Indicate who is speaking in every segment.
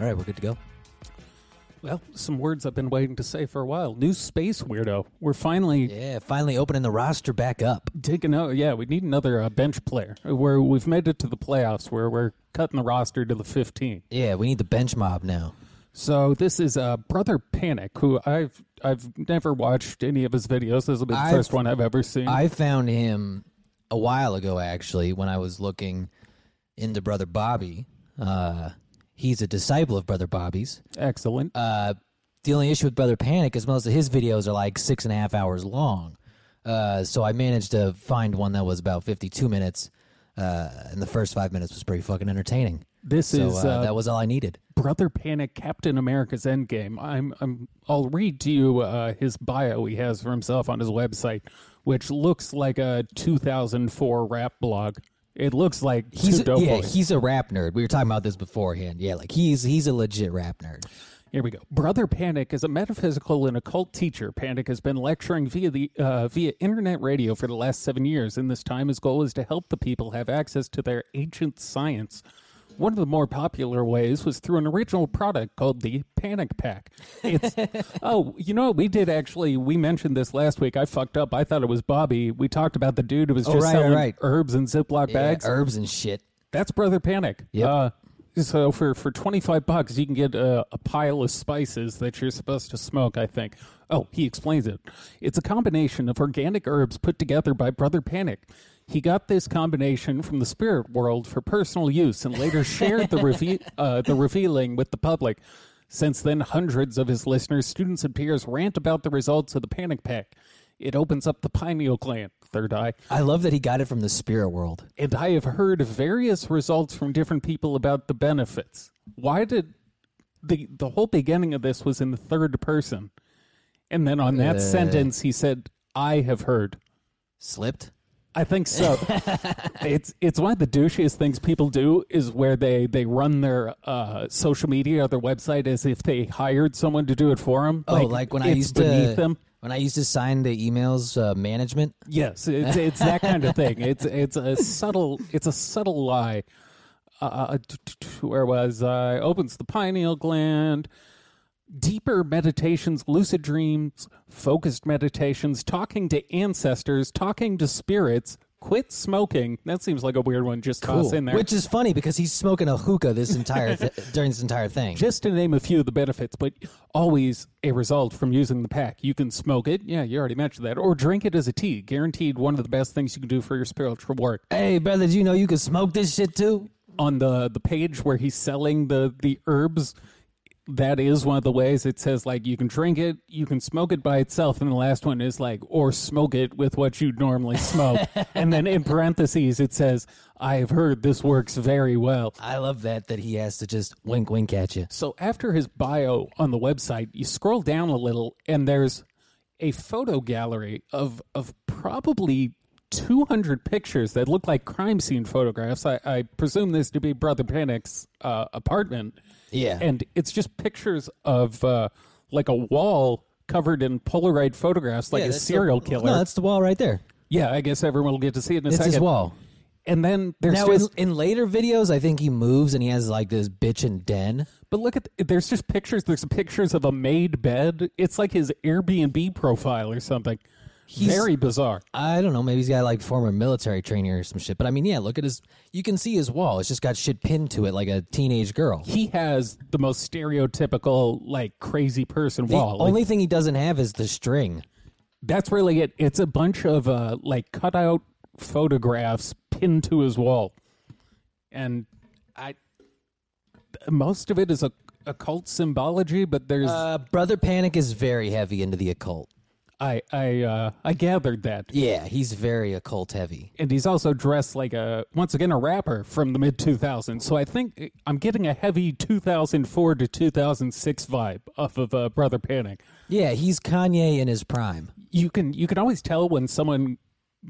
Speaker 1: All right, we're good to go.
Speaker 2: Well, some words I've been waiting to say for a while. New space weirdo. We're finally
Speaker 1: Yeah, finally opening the roster back up.
Speaker 2: taking out. Yeah, we need another uh, bench player. Where we've made it to the playoffs, where we're cutting the roster to the 15.
Speaker 1: Yeah, we need the bench mob now.
Speaker 2: So this is uh, Brother Panic, who I've I've never watched any of his videos. This will be the
Speaker 1: I've-
Speaker 2: first one I've ever seen.
Speaker 1: I found him a while ago, actually, when I was looking into Brother Bobby. Uh, he's a disciple of Brother Bobby's.
Speaker 2: Excellent.
Speaker 1: Uh, the only issue with Brother Panic is most of his videos are like six and a half hours long. Uh, so I managed to find one that was about 52 minutes, uh, and the first five minutes was pretty fucking entertaining.
Speaker 2: this
Speaker 1: So
Speaker 2: is
Speaker 1: uh,
Speaker 2: uh,
Speaker 1: that was all I needed.
Speaker 2: Brother Panic, Captain America's Endgame. I'm, I'm, I'll read to you uh, his bio he has for himself on his website, which looks like a 2004 rap blog. It looks like
Speaker 1: He's
Speaker 2: two
Speaker 1: a,
Speaker 2: dope
Speaker 1: yeah,
Speaker 2: boys.
Speaker 1: he's a rap nerd. We were talking about this beforehand. Yeah, like he's he's a legit rap nerd.
Speaker 2: Here we go. Brother Panic is a metaphysical and occult teacher. Panic has been lecturing via the uh, via internet radio for the last seven years. In this time, his goal is to help the people have access to their ancient science. One of the more popular ways was through an original product called the Panic Pack. It's, oh, you know, we did actually. We mentioned this last week. I fucked up. I thought it was Bobby. We talked about the dude who was
Speaker 1: Oh,
Speaker 2: just
Speaker 1: right,
Speaker 2: selling
Speaker 1: right.
Speaker 2: herbs and Ziploc
Speaker 1: Yeah,
Speaker 2: bags.
Speaker 1: herbs and shit.
Speaker 2: That's Brother Panic.
Speaker 1: Yep.
Speaker 2: Uh, so for, for 25 bucks, you can get a, a pile of spices that you're supposed to smoke, I think. Oh, he explains it. It's a combination of organic herbs put together by Brother Panic. He got this combination from the spirit world for personal use and later shared the, reve- uh, the revealing with the public. Since then, hundreds of his listeners, students, and peers rant about the results of the Panic Pack. It opens up the pineal gland, third eye,
Speaker 1: I love that he got it from the spirit world.
Speaker 2: and I have heard various results from different people about the benefits. Why did the the whole beginning of this was in the third person, and then on
Speaker 1: Uh.
Speaker 2: that sentence he said, "I have heard."
Speaker 1: Slipped.
Speaker 2: I think so. it's it's one of the douchiest things people do is where they they run their uh, social media or their website as if they hired someone to do it for them.
Speaker 1: Oh, like, when I
Speaker 2: it's
Speaker 1: used
Speaker 2: beneath
Speaker 1: to
Speaker 2: them.
Speaker 1: when I used to sign the emails uh, management.
Speaker 2: Yes, it's it's that kind of thing. It's it's a subtle it's a subtle lie. Uh, t- t- t- where was I? Opens the pineal gland. Deeper meditations, lucid dreams, focused meditations, talking to ancestors, talking to spirits. Quit smoking. That seems like a weird one. Just toss Oh, in there.
Speaker 1: Which is funny because he's smoking a hookah this entire th- during this entire thing.
Speaker 2: just to name a few of the benefits, but always a result from using the pack. You can smoke it, yeah, you already mentioned that, or drink it as a tea. Guaranteed one of the best things you can do for your spiritual work.
Speaker 1: hey, brother, did you know you can smoke this shit too?
Speaker 2: on the the page where he's selling the the herbs that is one of the ways it says like you can drink it you can smoke it by itself and the last one is like or smoke it with what you normally smoke and then in parentheses it says i have heard this works very well
Speaker 1: I love that that he has to just wink, wink at you.
Speaker 2: so after his bio on the website, you scroll down a little and there's a photo gallery of of probably 200 pictures that look like crime scene photographs. I, I presume this to be Brother Panic's uh, apartment.
Speaker 1: Yeah.
Speaker 2: And it's just pictures of uh, like a wall covered in Polaroid photographs, like
Speaker 1: Yeah,
Speaker 2: a
Speaker 1: that's the-
Speaker 2: serial killer.
Speaker 1: No, that's the wall right there.
Speaker 2: yeah, I guess everyone will get to see it in a
Speaker 1: It's
Speaker 2: second.
Speaker 1: his wall.
Speaker 2: And then there's
Speaker 1: Now,
Speaker 2: just,
Speaker 1: in, in later videos, I think he moves and he has like this bitchin' den.
Speaker 2: But look at the, there's just pictures. There's pictures of a made bed. It's like his Airbnb profile or something. Very bizarre.
Speaker 1: I don't know. Maybe he's got like former military training or some shit. But I mean, yeah, look at his. You can see his wall. It's just got shit pinned to it like a teenage girl.
Speaker 2: He has the most stereotypical like crazy person
Speaker 1: The
Speaker 2: wall. Like,
Speaker 1: only thing he doesn't have is the string.
Speaker 2: that's really it. It's a bunch of uh like cutout photographs pinned to his wall. and I most of it is a occult symbology, but there's
Speaker 1: Uh, Brother Panic is very heavy into the occult.
Speaker 2: I I uh, I gathered that,
Speaker 1: Yeah, he's very occult heavy.
Speaker 2: and he's also dressed like a once again a rapper from the mid 2000s. So I think uh, I'm getting a heavy 2004 to 2006 vibe off of uh, Brother Panic.
Speaker 1: Yeah, he's Kanye in his prime.
Speaker 2: you can you can always tell when someone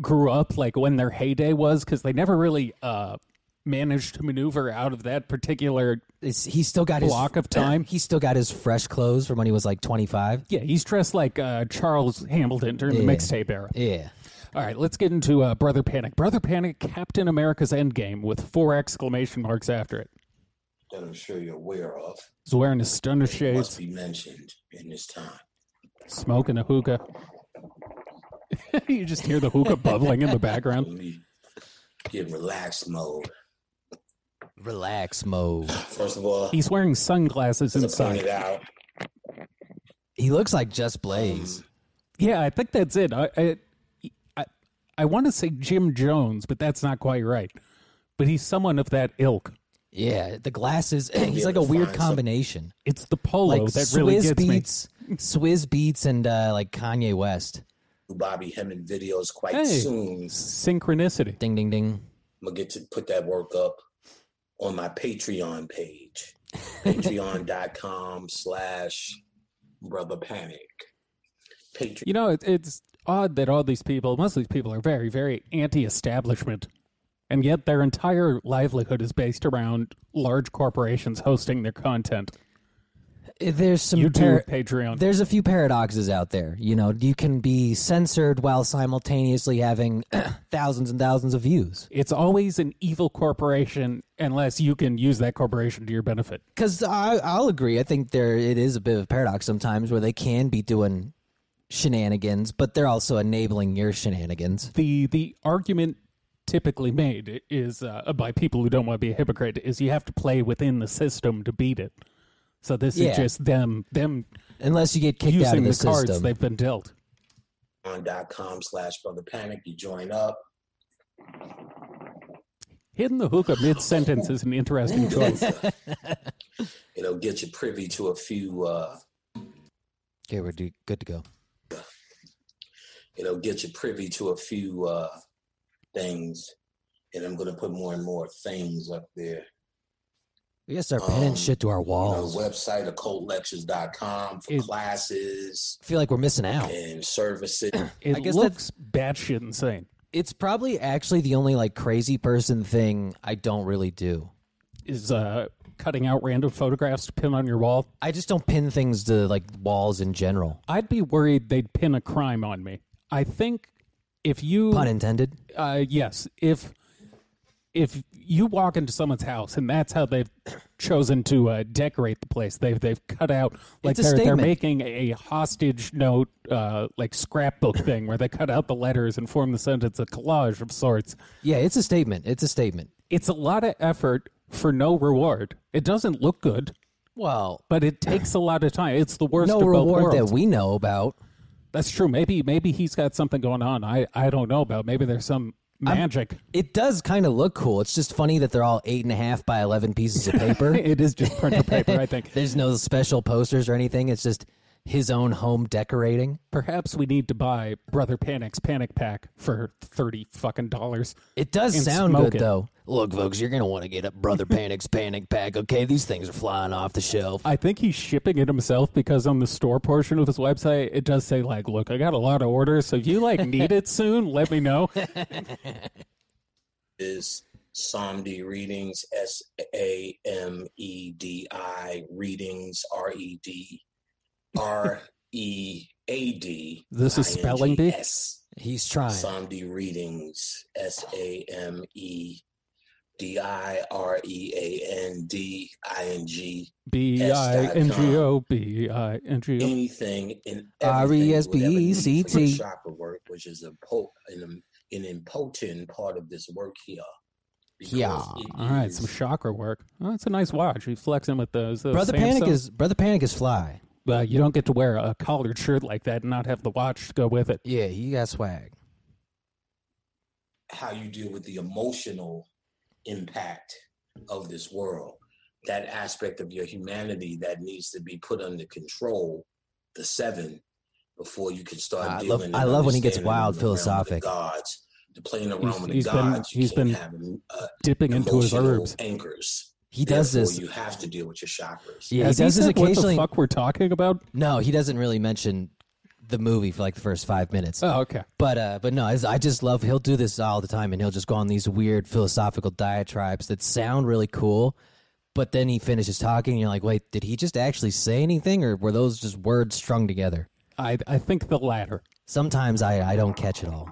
Speaker 2: grew up like when their heyday was because they never really uh managed to maneuver out of that particular
Speaker 1: It's, he's still got
Speaker 2: Block
Speaker 1: his
Speaker 2: of time.
Speaker 1: He's still got his fresh clothes from when he was like twenty five.
Speaker 2: yeah he's dressed like uh charles hamilton during the mixtape era
Speaker 1: Yeah.
Speaker 2: all right let's get into uh brother panic brother panic captain america's endgame with four exclamation marks after it
Speaker 3: that I'm sure you're aware of
Speaker 2: he's wearing his stunner
Speaker 3: must
Speaker 2: shades
Speaker 3: be mentioned in this time.
Speaker 2: smoking a hookah you just hear the hookah bubbling in the background
Speaker 3: When we get relaxed mode.
Speaker 1: Relax mode.
Speaker 3: First of all,
Speaker 2: he's wearing sunglasses
Speaker 3: as I pointed
Speaker 2: inside
Speaker 3: out,
Speaker 1: He looks like Just Blaze.
Speaker 2: Yeah, I think that's it. I I I, I want to say Jim Jones, but that's not quite right. But he's someone of that ilk.
Speaker 1: Yeah, the glasses.
Speaker 3: be
Speaker 1: he's like a
Speaker 3: able to
Speaker 1: weird
Speaker 3: find some-
Speaker 1: combination,
Speaker 2: It's the polo
Speaker 1: like
Speaker 2: that
Speaker 1: Swizz
Speaker 2: really gets
Speaker 1: Beats, Swizz Beats, and uh, like Kanye West.
Speaker 3: Bobby Hemming videos quite
Speaker 2: Hey.
Speaker 3: soon.
Speaker 2: me. Synchronicity.
Speaker 1: Ding ding ding.
Speaker 3: I'm gonna get to put that work up on my Patreon page. Patreon.com slash brother panic. Patreon
Speaker 2: You know, it, it's odd that all these people, most of these people, are very, very anti-establishment, and yet their entire livelihood is based around large corporations hosting their content.
Speaker 1: There's some
Speaker 2: YouTube,
Speaker 1: par-
Speaker 2: Patreon.
Speaker 1: there's a few paradoxes out there. You know, you can be censored while simultaneously having thousands and thousands of views.
Speaker 2: It's always an evil corporation unless you can use that corporation to your benefit.
Speaker 1: Because I'll agree, I think there it is a bit of a paradox sometimes where they can be doing shenanigans, but they're also enabling your shenanigans.
Speaker 2: the the argument typically made is uh, by people who don't want to be a hypocrite is you have to play within the system to beat it. So this
Speaker 1: Yeah.
Speaker 2: is just them them
Speaker 1: Unless you get kicked out
Speaker 2: using
Speaker 1: of the,
Speaker 2: the, cards
Speaker 1: system.
Speaker 2: they've been dealt.
Speaker 3: patreon.com slash brother panic. You join up.
Speaker 2: Hitting the hookah mid sentence is an interesting choice.
Speaker 3: It'll get you privy to a few uh
Speaker 1: okay, we're do- good to go.
Speaker 3: it'll get you privy to a few uh, things. And I'm going to put more and more things up there.
Speaker 1: We gotta start pinning
Speaker 3: Um,
Speaker 1: shit to our
Speaker 3: On
Speaker 1: walls.
Speaker 3: the website, occultlectures.com for
Speaker 2: It-
Speaker 3: classes
Speaker 1: I feel like we're missing out.
Speaker 3: and services.
Speaker 2: It
Speaker 1: I guess
Speaker 2: looks batshit insane.
Speaker 1: It's probably actually the only like crazy person thing I don't really do.
Speaker 2: Is uh, cutting out random photographs to pin on your wall.
Speaker 1: I just don't pin things to like walls in general.
Speaker 2: I'd be worried they'd pin a crime on me. I think if you
Speaker 1: Pun intended.
Speaker 2: uh, yes, if if you walk into someone's house and that's how they've chosen to uh, decorate the place, they've they've cut out like
Speaker 1: It's a
Speaker 2: they're they're
Speaker 1: statement.
Speaker 2: making a hostage note uh, like scrapbook thing where they cut out the letters and form the sentence a collage of sorts.
Speaker 1: Yeah, it's a statement. It's a statement.
Speaker 2: It's a lot of effort for no reward. It doesn't look good,
Speaker 1: Well,
Speaker 2: but it takes a lot of time. It's the worst
Speaker 1: no
Speaker 2: of both
Speaker 1: reward that
Speaker 2: worlds.
Speaker 1: we know about.
Speaker 2: That's true. Maybe maybe he's got something going on. I I don't know about. Maybe there's some magic.
Speaker 1: It does kind of look cool. It's just funny that they're all eight and a half by eleven pieces of paper.
Speaker 2: it is just printer paper, I think.
Speaker 1: There's no special posters or anything. It's just his own home decorating.
Speaker 2: Perhaps we need to buy Brother Panic's panic pack for thirty fucking dollars.
Speaker 1: It does
Speaker 2: And
Speaker 1: sound
Speaker 2: smoke
Speaker 1: good
Speaker 2: it.
Speaker 1: though. Look, folks, you're gonna want to get up Brother Panic's Panic Pack. Okay, these things are flying off the shelf.
Speaker 2: I think he's shipping it himself because on the store portion of his website it does say like, look, I got a lot of orders, so if you like need it soon, let me know.
Speaker 3: is Samdi Readings, S A M E D I Readings, R E D R E A D.
Speaker 2: This is spelling bee?
Speaker 3: S.
Speaker 1: He's trying.
Speaker 3: Samdi Readings, S A M E D I R E A N D I N G.
Speaker 2: B I N G O B I N G O.
Speaker 3: Anything and
Speaker 1: R E S B E C
Speaker 3: everything you would ever
Speaker 1: T.
Speaker 3: need for your Chakra work, which is a po- an, an important part of this work here. because
Speaker 1: Yeah.
Speaker 3: it
Speaker 2: All right,
Speaker 3: is-
Speaker 2: some chakra work. Oh, that's a nice watch. He's flexing with those. those
Speaker 1: Brother Panic
Speaker 2: Samsung-
Speaker 1: is Brother Panic is fly.
Speaker 2: Uh, you don't get to wear a collared shirt like that and not have the watch to go with it.
Speaker 1: Yeah, he got swag.
Speaker 3: how you deal with the emotional impact of this world. That aspect of your humanity that needs to be put under control, the seven, before you can start.
Speaker 1: I love-
Speaker 3: dealing and
Speaker 1: I love when he gets
Speaker 3: understanding
Speaker 1: wild
Speaker 3: the realm of the
Speaker 1: philosophic.
Speaker 3: Gods, the playing around
Speaker 2: He's-
Speaker 3: with
Speaker 2: he's
Speaker 3: the
Speaker 2: been-
Speaker 3: gods.
Speaker 2: he's
Speaker 3: you can't
Speaker 2: been
Speaker 3: have, uh,
Speaker 2: dipping into his
Speaker 3: emotional
Speaker 2: herbs.
Speaker 3: anchors.
Speaker 1: He does
Speaker 3: Therefore,
Speaker 1: this.
Speaker 3: You have to deal with your chakras.
Speaker 1: Yeah, he
Speaker 2: Has
Speaker 1: does this
Speaker 2: said
Speaker 1: occasionally.
Speaker 2: What the fuck we're talking about?
Speaker 1: No, he doesn't really mention the movie for like the first five minutes.
Speaker 2: Oh, okay.
Speaker 1: But uh, but no, it's- I just love. He'll do this all the time, and he'll just go on these weird philosophical diatribes that sound really cool. But then he finishes talking, and you're like, wait, did he just actually say anything, or were those just words strung together?
Speaker 2: I I think the latter.
Speaker 1: Sometimes I, I don't catch it all.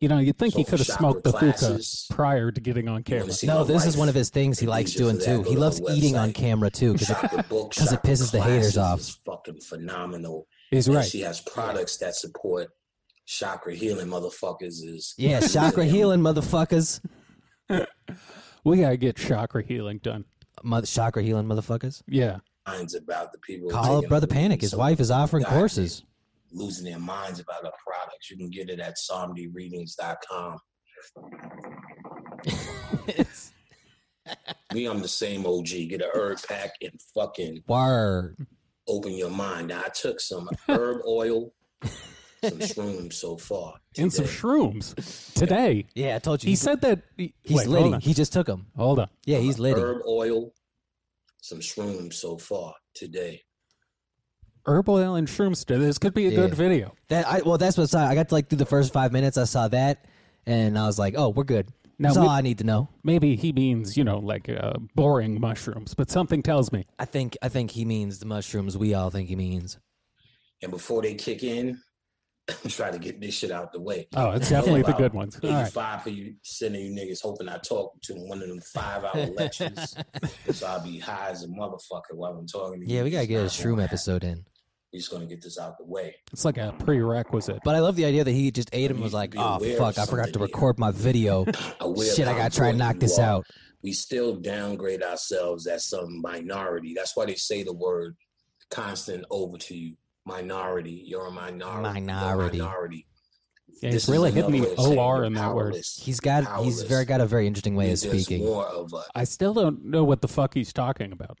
Speaker 2: You know, you'd think
Speaker 3: So
Speaker 2: he
Speaker 3: for
Speaker 2: could have
Speaker 3: chakra
Speaker 2: smoked the
Speaker 3: classes,
Speaker 2: hookah prior to getting on
Speaker 3: you wanna
Speaker 2: camera.
Speaker 3: see
Speaker 1: No,
Speaker 3: my
Speaker 1: this is
Speaker 3: wife,
Speaker 1: one of his things he
Speaker 3: and
Speaker 1: likes
Speaker 3: these are
Speaker 1: doing
Speaker 3: for that,
Speaker 1: too.
Speaker 3: go
Speaker 1: He
Speaker 3: to
Speaker 1: loves
Speaker 3: our
Speaker 1: eating on
Speaker 3: website.
Speaker 1: camera too because
Speaker 3: Chakra book,
Speaker 1: because it
Speaker 3: chakra
Speaker 1: pisses the haters
Speaker 3: classes
Speaker 1: off.
Speaker 3: Is fucking phenomenal.
Speaker 2: He's
Speaker 3: And
Speaker 2: right.
Speaker 3: She has products that support chakra healing. Motherfuckers is
Speaker 1: yeah, chakra healing, motherfuckers,
Speaker 2: We gotta get chakra healing done.
Speaker 1: Mother, chakra healing, motherfuckers.
Speaker 2: Yeah.
Speaker 3: minds about the people. who are
Speaker 1: Call up
Speaker 3: taking
Speaker 1: brother
Speaker 3: the lead.
Speaker 1: Panic. His
Speaker 3: So
Speaker 1: wife is offering
Speaker 3: God,
Speaker 1: courses.
Speaker 3: Losing their minds about our products. You can get it at somnireadings.com. Me, I'm the same OG. Get a herb pack and fucking
Speaker 1: Word.
Speaker 3: open your mind. Now, I took some herb oil, some shrooms so far.
Speaker 2: And some
Speaker 3: today.
Speaker 2: shrooms today.
Speaker 1: Yeah, I told you.
Speaker 2: He said that he's
Speaker 1: he's
Speaker 2: wait, Hold
Speaker 1: litty.
Speaker 2: on.
Speaker 1: He just took him.
Speaker 2: Hold on.
Speaker 1: Yeah, he's litty.
Speaker 3: herb oil, some shrooms so far today.
Speaker 2: Herbal oil and shrooms today. This could be a good
Speaker 1: Yeah.
Speaker 2: video.
Speaker 1: That I well, that's what I saw. I got to like through the first five minutes. I saw that, and I was like, "Oh, we're good."
Speaker 2: Now
Speaker 1: that's
Speaker 2: we-
Speaker 1: all I need to know.
Speaker 2: Maybe he means, you know, like uh, boring mushrooms, but something tells me.
Speaker 1: I think I think he means the mushrooms we all think he means.
Speaker 3: And before they kick in, try to get this shit out the way.
Speaker 2: Oh, it's definitely the
Speaker 3: About
Speaker 2: good ones. All right.
Speaker 3: 85 for you sending you niggas hoping I talk to one of them five hour lectures. so I'll be high as a motherfucker while I'm talking to you.
Speaker 1: Yeah, we gotta
Speaker 3: It's
Speaker 1: get a
Speaker 3: not gonna
Speaker 1: shroom
Speaker 3: happen.
Speaker 1: episode in.
Speaker 3: We're just gonna get this out the way.
Speaker 2: It's like a prerequisite.
Speaker 1: But I love the idea that he just ate him and
Speaker 3: You
Speaker 1: was
Speaker 3: should
Speaker 1: like,
Speaker 3: be
Speaker 1: "Oh
Speaker 3: aware of
Speaker 1: fuck, I forgot to
Speaker 3: something here."
Speaker 1: record my video.
Speaker 3: Aware of
Speaker 1: Shit, I
Speaker 3: how
Speaker 1: gotta try and
Speaker 3: important
Speaker 1: knock
Speaker 3: you
Speaker 1: this
Speaker 3: are,
Speaker 1: out."
Speaker 3: We still downgrade ourselves as some minority. That's why they say the word constant over to you. Minority. You're a minority. You're a
Speaker 1: Minority.
Speaker 3: minority.
Speaker 2: Yeah,
Speaker 3: This
Speaker 2: he's
Speaker 3: is
Speaker 2: really
Speaker 3: another
Speaker 2: hitting
Speaker 3: way
Speaker 2: the
Speaker 3: of saying
Speaker 2: OR
Speaker 3: you're
Speaker 2: in that word.
Speaker 3: powerless.
Speaker 1: He's got he's
Speaker 3: Powerless.
Speaker 1: very got a very interesting way of
Speaker 3: There's just
Speaker 1: speaking.
Speaker 3: more of us.
Speaker 2: I still don't know what the fuck he's talking about.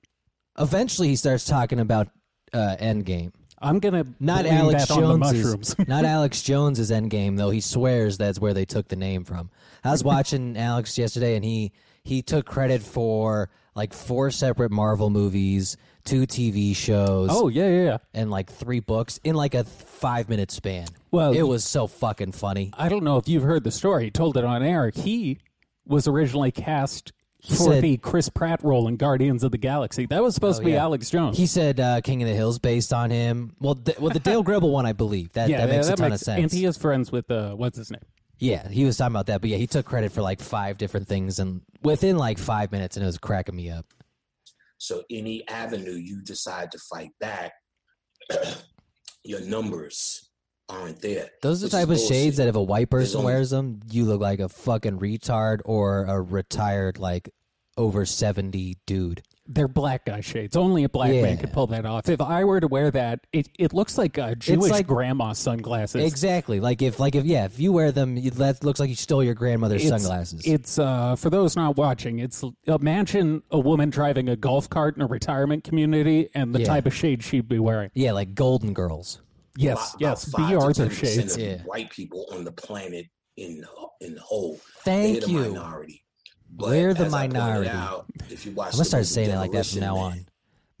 Speaker 1: Eventually, he starts talking about uh, Endgame.
Speaker 2: I'm gonna
Speaker 1: Not
Speaker 2: blame
Speaker 1: Alex
Speaker 2: that on the
Speaker 1: Jones's.
Speaker 2: mushrooms.
Speaker 1: not Alex Jones's Endgame though. He swears that's where they took the name from. I was watching Alex yesterday, and he he took credit for like four separate Marvel movies, two TV shows,
Speaker 2: oh yeah, yeah, yeah.
Speaker 1: and like three books in like a five minute span.
Speaker 2: Well,
Speaker 1: it was so fucking funny.
Speaker 2: I don't know if you've heard the story. He told it on air. He was originally cast for
Speaker 1: said- Oh,
Speaker 2: the Chris Pratt role in Guardians of the Galaxy. That was supposed to be
Speaker 1: yeah.
Speaker 2: Alex Jones.
Speaker 1: He said uh, King of the Hills based on him. Well, th- well, the Dale Gribble one, I believe that that makes a ton of sense.
Speaker 2: And he is friends with uh, what's his name?
Speaker 1: Yeah, he was talking about that, but yeah, he took credit for like five different things, and within like five minutes, and it was cracking me up.
Speaker 3: So any avenue you decide to fight back, your numbers aren't there.
Speaker 1: Those are
Speaker 3: which
Speaker 1: the
Speaker 3: is
Speaker 1: type of shades
Speaker 3: bullshit.
Speaker 1: that if a white person
Speaker 3: only-
Speaker 1: wears them, you look like a fucking retard or a retired like over seventy dude.
Speaker 2: They're black guy shades. Only a black
Speaker 1: Yeah.
Speaker 2: man could pull that off. If I were to wear that, it, it looks like a Jewish
Speaker 1: like-
Speaker 2: grandma sunglasses.
Speaker 1: exactly. Like if like if yeah, if you wear them, you, that looks like you stole your grandmother's
Speaker 2: It's-
Speaker 1: sunglasses.
Speaker 2: It's uh, for those not watching. It's imagine a woman driving a golf cart in a retirement community, and the
Speaker 1: Yeah.
Speaker 2: type of shade she'd be wearing.
Speaker 1: yeah, like Golden Girls.
Speaker 2: Yes,
Speaker 3: About-
Speaker 2: yes,
Speaker 3: about
Speaker 2: B.
Speaker 3: five to
Speaker 2: Arthur
Speaker 3: 10%
Speaker 2: shades.
Speaker 3: of
Speaker 1: Yeah.
Speaker 3: White people on the planet in the, in the whole.
Speaker 1: Thank
Speaker 3: They're the
Speaker 1: you.
Speaker 3: minority. But
Speaker 1: We're the
Speaker 3: as I pointed
Speaker 1: minority.
Speaker 3: out, if you watch,
Speaker 1: I'm gonna
Speaker 3: the
Speaker 1: start
Speaker 3: movie
Speaker 1: saying it like that from
Speaker 3: Demolition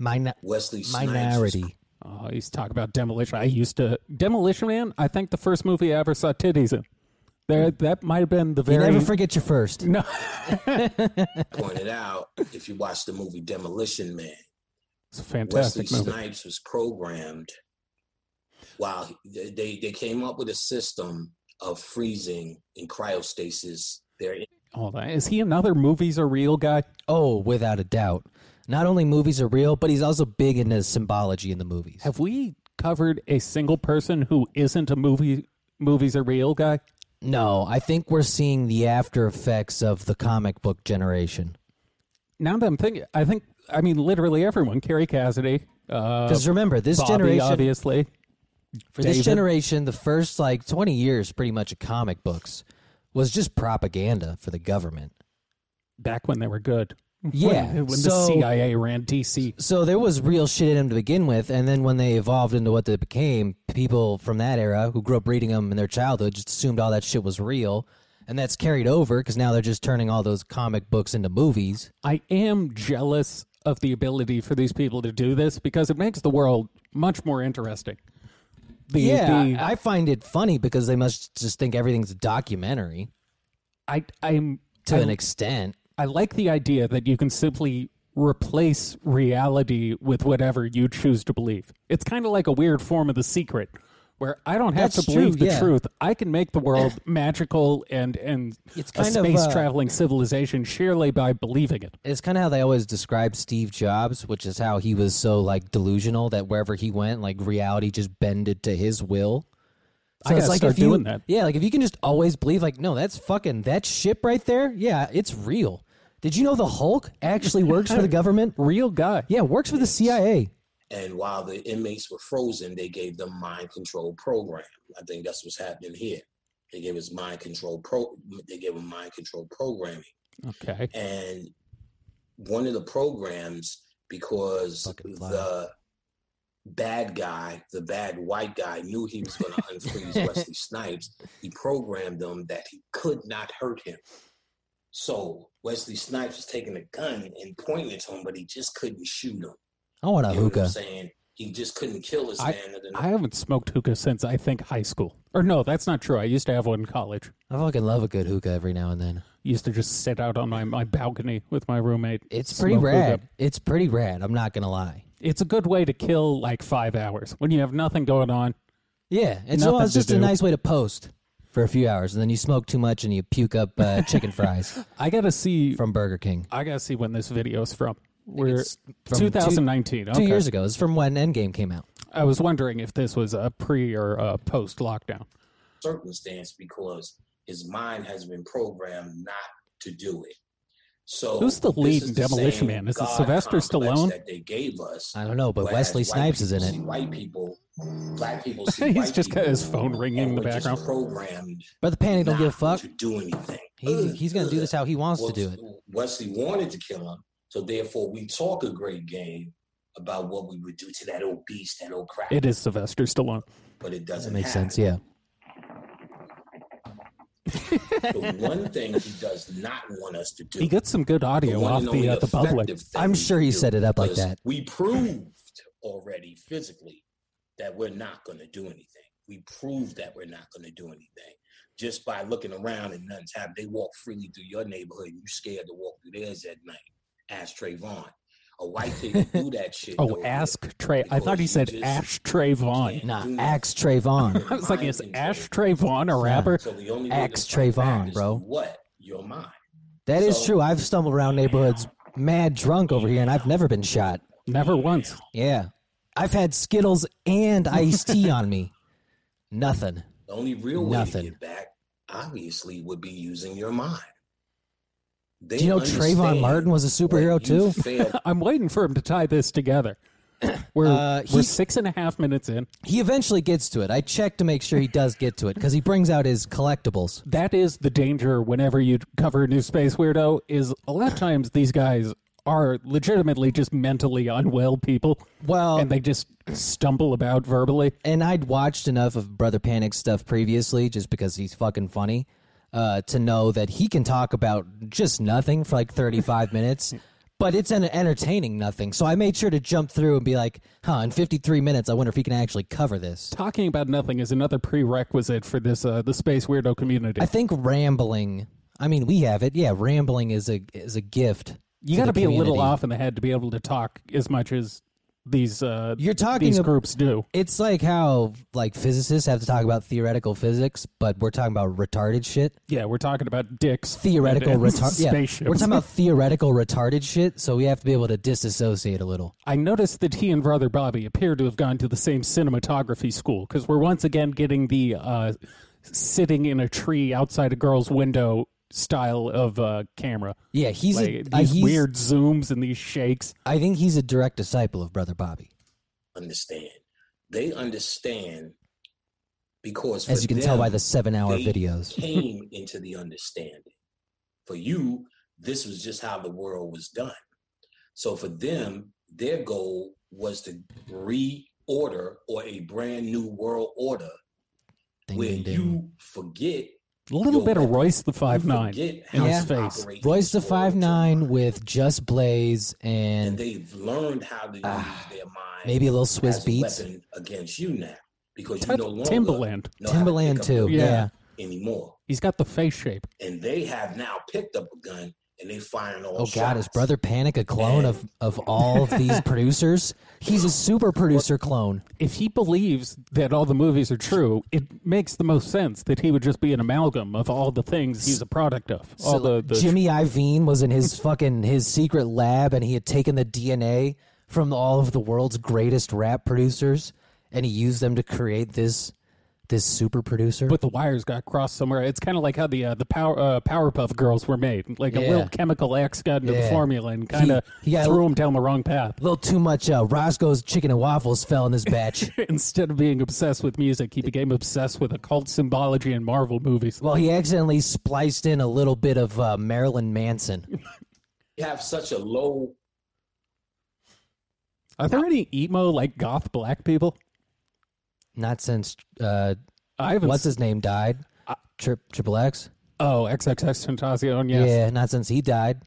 Speaker 1: now
Speaker 3: Man,
Speaker 1: on. Min-
Speaker 3: Wesley Snipes was
Speaker 1: minority.
Speaker 2: Oh, he's talking about demolition. I used to demolition man. I think the first movie I ever saw titties in. There, that might have been the
Speaker 1: You
Speaker 2: very.
Speaker 1: never forget your first.
Speaker 2: no,
Speaker 3: pointed out if you watch the movie Demolition Man,
Speaker 2: it's a
Speaker 3: Wesley
Speaker 2: fantastic movie.
Speaker 3: Snipes was programmed while he- they they came up with a system of freezing in cryostasis their
Speaker 2: Hold on, is he another movies are real guy?
Speaker 1: Oh, without a doubt. Not only movies are real, but he's also big into symbology in the movies.
Speaker 2: Have we covered a single person who isn't a movie? Movies are real guy.
Speaker 1: No, I think we're seeing the after effects of the comic book generation.
Speaker 2: Now that I'm thinking, I think I mean literally everyone. Carrie Cassidy, uh,
Speaker 1: Because remember, this
Speaker 2: Bobby,
Speaker 1: generation,
Speaker 2: obviously.
Speaker 1: for
Speaker 2: David.
Speaker 1: this generation, the first like twenty years, pretty much of comic books, was just propaganda for the government.
Speaker 2: back when they were good. When-
Speaker 1: Yeah,
Speaker 2: when, the
Speaker 1: so-
Speaker 2: CIA ran DC.
Speaker 1: So there was real shit in them to begin with, and then when they evolved into what they became, people from that era who grew up reading them in their childhood just assumed all that shit was real, and that's carried over because now they're just turning all those comic books into movies.
Speaker 2: I am jealous of the ability for these people to do this because it makes the world much more interesting. The,
Speaker 1: yeah,
Speaker 2: the-
Speaker 1: I, I find it funny because they must just think everything's a documentary
Speaker 2: I, I'm
Speaker 1: to
Speaker 2: I-
Speaker 1: an extent.
Speaker 2: I like the idea that you can simply replace reality with whatever you choose to believe. It's kind of like a weird form of the secret where I don't have
Speaker 1: That's
Speaker 2: to believe
Speaker 1: true,
Speaker 2: the
Speaker 1: yeah.
Speaker 2: truth. I can make the world magical and and
Speaker 1: It's
Speaker 2: a
Speaker 1: kind of,
Speaker 2: space
Speaker 1: uh,
Speaker 2: traveling civilization sheerly by believing it.
Speaker 1: It's kind of how they always describe Steve Jobs, which is how he was so like delusional that wherever he went, like reality just bended to his will.
Speaker 2: I gotta start
Speaker 1: you,
Speaker 2: doing that.
Speaker 1: Yeah, like if you can just always believe, like, no, that's fucking that ship right there. Yeah, it's real. Did you know the Hulk actually works for the government?
Speaker 2: Real guy.
Speaker 1: Yeah, works for the CIA.
Speaker 3: And while the inmates were frozen, they gave them mind control program. I think that's what's happening here. They gave us mind control pro. They gave them mind control programming.
Speaker 2: Okay.
Speaker 3: and one of the programs because
Speaker 1: Fucking fly.
Speaker 3: the bad guy, the bad white guy, knew he was going to unfreeze Wesley Snipes. He programmed them that he could not hurt him. So Wesley Snipes was taking a gun and pointing it to him, but he just couldn't shoot him.
Speaker 1: I want a
Speaker 3: You know what I'm
Speaker 1: hookah.
Speaker 3: saying? He just couldn't kill this
Speaker 2: I-
Speaker 3: man.
Speaker 2: I haven't smoked hookah since I think high school. Or no, that's not true. I used to have one in college.
Speaker 1: I fucking love a good hookah every now and then.
Speaker 2: Used to just sit out on my, my balcony with my roommate.
Speaker 1: It's pretty
Speaker 2: smoke hookah.
Speaker 1: rad. It's pretty rad. I'm not gonna lie.
Speaker 2: It's a good way to kill like five hours when you have nothing going on.
Speaker 1: Yeah, and
Speaker 2: Nothing
Speaker 1: so it's
Speaker 2: to
Speaker 1: just a
Speaker 2: do.
Speaker 1: nice way to post for a few hours, and then you smoke too much and you puke up uh, chicken fries
Speaker 2: I gotta see.
Speaker 1: from Burger King.
Speaker 2: I gotta see when this video is from. We're
Speaker 1: it's from
Speaker 2: 2019. okay.
Speaker 1: Two years ago. It's from when Endgame came out.
Speaker 2: I was wondering if this was a pre or a post lockdown.
Speaker 3: circumstance because his mind has been programmed not to do it. So
Speaker 2: Who's the
Speaker 3: this
Speaker 2: lead
Speaker 3: is
Speaker 2: in Demolition
Speaker 3: same
Speaker 2: Man? Is it
Speaker 3: God
Speaker 2: Sylvester
Speaker 3: complex
Speaker 2: Stallone?
Speaker 3: that they gave us?
Speaker 1: I don't know, Uh, but
Speaker 3: whereas
Speaker 1: Wesley
Speaker 3: white
Speaker 1: Snipes is in
Speaker 3: people
Speaker 1: it.
Speaker 3: see White people, black people. See
Speaker 2: He's
Speaker 3: white
Speaker 2: just got
Speaker 3: people
Speaker 2: his phone ringing in
Speaker 3: and
Speaker 2: the
Speaker 3: we're just
Speaker 2: background.
Speaker 3: Programmed.
Speaker 1: But the panic don't
Speaker 3: not
Speaker 1: give a fuck.
Speaker 3: To do anything.
Speaker 1: He's,
Speaker 3: Ugh,
Speaker 1: he's going to do
Speaker 3: ugh.
Speaker 1: this how he wants to do it.
Speaker 3: Wesley wanted to kill him, so therefore we talk a great game about what we would do to that old beast, that old crap.
Speaker 2: It is Sylvester Stallone.
Speaker 3: but
Speaker 1: That
Speaker 3: it doesn't
Speaker 1: makes
Speaker 3: happen.
Speaker 1: sense. Yeah.
Speaker 3: The one thing he does not want us to do.
Speaker 2: He gets some good
Speaker 3: the
Speaker 2: audio
Speaker 3: one
Speaker 2: off
Speaker 3: and
Speaker 2: the
Speaker 3: only
Speaker 2: uh, the public.
Speaker 3: effective thing
Speaker 1: I'm
Speaker 3: we
Speaker 1: sure
Speaker 3: can
Speaker 1: he
Speaker 3: do,
Speaker 1: set it up like
Speaker 3: because
Speaker 1: that.
Speaker 3: We proved already physically that we're not going to do anything. We proved that we're not going to do anything just by looking around and nothing's happened. They walk freely through your neighborhood and you scared to walk through theirs at night. Ask Trayvon. A white kid would do that shit.
Speaker 2: Oh,
Speaker 3: though,
Speaker 2: ask Trey. I
Speaker 3: because
Speaker 2: thought he
Speaker 3: you
Speaker 2: said
Speaker 3: just
Speaker 2: Ash Trey Vaughn.
Speaker 3: can't
Speaker 1: Nah,
Speaker 3: do
Speaker 1: axe
Speaker 3: nothing.
Speaker 1: Trayvon.
Speaker 2: I was like, is
Speaker 3: Mind control.
Speaker 2: Ash Trey Vaughn a rapper?
Speaker 3: So the only
Speaker 1: Axe
Speaker 3: way to fight back
Speaker 1: Trayvon,
Speaker 3: is
Speaker 1: bro.
Speaker 3: through What? Your mind.
Speaker 1: That is
Speaker 3: So-
Speaker 1: true. I've stumbled around neighborhoods mad drunk over here, and I've never been shot.
Speaker 2: Never once.
Speaker 1: Yeah. I've had Skittles and iced tea on me. Nothing.
Speaker 3: The only real way
Speaker 1: Nothing.
Speaker 3: to get back, obviously, would be using your mind. They
Speaker 1: Do you know Trayvon
Speaker 3: understand
Speaker 1: Martin was a
Speaker 3: what you
Speaker 1: superhero too?
Speaker 3: failed-
Speaker 2: I'm waiting for him to tie this together. We're
Speaker 1: Uh,
Speaker 2: we're
Speaker 1: he's-
Speaker 2: six and a half minutes in.
Speaker 1: He eventually gets to it. I checked to make sure he does get to it because he brings out his collectibles.
Speaker 2: that is the danger whenever you cover a new space weirdo is a lot of times these guys are legitimately just mentally unwell people
Speaker 1: Well,
Speaker 2: and they just stumble about verbally
Speaker 1: and I'd watched enough of Brother Panic's stuff previously, just because he's fucking funny, uh, to know that he can talk about just nothing for like thirty-five minutes, but it's an entertaining nothing. So I made sure to jump through and be like, "Huh." In fifty-three minutes, I wonder if he can actually cover this.
Speaker 2: talking about nothing is another prerequisite for this uh, the space weirdo community
Speaker 1: I think rambling. I mean, we have it. Yeah, rambling is a is a gift.
Speaker 2: you
Speaker 1: to
Speaker 2: got
Speaker 1: the
Speaker 2: to be a little
Speaker 1: community.
Speaker 2: off in the head to be able to talk as much as these uh,
Speaker 1: You're talking
Speaker 2: these
Speaker 1: ab-
Speaker 2: groups do
Speaker 1: It's like how like physicists have to talk about theoretical physics, but we're talking about retarded shit.
Speaker 2: yeah we're talking about dicks
Speaker 1: theoretical
Speaker 2: and- and
Speaker 1: retard.
Speaker 2: spaceships.
Speaker 1: Yeah, we're talking about theoretical retarded shit, so we have to be able to disassociate a little.
Speaker 2: I noticed that he and brother Bobby appear to have gone to the same cinematography school because we're once again getting the uh, sitting in a tree outside a girl's window style of uh, camera.
Speaker 1: Yeah, he's
Speaker 2: Like,
Speaker 1: a, uh,
Speaker 2: these
Speaker 1: he's,
Speaker 2: weird zooms and these shakes.
Speaker 1: I think he's a direct disciple of Brother Bobby,
Speaker 3: understand. They understand because,
Speaker 1: as
Speaker 3: for
Speaker 1: you can tell by
Speaker 3: them,
Speaker 1: the seven-hour
Speaker 3: they
Speaker 1: videos.
Speaker 3: came into the understanding. For you, This was just how the world was done. So for them, their goal was to reorder or a brand new world order
Speaker 1: Ding,
Speaker 3: where
Speaker 1: ding, ding.
Speaker 3: you forget
Speaker 2: A little
Speaker 3: Yo,
Speaker 2: bit of
Speaker 3: man.
Speaker 2: Royce the five
Speaker 3: you
Speaker 2: nine
Speaker 3: forget
Speaker 2: in
Speaker 3: how
Speaker 1: Yeah.
Speaker 2: his face.
Speaker 3: operate
Speaker 1: Royce the
Speaker 3: this world
Speaker 1: five nine with just Blaze
Speaker 3: and
Speaker 1: and
Speaker 3: they've learned how to
Speaker 1: Ah,
Speaker 3: use their mind
Speaker 1: maybe a little Swiss
Speaker 3: as a
Speaker 1: beats.
Speaker 3: weapon against you now because you
Speaker 2: Tim-
Speaker 3: no longer
Speaker 2: Timbaland.
Speaker 3: know how to
Speaker 1: Timberland
Speaker 3: pick up a
Speaker 1: too.
Speaker 3: gun
Speaker 2: Yeah.
Speaker 1: Yeah.
Speaker 3: anymore.
Speaker 2: He's got the face shape.
Speaker 3: And they have now picked up a gun and they firing all
Speaker 1: Oh God, is
Speaker 3: shots.
Speaker 1: Brother Panic a clone of of all of these producers? He's a super producer clone.
Speaker 2: If he believes that all the movies are true, it makes the most sense that he would just be an amalgam of all the things he's a product of. All
Speaker 1: So
Speaker 2: the, the
Speaker 1: Jimmy Iovine was in his fucking his secret lab, and he had taken the DNA from all of the world's greatest rap producers, and he used them to create this this super producer.
Speaker 2: but the wires got crossed somewhere. It's kind of like how the uh, the power uh, Powerpuff Girls were made. Like a
Speaker 1: Yeah.
Speaker 2: little chemical X got into the
Speaker 1: Yeah.
Speaker 2: formula and kind of
Speaker 1: he got a
Speaker 2: threw him down the wrong path.
Speaker 1: a little too much uh, Roscoe's chicken and waffles fell in this batch.
Speaker 2: Instead of being obsessed with music, he became obsessed with occult symbology and Marvel movies.
Speaker 1: well, he accidentally spliced in a little bit of uh, Marilyn Manson.
Speaker 3: You have such a low
Speaker 2: Are there any emo like goth black people?
Speaker 1: Not since uh,
Speaker 2: I haven't.
Speaker 1: what's his name died. Tri- Triple X.
Speaker 2: oh, XXX Tentacion. Yes.
Speaker 1: Yeah, not since he died.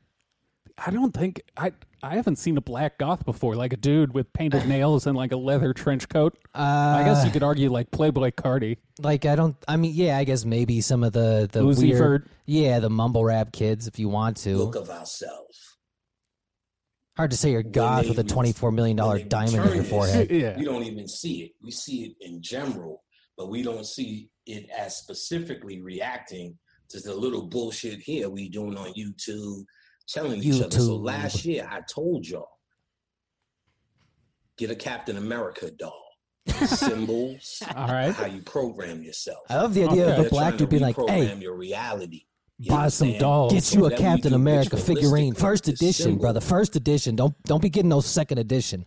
Speaker 2: I don't think I. I haven't seen a black goth before, like a dude with painted nails and like a leather trench coat. I guess you
Speaker 1: Uh,
Speaker 2: could argue like Playboy Cardi.
Speaker 1: Like I don't. I mean, yeah, I guess maybe some of the the
Speaker 2: Uzi
Speaker 1: weird,
Speaker 2: Vert.
Speaker 1: yeah, the mumble rap kids, if you want to.
Speaker 3: look of ourselves.
Speaker 1: Hard to say you're God
Speaker 3: they
Speaker 1: with a
Speaker 3: re-
Speaker 1: twenty four million dollar
Speaker 3: when they
Speaker 1: diamond in
Speaker 3: return
Speaker 1: your
Speaker 3: this,
Speaker 1: forehead.
Speaker 2: Yeah.
Speaker 3: We don't even see it. We see it in general, but we don't see it as specifically reacting to the little bullshit here we doing on YouTube, telling each other. So
Speaker 1: YouTube.
Speaker 3: last year I told y'all, get a Captain America doll. Symbols,
Speaker 2: All right.
Speaker 3: how you program yourself.
Speaker 1: I love the idea
Speaker 2: Okay.
Speaker 1: of
Speaker 3: They're
Speaker 1: a black
Speaker 3: trying
Speaker 1: dude
Speaker 3: to
Speaker 1: being like, "Hey,
Speaker 3: reprogram your reality. You know what
Speaker 2: Buy
Speaker 3: I'm
Speaker 2: some
Speaker 3: saying?
Speaker 2: dolls.
Speaker 1: get you a
Speaker 3: that we
Speaker 1: Captain
Speaker 3: do
Speaker 1: America
Speaker 3: ritualistic
Speaker 1: figurine,
Speaker 3: with
Speaker 1: first
Speaker 3: the
Speaker 1: edition,
Speaker 3: symbol.
Speaker 1: brother, first edition. Don't don't be getting no second edition.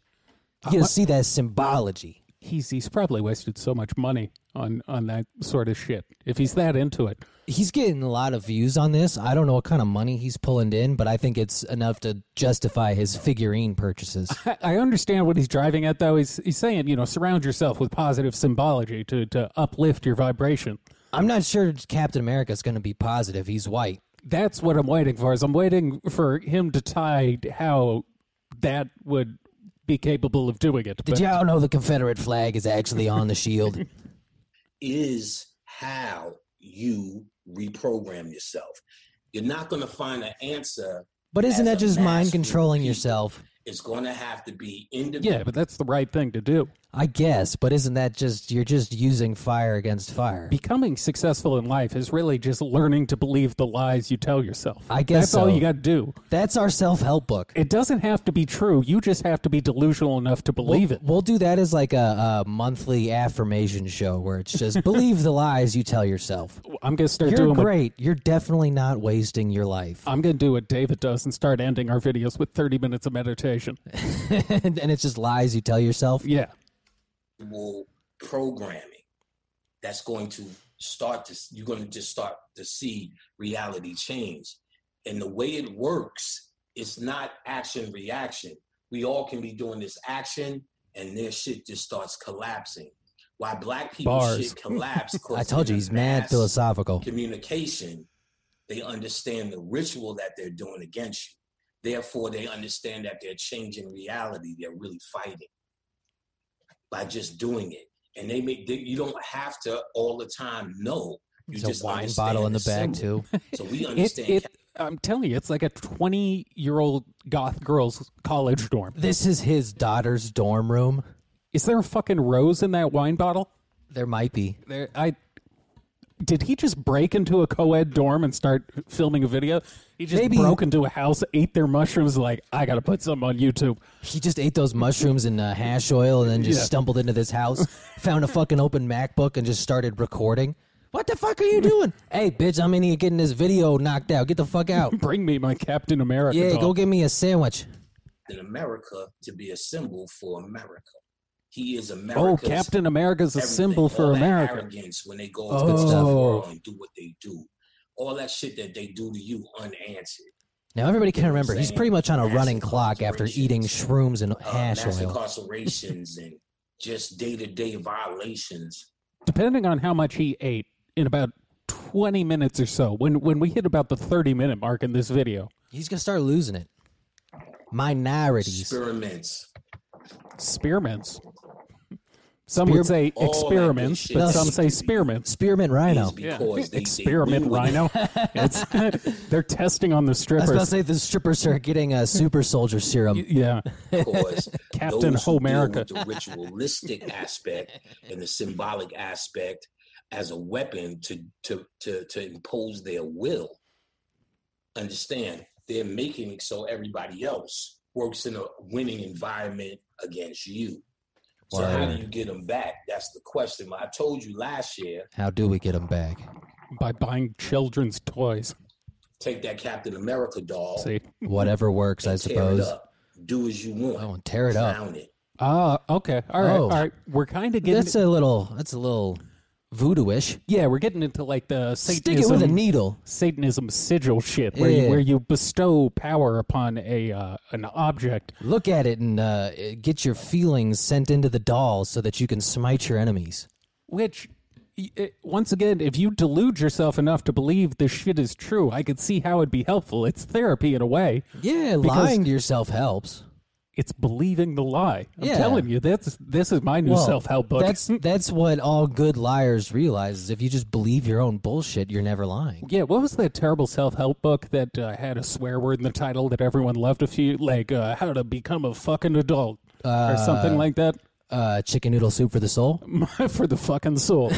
Speaker 1: You get to see that symbology."
Speaker 2: He's he's probably wasted so much money on on that sort of shit. If he's that into it,
Speaker 1: He's getting a lot of views on this. I don't know what kind of money he's pulling in, but I think it's enough to justify his figurine purchases.
Speaker 2: I, I understand what he's driving at, though. He's he's saying, you know, surround yourself with positive symbology to to uplift your vibration.
Speaker 1: I'm not sure Captain America is going to be positive. He's white.
Speaker 2: That's what I'm waiting for. Is I'm waiting for him to tie how that would be capable of doing it.
Speaker 1: Did y'all know the Confederate flag is actually on the shield?
Speaker 3: is how you reprogram yourself. You're not going to find an answer.
Speaker 1: But isn't
Speaker 3: As
Speaker 1: that
Speaker 3: a
Speaker 1: just mind
Speaker 3: master
Speaker 1: controlling
Speaker 3: people.
Speaker 1: yourself?
Speaker 3: It's going to have to be individual.
Speaker 2: yeah, but that's the right thing to do.
Speaker 1: I guess, but isn't that just you're just using fire against fire?
Speaker 2: Becoming successful in life is really just learning to believe the lies you tell yourself.
Speaker 1: I guess
Speaker 2: that's all
Speaker 1: so.
Speaker 2: you got to do.
Speaker 1: That's our self-help book.
Speaker 2: It doesn't have to be true. You just have to be delusional enough to believe it.
Speaker 1: We'll do that as like a, a monthly affirmation show where it's just believe the lies you tell yourself.
Speaker 2: I'm gonna start
Speaker 1: You're
Speaker 2: doing what Uh.
Speaker 1: great. You're definitely not wasting your life.
Speaker 2: I'm going to do what David does and start ending our videos with 30 minutes of meditation.
Speaker 1: and it's just lies you tell yourself.
Speaker 2: Yeah.
Speaker 3: programming that's going to start to, you're going to just start to see reality change. And the way it works, it's not action reaction. We all can be doing this action and their shit just starts collapsing. Why black people
Speaker 2: Bars.
Speaker 3: shit collapse. 'cause
Speaker 1: I told you
Speaker 3: they're
Speaker 1: he's mad
Speaker 3: mass-
Speaker 1: philosophical.
Speaker 3: communication, they understand the ritual that they're doing against you. Therefore, they understand that they're changing reality. They're really fighting by just doing it. And they make they, you don't have to all the time know. You
Speaker 1: There's a
Speaker 3: just
Speaker 1: wine
Speaker 3: understand
Speaker 1: bottle in the back
Speaker 3: symbol.
Speaker 1: too.
Speaker 3: So we
Speaker 2: It,
Speaker 3: understand.
Speaker 2: it, I'm telling you, it's like a 20 year old goth girl's college dorm.
Speaker 1: This is his daughter's dorm room.
Speaker 2: Is there a fucking rose in that wine bottle?
Speaker 1: There might be.
Speaker 2: There, I. Did he just break into a co ed dorm and start filming a video? He just
Speaker 1: Maybe-
Speaker 2: broke into a house, ate their mushrooms, like, I got to put something on YouTube.
Speaker 1: He just ate those mushrooms and uh, hash oil and then just
Speaker 2: Yeah.
Speaker 1: stumbled into this house, found a fucking open MacBook and just started recording. What the fuck are you doing? hey, bitch, I'm in here getting this video knocked out. Get the fuck out.
Speaker 2: Bring me my Captain America.
Speaker 1: yeah,
Speaker 2: doll.
Speaker 1: go get me a sandwich.
Speaker 3: in America to be a symbol for America. He is America.
Speaker 2: Oh, Captain America's a symbol for America. Oh.
Speaker 3: Arrogance when they go
Speaker 1: good
Speaker 3: to
Speaker 1: stuff.
Speaker 3: the world and do what they do. All that shit that they do to you unanswered.
Speaker 1: Now everybody can
Speaker 3: You know what I'm
Speaker 1: remember he's
Speaker 3: saying?
Speaker 1: pretty much on a
Speaker 3: Mass
Speaker 1: running clock after eating
Speaker 3: incarcerations.
Speaker 1: shrooms and
Speaker 3: uh,
Speaker 1: hash
Speaker 3: mass
Speaker 1: oil.
Speaker 3: incarcerations and just day to day violations.
Speaker 2: depending on how much he ate in about 20 minutes or so when when we hit about the 30 minute mark in this video
Speaker 1: He's gonna start losing it. Minorities.
Speaker 3: Experiments.
Speaker 2: spearmints some
Speaker 1: Spear-
Speaker 2: would say
Speaker 3: All that good
Speaker 2: experiments
Speaker 3: shit.
Speaker 2: but
Speaker 1: No,
Speaker 2: some
Speaker 1: s-
Speaker 2: say spearmints
Speaker 1: Spearmint Rhino.
Speaker 3: Is because they,
Speaker 2: experiment
Speaker 3: they, we would-
Speaker 2: rhino it's, they're testing on the
Speaker 1: I was about to
Speaker 2: strippers
Speaker 1: say um, the strippers are getting a super soldier serum.
Speaker 2: yeah
Speaker 3: because
Speaker 2: Captain
Speaker 3: those who deal
Speaker 2: Homerica.
Speaker 3: with the ritualistic aspect and the symbolic aspect as a weapon to to to to impose their will. Understand? They're making it so everybody else works in a winning environment against you. So how do
Speaker 1: Word.
Speaker 3: you get them back? That's the question. I told you last year.
Speaker 1: How do we get him back?
Speaker 2: by buying children's toys
Speaker 3: Take that Captain America doll.
Speaker 2: see
Speaker 1: Whatever works, I
Speaker 3: and tear it
Speaker 1: suppose.
Speaker 3: up. Do as you want.
Speaker 1: Oh, and tear it up.
Speaker 3: Drown it.
Speaker 2: ah okay all right
Speaker 1: Oh.
Speaker 2: all right we're kind of getting
Speaker 1: That's a little. That's a little voodooish.
Speaker 2: yeah we're getting into like the
Speaker 1: Stick it
Speaker 2: satanism
Speaker 1: with a needle.
Speaker 2: Satanism sigil shit, where
Speaker 1: Yeah.
Speaker 2: you, where you bestow power upon a uh, an object.
Speaker 1: Look at it and uh, get your feelings sent into the doll so that you can smite your enemies.
Speaker 2: Which, y- it, once again, if you delude yourself enough to believe this shit is true, I could see how it'd be helpful. It's therapy in a way.
Speaker 1: Yeah, lying to yourself helps.
Speaker 2: It's believing the lie. I'm
Speaker 1: Yeah.
Speaker 2: telling you, that's this is my new
Speaker 1: Well,
Speaker 2: self help book.
Speaker 1: That's that's what all good liars realize is if you just believe your own bullshit, you're never lying.
Speaker 2: yeah. What was that terrible self help book that uh, had a swear word in the title that everyone loved? A few like uh, how to become a fucking adult or something like that.
Speaker 1: Uh, chicken noodle soup for the soul.
Speaker 2: For the fucking soul.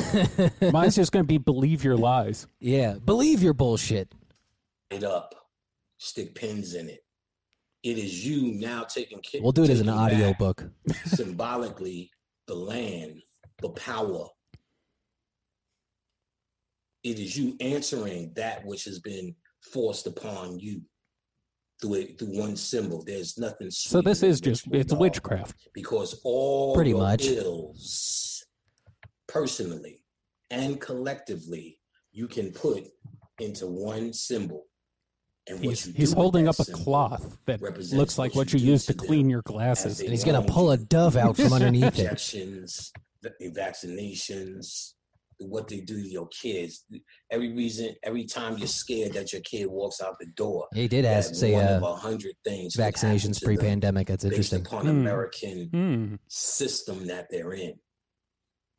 Speaker 2: Mine's just going to be believe your lies.
Speaker 1: Yeah, believe your bullshit.
Speaker 3: it up, stick pins in it. It is you now taking care.
Speaker 1: We'll do it as an
Speaker 3: taking
Speaker 1: audio
Speaker 3: back
Speaker 1: book.
Speaker 3: symbolically, the land, the power. It is you answering that which has been forced upon you through it, through one symbol. There's nothing.
Speaker 2: So
Speaker 3: sweeter
Speaker 2: this
Speaker 3: than
Speaker 2: is just
Speaker 3: ritual,
Speaker 2: it's
Speaker 3: dog,
Speaker 2: witchcraft.
Speaker 3: because all
Speaker 1: Pretty
Speaker 3: your
Speaker 1: much.
Speaker 3: ills, personally and collectively, you can put into one symbol. And what
Speaker 2: He's,
Speaker 3: you
Speaker 2: he's
Speaker 3: do with
Speaker 2: holding
Speaker 3: that
Speaker 2: up a
Speaker 3: symbol
Speaker 2: cloth that
Speaker 3: represents
Speaker 2: looks like
Speaker 3: what
Speaker 2: what
Speaker 3: you
Speaker 2: you
Speaker 3: do
Speaker 2: use
Speaker 3: to
Speaker 2: to
Speaker 3: them
Speaker 2: clean your glasses.
Speaker 3: as
Speaker 1: And he's gonna pull a dove out from underneath it.
Speaker 3: injections, the the vaccinations, what they do to your kids. Every reason, every time you're scared that your kid walks out the door,
Speaker 1: He did ask
Speaker 3: that
Speaker 1: say
Speaker 3: one
Speaker 1: uh,
Speaker 3: of a hundred things could happen
Speaker 1: vaccinations
Speaker 3: to them
Speaker 1: pre-pandemic. That's
Speaker 3: based
Speaker 1: interesting.
Speaker 3: upon
Speaker 2: Hmm.
Speaker 3: American
Speaker 2: Hmm.
Speaker 3: system that they're in,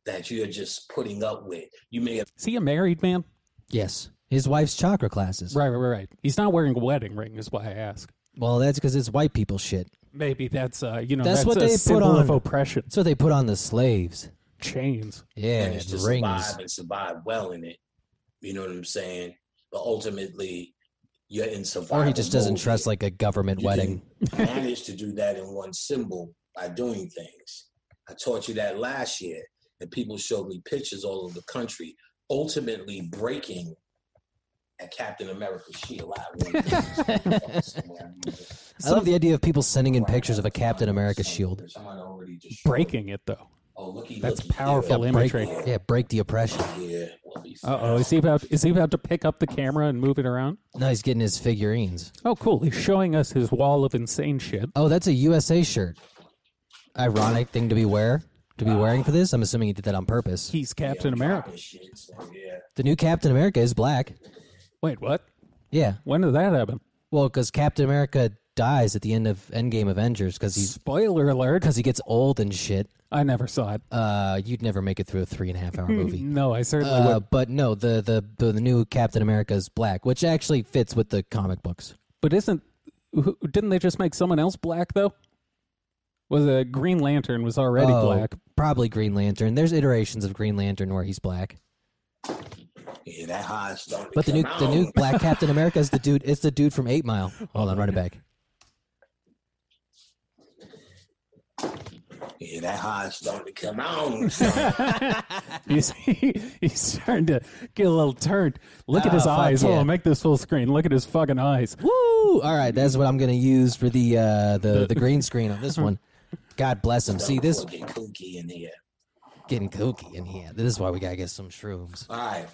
Speaker 3: that you're just putting up with. You may have
Speaker 2: Is he a married man?
Speaker 1: Yes, his wife's chakra classes.
Speaker 2: Right, right, right, right. He's not wearing a wedding ring, is why I ask.
Speaker 1: Well, that's because it's white people shit.
Speaker 2: Maybe that's uh, you know
Speaker 1: That's
Speaker 2: that's,
Speaker 1: what
Speaker 2: a
Speaker 1: they put
Speaker 2: symbol of
Speaker 1: on.
Speaker 2: oppression.
Speaker 1: That's what they put on the slaves.
Speaker 2: Chains.
Speaker 1: Yeah,
Speaker 3: managed to
Speaker 1: rings.
Speaker 3: survive and survive well in it. You know what I'm saying? But ultimately, you're in survival.
Speaker 1: Or he just doesn't
Speaker 3: mode
Speaker 1: trust
Speaker 3: here.
Speaker 1: like a government
Speaker 3: You
Speaker 1: wedding.
Speaker 3: can manage to do that in one symbol by doing things. I taught you that last year, and people showed me pictures all over the country, ultimately breaking at Captain America's shield. I wanted to-
Speaker 1: I love the idea of people sending in pictures of a Captain America shield.
Speaker 3: Someone already destroyed-
Speaker 2: Breaking it though.
Speaker 3: Oh, looky,
Speaker 2: That's
Speaker 3: looky,
Speaker 2: powerful
Speaker 3: yeah,
Speaker 1: break,
Speaker 2: imagery.
Speaker 1: yeah, break the oppression.
Speaker 3: Yeah, we'll be
Speaker 2: Uh oh. Is he about is he about to pick up the camera and move it around?
Speaker 1: No, he's getting his figurines.
Speaker 2: Oh cool. He's showing us his wall of insane shit.
Speaker 1: Oh, that's a USA shirt. Ironic thing to be wear to be wearing for this. I'm assuming he did that on purpose.
Speaker 2: He's Captain
Speaker 3: Yeah,
Speaker 2: America.
Speaker 3: Shit, so oh, yeah.
Speaker 1: The new Captain America is black.
Speaker 2: Wait, what?
Speaker 1: Yeah,
Speaker 2: When did that happen?
Speaker 1: well, because Captain America dies at the end of Endgame Avengers because he's
Speaker 2: Spoiler alert.
Speaker 1: because he gets old and shit.
Speaker 2: I never saw it.
Speaker 1: Uh, you'd never make it through a three and a half hour movie.
Speaker 2: No, I certainly
Speaker 1: Uh,
Speaker 2: would.
Speaker 1: but no, the, the the the new Captain America is black, which actually fits with the comic books.
Speaker 2: But isn't who- didn't they just make someone else black though? Was a Green Lantern was already
Speaker 1: Oh,
Speaker 2: black.
Speaker 1: Probably Green Lantern. There's iterations of Green Lantern where he's black.
Speaker 3: Yeah, that high is starting to
Speaker 1: But the new
Speaker 3: come
Speaker 1: the
Speaker 3: out.
Speaker 1: new black Captain America is the dude it's the dude from Eight Mile. Hold on, run it back.
Speaker 3: Yeah, that high is starting to come out. son.
Speaker 2: He's, he's starting to get a little turned. Look at
Speaker 1: Ah,
Speaker 2: his
Speaker 1: fuck
Speaker 2: eyes.
Speaker 1: yeah.
Speaker 2: Oh, make this full screen. Look at his fucking eyes.
Speaker 1: Woo! All right, that's what I'm gonna use for the uh the, the green screen on this one. God bless him. See this
Speaker 3: Before it get kooky in here.
Speaker 1: getting kooky in here. This is why we gotta get some shrooms.
Speaker 3: All right.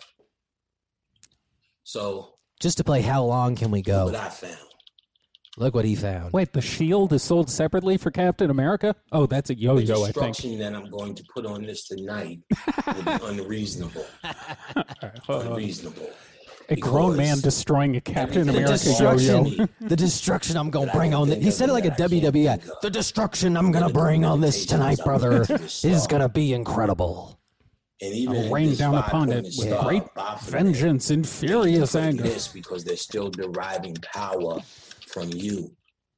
Speaker 3: So
Speaker 1: Just to play how long can we
Speaker 3: what
Speaker 1: go?
Speaker 3: I found.
Speaker 1: Look what he found.
Speaker 2: Wait, the shield is sold separately for Captain America? Oh, that's a
Speaker 3: The
Speaker 2: yo-yo, I think.
Speaker 3: destruction that I'm going to put on this tonight will be unreasonable.
Speaker 2: Uh-huh.
Speaker 3: unreasonable.
Speaker 2: A grown man
Speaker 3: Because
Speaker 2: destroying a Captain
Speaker 1: The
Speaker 3: everything
Speaker 2: America
Speaker 3: destruction-
Speaker 2: yo-yo.
Speaker 1: destruction, the destruction I'm gonna
Speaker 3: But I
Speaker 1: bring
Speaker 3: can
Speaker 1: on. The,
Speaker 3: think
Speaker 1: he
Speaker 3: of
Speaker 1: said it
Speaker 3: one
Speaker 1: like a
Speaker 3: that I can't
Speaker 1: WWE.
Speaker 3: think of.
Speaker 1: The destruction I'm gonna
Speaker 3: One of the
Speaker 1: bring on this
Speaker 3: limitations
Speaker 1: tonight,
Speaker 3: I'm
Speaker 1: brother,
Speaker 3: gonna do to
Speaker 1: is
Speaker 3: stop.
Speaker 1: gonna be incredible.
Speaker 3: And even
Speaker 2: I'll
Speaker 3: if
Speaker 2: rain
Speaker 3: this
Speaker 2: down
Speaker 3: five
Speaker 2: upon it
Speaker 3: pointer
Speaker 2: with
Speaker 3: star,
Speaker 2: great
Speaker 3: Baphomet,
Speaker 2: vengeance and
Speaker 3: they
Speaker 2: furious
Speaker 3: couldn't
Speaker 2: anger.
Speaker 3: do this because they're still deriving power from you.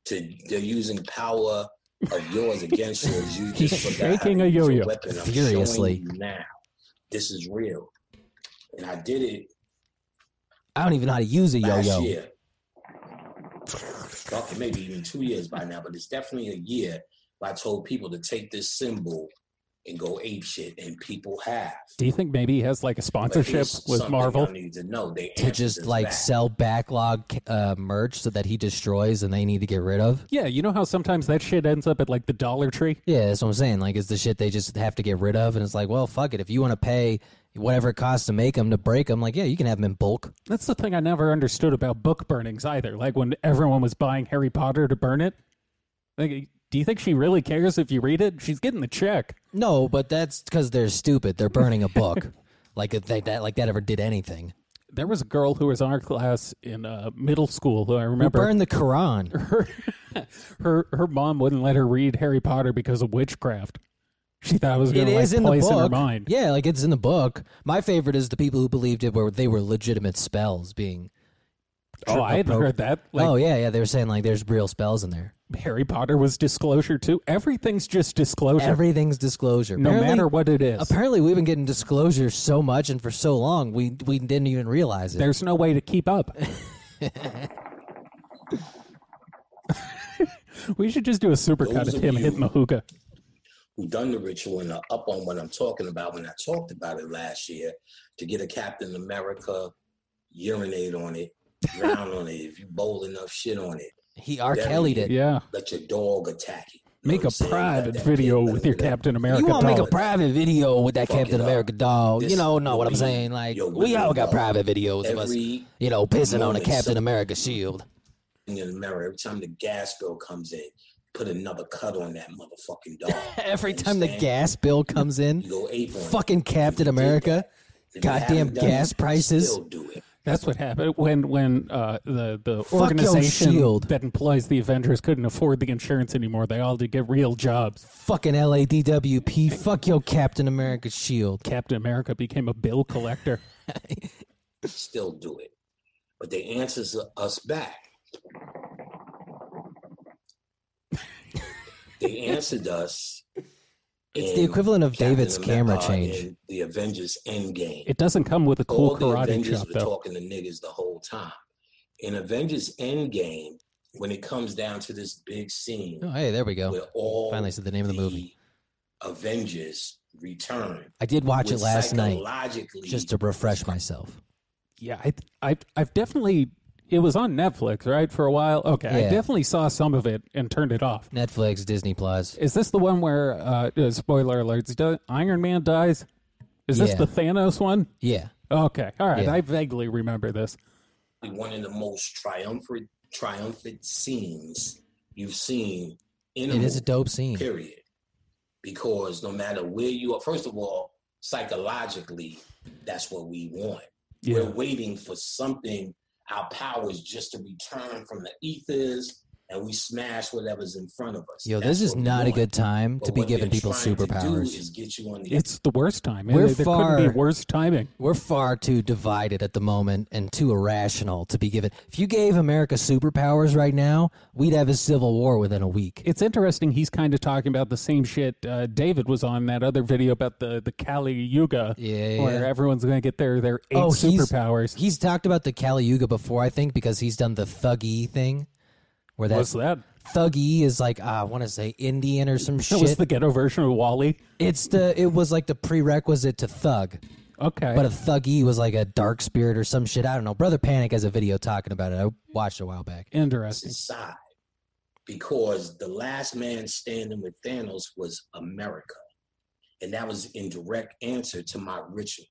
Speaker 3: To they're using power of yours against you. as You
Speaker 2: He's
Speaker 3: just forgot how
Speaker 2: shaking
Speaker 3: to
Speaker 2: a
Speaker 3: use your
Speaker 2: yo-yo
Speaker 3: weapon. I'm showing
Speaker 1: furiously.
Speaker 3: you now. This is real, and I did it
Speaker 1: I don't even know how to use a
Speaker 3: last
Speaker 1: yo-yo.
Speaker 3: year. Fuck, it maybe even two years by now, but it's definitely a year. where I told people to take this symbol and go ape shit, and people have.
Speaker 2: Do you think maybe he has like a
Speaker 3: But
Speaker 2: sponsorship
Speaker 3: here's
Speaker 2: with
Speaker 3: something
Speaker 2: Marvel?
Speaker 3: y'all Need to know they
Speaker 1: To
Speaker 3: answered
Speaker 1: just
Speaker 3: this
Speaker 1: like
Speaker 3: back.
Speaker 1: sell backlog uh, merch so that he destroys and they need to get rid of.
Speaker 2: Yeah, you know how sometimes that shit ends up at like the Dollar Tree?
Speaker 1: Yeah, that's what I'm saying. Like, it's the shit they just have to get rid of, and it's like, well, fuck it. If you want to pay whatever it costs to make them to break them, like, yeah, you can have them in bulk.
Speaker 2: That's the thing I never understood about book burnings either. Like when everyone was buying Harry Potter to burn it. Like, do you think she really cares if you read it? She's getting the check.
Speaker 1: No, but that's because they're stupid. They're burning a book. like if they, that, like that ever did anything.
Speaker 2: There was a girl who was in our class in uh, middle school who I remember.
Speaker 1: Burn the Quran.
Speaker 2: her, her her mom wouldn't let her read Harry Potter because of witchcraft. She thought it was going
Speaker 1: It
Speaker 2: to like
Speaker 1: is in the
Speaker 2: place
Speaker 1: book.
Speaker 2: in her mind.
Speaker 1: Yeah, like it's in the book. My favorite is the people who believed it where they were legitimate spells being.
Speaker 2: oh, I hadn't
Speaker 1: appro-
Speaker 2: heard that. Like
Speaker 1: oh yeah, yeah. They were saying like there's real spells in there.
Speaker 2: Harry Potter was disclosure too. Everything's just disclosure,
Speaker 1: Everything's disclosure.
Speaker 2: no
Speaker 1: Apparently-
Speaker 2: matter what it is.
Speaker 1: Apparently, we've been getting disclosure so much and for so long, we we didn't even realize it.
Speaker 2: There's no way to keep up. we should just do a supercut
Speaker 3: Those
Speaker 2: of
Speaker 3: of
Speaker 2: him
Speaker 3: you-
Speaker 2: hitting the hookah.
Speaker 3: who done the ritual and are up on what I'm talking about when I talked about it last year to get a Captain America, urinate on it, drown on it. If you bowl enough shit on it,
Speaker 1: He R.
Speaker 3: Yeah,
Speaker 1: Kelly'd it.
Speaker 2: Yeah.
Speaker 3: let your dog attack it. You know
Speaker 2: Make
Speaker 3: what I'm
Speaker 2: a
Speaker 3: saying? Let
Speaker 2: private
Speaker 3: that
Speaker 2: video
Speaker 3: kid let
Speaker 2: with
Speaker 3: it
Speaker 2: your
Speaker 3: let it-
Speaker 2: Captain America
Speaker 1: You want to make a
Speaker 2: doll.
Speaker 1: private video with that
Speaker 3: Fuck
Speaker 1: Captain
Speaker 3: it up.
Speaker 1: America doll?
Speaker 3: This
Speaker 1: you know, know
Speaker 3: will
Speaker 1: what I'm
Speaker 3: be
Speaker 1: saying? Like
Speaker 3: your
Speaker 1: we all got
Speaker 3: winning doll.
Speaker 1: private videos of us,
Speaker 3: Every
Speaker 1: you know, pissing on a
Speaker 3: moment,
Speaker 1: Captain
Speaker 3: some-
Speaker 1: America shield.
Speaker 3: thing in the mirror, every time the gas bill comes in, put another cut on that motherfucking dog.
Speaker 1: Every
Speaker 3: You
Speaker 1: time the
Speaker 3: understand?
Speaker 1: gas bill comes
Speaker 3: you
Speaker 1: in,
Speaker 3: go ape on it.
Speaker 1: fucking Captain
Speaker 3: You did that.
Speaker 1: America.
Speaker 3: If you
Speaker 1: Goddamn
Speaker 3: haven't done
Speaker 1: gas
Speaker 3: it,
Speaker 1: prices.
Speaker 3: Still do it.
Speaker 2: That's what happened when when uh, the the
Speaker 1: your
Speaker 2: organization
Speaker 3: E
Speaker 1: shield.
Speaker 2: that employs the Avengers couldn't afford the insurance anymore. They all did get real jobs.
Speaker 1: Fucking LADWP. Fuck your Captain America shield.
Speaker 2: Captain America became a bill collector.
Speaker 3: still do it. But they answers us back. they answered us.
Speaker 1: It's
Speaker 3: in
Speaker 1: the equivalent of
Speaker 3: Captain
Speaker 1: David's
Speaker 3: Amer-
Speaker 1: camera
Speaker 3: uh,
Speaker 1: change.
Speaker 3: in the Avengers Endgame.
Speaker 2: It doesn't come with a cool
Speaker 3: All the
Speaker 2: karate
Speaker 3: Avengers
Speaker 2: chop
Speaker 3: were
Speaker 2: though.
Speaker 3: talking to niggas the whole time. In Avengers Endgame, when it comes down to this big scene,
Speaker 1: Oh, hey, there we
Speaker 3: where
Speaker 1: go.
Speaker 3: all
Speaker 1: Finally said the name of the movie.
Speaker 3: Avengers return.
Speaker 1: I did watch it
Speaker 3: with
Speaker 1: last night
Speaker 3: psychologically
Speaker 1: just to refresh myself.
Speaker 2: Yeah, I, I, I've definitely. It was on Netflix, right, for a while. Okay, I
Speaker 1: Yeah.
Speaker 2: definitely saw some of it and turned it off.
Speaker 1: Netflix, Disney Plus.
Speaker 2: Is this the one where uh, uh, spoiler alerts? Do, Iron Man dies. Is this
Speaker 1: Yeah.
Speaker 2: the Thanos one?
Speaker 1: Yeah.
Speaker 2: Okay, all right.
Speaker 1: Yeah.
Speaker 2: I vaguely remember this.
Speaker 3: one of the most triumphant triumphant scenes you've seen in a
Speaker 1: It is a
Speaker 3: movie,
Speaker 1: dope scene.
Speaker 3: period. Because no matter where you are, first of all, psychologically, that's what we want. We're
Speaker 2: Yeah,
Speaker 3: waiting for something, our powers just to return from the ethers, and we smash whatever's in front of us.
Speaker 1: Yo,
Speaker 3: That's
Speaker 1: this is
Speaker 3: what we
Speaker 1: not a
Speaker 3: want.
Speaker 1: good time
Speaker 3: But
Speaker 1: to be
Speaker 3: what they're
Speaker 1: giving people
Speaker 3: trying to do
Speaker 1: superpowers.
Speaker 3: is get you on the
Speaker 2: it's the worst time.
Speaker 1: We're
Speaker 2: there, there couldn't
Speaker 1: far-
Speaker 2: be worse timing.
Speaker 1: We're far too divided at the moment and too irrational to be given. If you gave America superpowers right now, we'd have a civil war within a week.
Speaker 2: It's interesting. He's kind of talking about the same shit uh, David was on that other video about the the Kali Yuga,
Speaker 1: Yeah,
Speaker 2: where
Speaker 1: yeah.
Speaker 2: everyone's going to get their their eight
Speaker 1: Oh, he's-
Speaker 2: superpowers.
Speaker 1: He's talked about the Kali Yuga before, I think, because he's done the thuggy thing. Where
Speaker 2: What's
Speaker 1: that's
Speaker 2: that?
Speaker 1: thuggy is like ah, I want to say Indian or some
Speaker 2: That was
Speaker 1: shit.
Speaker 2: the ghetto version of Wally.
Speaker 1: it's the it was like the prerequisite to thug.
Speaker 2: Okay.
Speaker 1: But a thuggy was like a dark spirit or some shit. I don't know. Brother Panic has a video talking about it. I watched it a while back.
Speaker 2: Interesting.
Speaker 3: side because the last man standing with Thanos was America. And that was in direct answer to my ritual.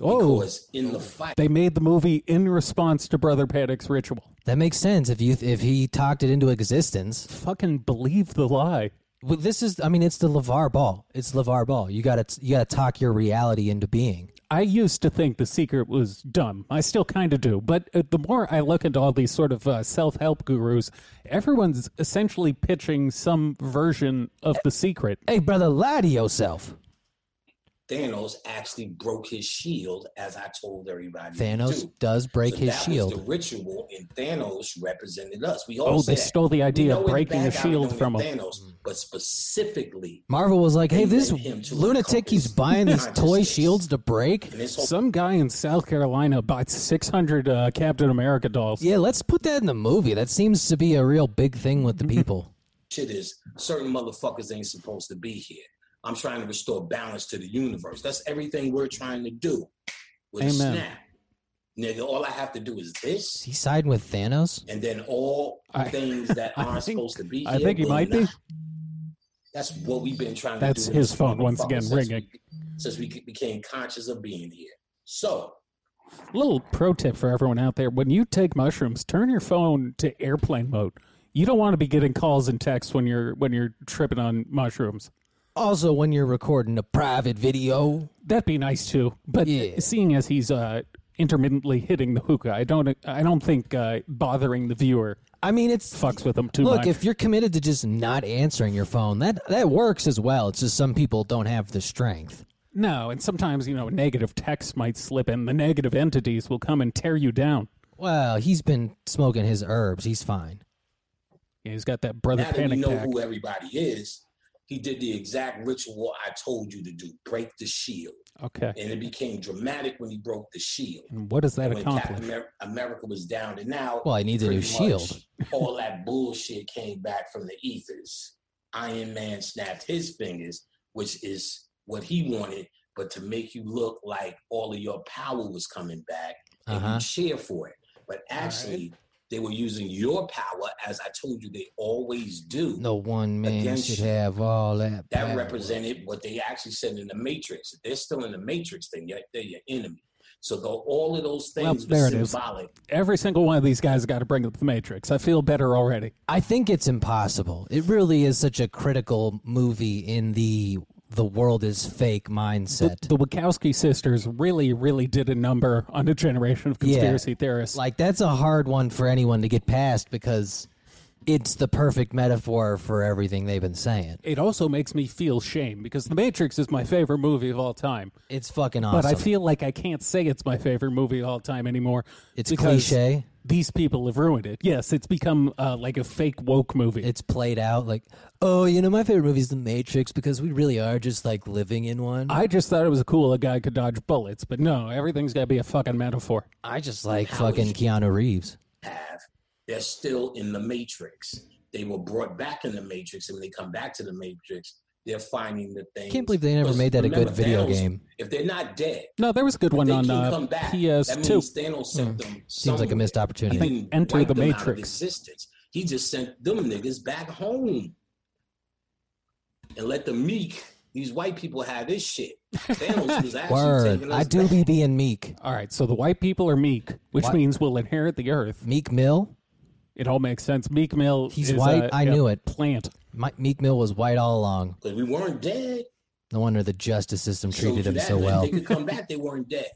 Speaker 2: Oh,
Speaker 3: because in the fight,
Speaker 2: they made the movie in response to Brother Panic's ritual.
Speaker 1: That makes sense if you if he talked it into existence.
Speaker 2: Fucking believe the lie.
Speaker 1: Well, this is I mean it's the LeVar Ball. It's LeVar Ball. You got to you got to talk your reality into being.
Speaker 2: I used to think The Secret was dumb. I still kind of do. But uh, the more I look into all these sort of uh, self help gurus, everyone's essentially pitching some version of The Secret.
Speaker 1: Hey brother, lie to yourself.
Speaker 3: Thanos actually broke his shield, as I told everybody. to
Speaker 1: Thanos
Speaker 3: do.
Speaker 1: does break
Speaker 3: So
Speaker 1: his
Speaker 3: that
Speaker 1: shield.
Speaker 3: Was the ritual in Thanos represented us. We all
Speaker 2: Oh,
Speaker 3: said
Speaker 2: they
Speaker 3: that.
Speaker 2: stole the
Speaker 3: We
Speaker 2: idea
Speaker 3: know
Speaker 2: of
Speaker 3: in the
Speaker 2: breaking a Hmm.
Speaker 3: back, I don't
Speaker 2: shield
Speaker 3: know
Speaker 2: from
Speaker 3: if
Speaker 2: him.
Speaker 3: Thanos, but specifically,
Speaker 1: Marvel was like, "Hey,
Speaker 3: They
Speaker 1: this
Speaker 3: led him to
Speaker 1: lunatic keeps
Speaker 3: encompass
Speaker 1: buying these
Speaker 3: consciousness.
Speaker 1: toy shields to break."
Speaker 3: and this whole
Speaker 2: Some guy in South Carolina bought 600 uh, Captain America dolls.
Speaker 1: Yeah, let's put that in the movie. That seems to be a real big thing with the people.
Speaker 3: shit is certain motherfuckers ain't supposed to be here. I'm trying to restore balance to the universe. That's everything we're trying to do with a
Speaker 2: Amen.
Speaker 3: snap. Nigga, all I have to do is
Speaker 1: Is
Speaker 3: this,
Speaker 1: he siding with Thanos?
Speaker 3: and then all
Speaker 2: I-
Speaker 3: things that
Speaker 2: I
Speaker 3: aren't
Speaker 2: think-
Speaker 3: supposed to be here.
Speaker 2: I think he
Speaker 3: will
Speaker 2: might be.
Speaker 3: not. That's what we've been trying
Speaker 2: That's
Speaker 3: to do.
Speaker 2: his
Speaker 3: with
Speaker 2: phone once
Speaker 3: motherfuckers
Speaker 2: again
Speaker 3: since we-
Speaker 2: ringing.
Speaker 3: Since we became conscious of being here. So,
Speaker 2: Little pro tip for everyone out there when you take mushrooms, turn your phone to airplane mode. You don't want to be getting calls and texts when you're when you're tripping on mushrooms.
Speaker 1: Also, when you're recording a private video,
Speaker 2: That'd be nice too. But
Speaker 1: Yeah.
Speaker 2: seeing as he's uh, intermittently hitting the hookah, I don't I don't think uh, bothering the viewer
Speaker 1: I mean, it's
Speaker 2: fucks with him too
Speaker 1: Look,
Speaker 2: much.
Speaker 1: if you're committed to just not answering your phone, that that works as well. It's just some people don't have the strength.
Speaker 2: no, and sometimes you know negative text might slip in. The negative entities will come and tear you down.
Speaker 1: Well, he's been smoking his herbs. He's fine.
Speaker 2: Yeah, he's got that brother
Speaker 3: now that we
Speaker 2: panic
Speaker 3: know
Speaker 2: attack.
Speaker 3: who everybody is, he did the exact ritual I told you to do break the shield.
Speaker 2: Okay,
Speaker 3: And it became dramatic when he broke the shield.
Speaker 2: and what does that
Speaker 3: when Captain
Speaker 2: accomplish?
Speaker 3: Amer- America was down and out.
Speaker 1: Well, he needs a new
Speaker 3: pretty much
Speaker 1: shield.
Speaker 3: all that bullshit came back from the ethers. Iron Man snapped his fingers, which is what he wanted, but to make you look like all of your power was coming back and
Speaker 1: Uh-huh.
Speaker 3: you cheer for it. But actually, they were using your power, as I told you they always do.
Speaker 1: No one man
Speaker 3: Against
Speaker 1: should
Speaker 3: you.
Speaker 1: have all that.
Speaker 3: That
Speaker 1: power.
Speaker 3: represented what they actually said in the Matrix. If They're still in the Matrix, then you're- they're your enemy. So though all of those
Speaker 2: Well,
Speaker 3: things
Speaker 2: there
Speaker 3: were
Speaker 2: it is.
Speaker 3: symbolic,
Speaker 2: Every single one of these guys got to bring up the Matrix. I feel better already.
Speaker 1: I think it's impossible. It really is such a critical movie in the the world is fake mindset.
Speaker 2: The Wachowski sisters really, really did a number on a generation of
Speaker 1: Yeah.
Speaker 2: conspiracy theorists.
Speaker 1: like that's a hard one for anyone to get past because it's the perfect metaphor for everything they've been saying.
Speaker 2: it also makes me feel shame because The Matrix is my favorite movie of all time.
Speaker 1: It's fucking awesome.
Speaker 2: But I feel like I can't say it's my favorite movie of all time anymore.
Speaker 1: It's
Speaker 2: because
Speaker 1: cliche.
Speaker 2: These people have ruined it. Yes, it's become uh, like a fake woke movie.
Speaker 1: it's played out like, oh, you know, my favorite movie is The Matrix because we really are just like living in one. I,
Speaker 2: I just thought it was cool a guy could dodge bullets, but no, everything's got to be a fucking metaphor.
Speaker 1: just like
Speaker 3: How is
Speaker 1: fucking
Speaker 3: it?
Speaker 1: Keanu Reeves.
Speaker 3: have, they're still in the matrix. They were brought back in the matrix, and when they come back to the matrix, they're finding the thing.
Speaker 1: I can't believe they never made that a good video game.
Speaker 3: If they're not dead,
Speaker 2: No, there was a good one
Speaker 3: they
Speaker 2: on
Speaker 3: can
Speaker 2: uh,
Speaker 3: come back. That
Speaker 2: PS2.
Speaker 3: means Thanos sent them.
Speaker 1: Seems like a missed
Speaker 3: somewhere.
Speaker 1: opportunity.
Speaker 3: He
Speaker 2: think
Speaker 3: didn't
Speaker 2: Hmm. Enter
Speaker 3: wipe
Speaker 2: the
Speaker 3: them out of
Speaker 2: Matrix.
Speaker 3: existence. He just sent them niggas back home and let the meek these white people have this shit. Thanos was actually
Speaker 1: Word.
Speaker 3: taking us
Speaker 1: I do
Speaker 3: back.
Speaker 1: be being meek.
Speaker 2: All right, so the white people are meek, which
Speaker 1: What?
Speaker 2: means we'll inherit the earth.
Speaker 1: Meek Mill?
Speaker 2: It all makes sense. Meek Mill.
Speaker 1: He's
Speaker 2: is uh,
Speaker 1: white.
Speaker 2: a-
Speaker 1: I
Speaker 2: a
Speaker 1: knew it.
Speaker 2: Plant.
Speaker 1: My, meek Mill was white all along.
Speaker 3: because we weren't dead.
Speaker 1: No wonder the justice system
Speaker 3: Showed
Speaker 1: treated
Speaker 3: you
Speaker 1: him
Speaker 3: that,
Speaker 1: so
Speaker 3: but
Speaker 1: well.
Speaker 3: If they could come back, they weren't dead.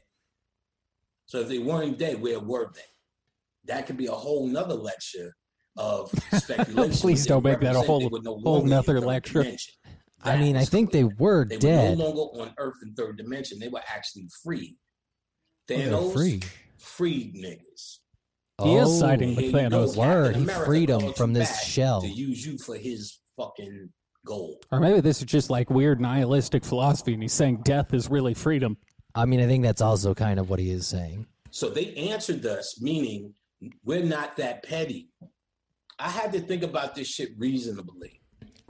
Speaker 3: So if they weren't dead, where were they? That could be a whole nother lecture of speculation.
Speaker 2: Please
Speaker 3: They
Speaker 2: don't make that a
Speaker 3: represent
Speaker 2: whole-
Speaker 3: they were no
Speaker 2: whole
Speaker 3: longer in
Speaker 2: nother
Speaker 3: third
Speaker 2: lecture.
Speaker 3: dimension.
Speaker 1: I
Speaker 3: That
Speaker 1: mean, I
Speaker 3: was
Speaker 1: think they
Speaker 3: clear.
Speaker 1: were
Speaker 3: They
Speaker 1: dead.
Speaker 3: were no longer on Earth in third dimension. They were actually free.
Speaker 1: they
Speaker 3: Thanos
Speaker 1: were free.
Speaker 3: freed niggas.
Speaker 2: He is
Speaker 1: Oh.
Speaker 2: siding with
Speaker 3: Here you go,
Speaker 2: Thanos.
Speaker 3: Captain
Speaker 1: Word, he
Speaker 3: America
Speaker 1: freed 'em
Speaker 3: brought you
Speaker 1: from this
Speaker 3: back
Speaker 1: shell.
Speaker 3: to use you for his fucking goal.
Speaker 2: Or maybe this is just like weird nihilistic philosophy, and he's saying death is really freedom.
Speaker 1: I mean, I think that's also kind of what he is saying.
Speaker 3: So they answered us, meaning we're not that petty. I had to think about this shit reasonably.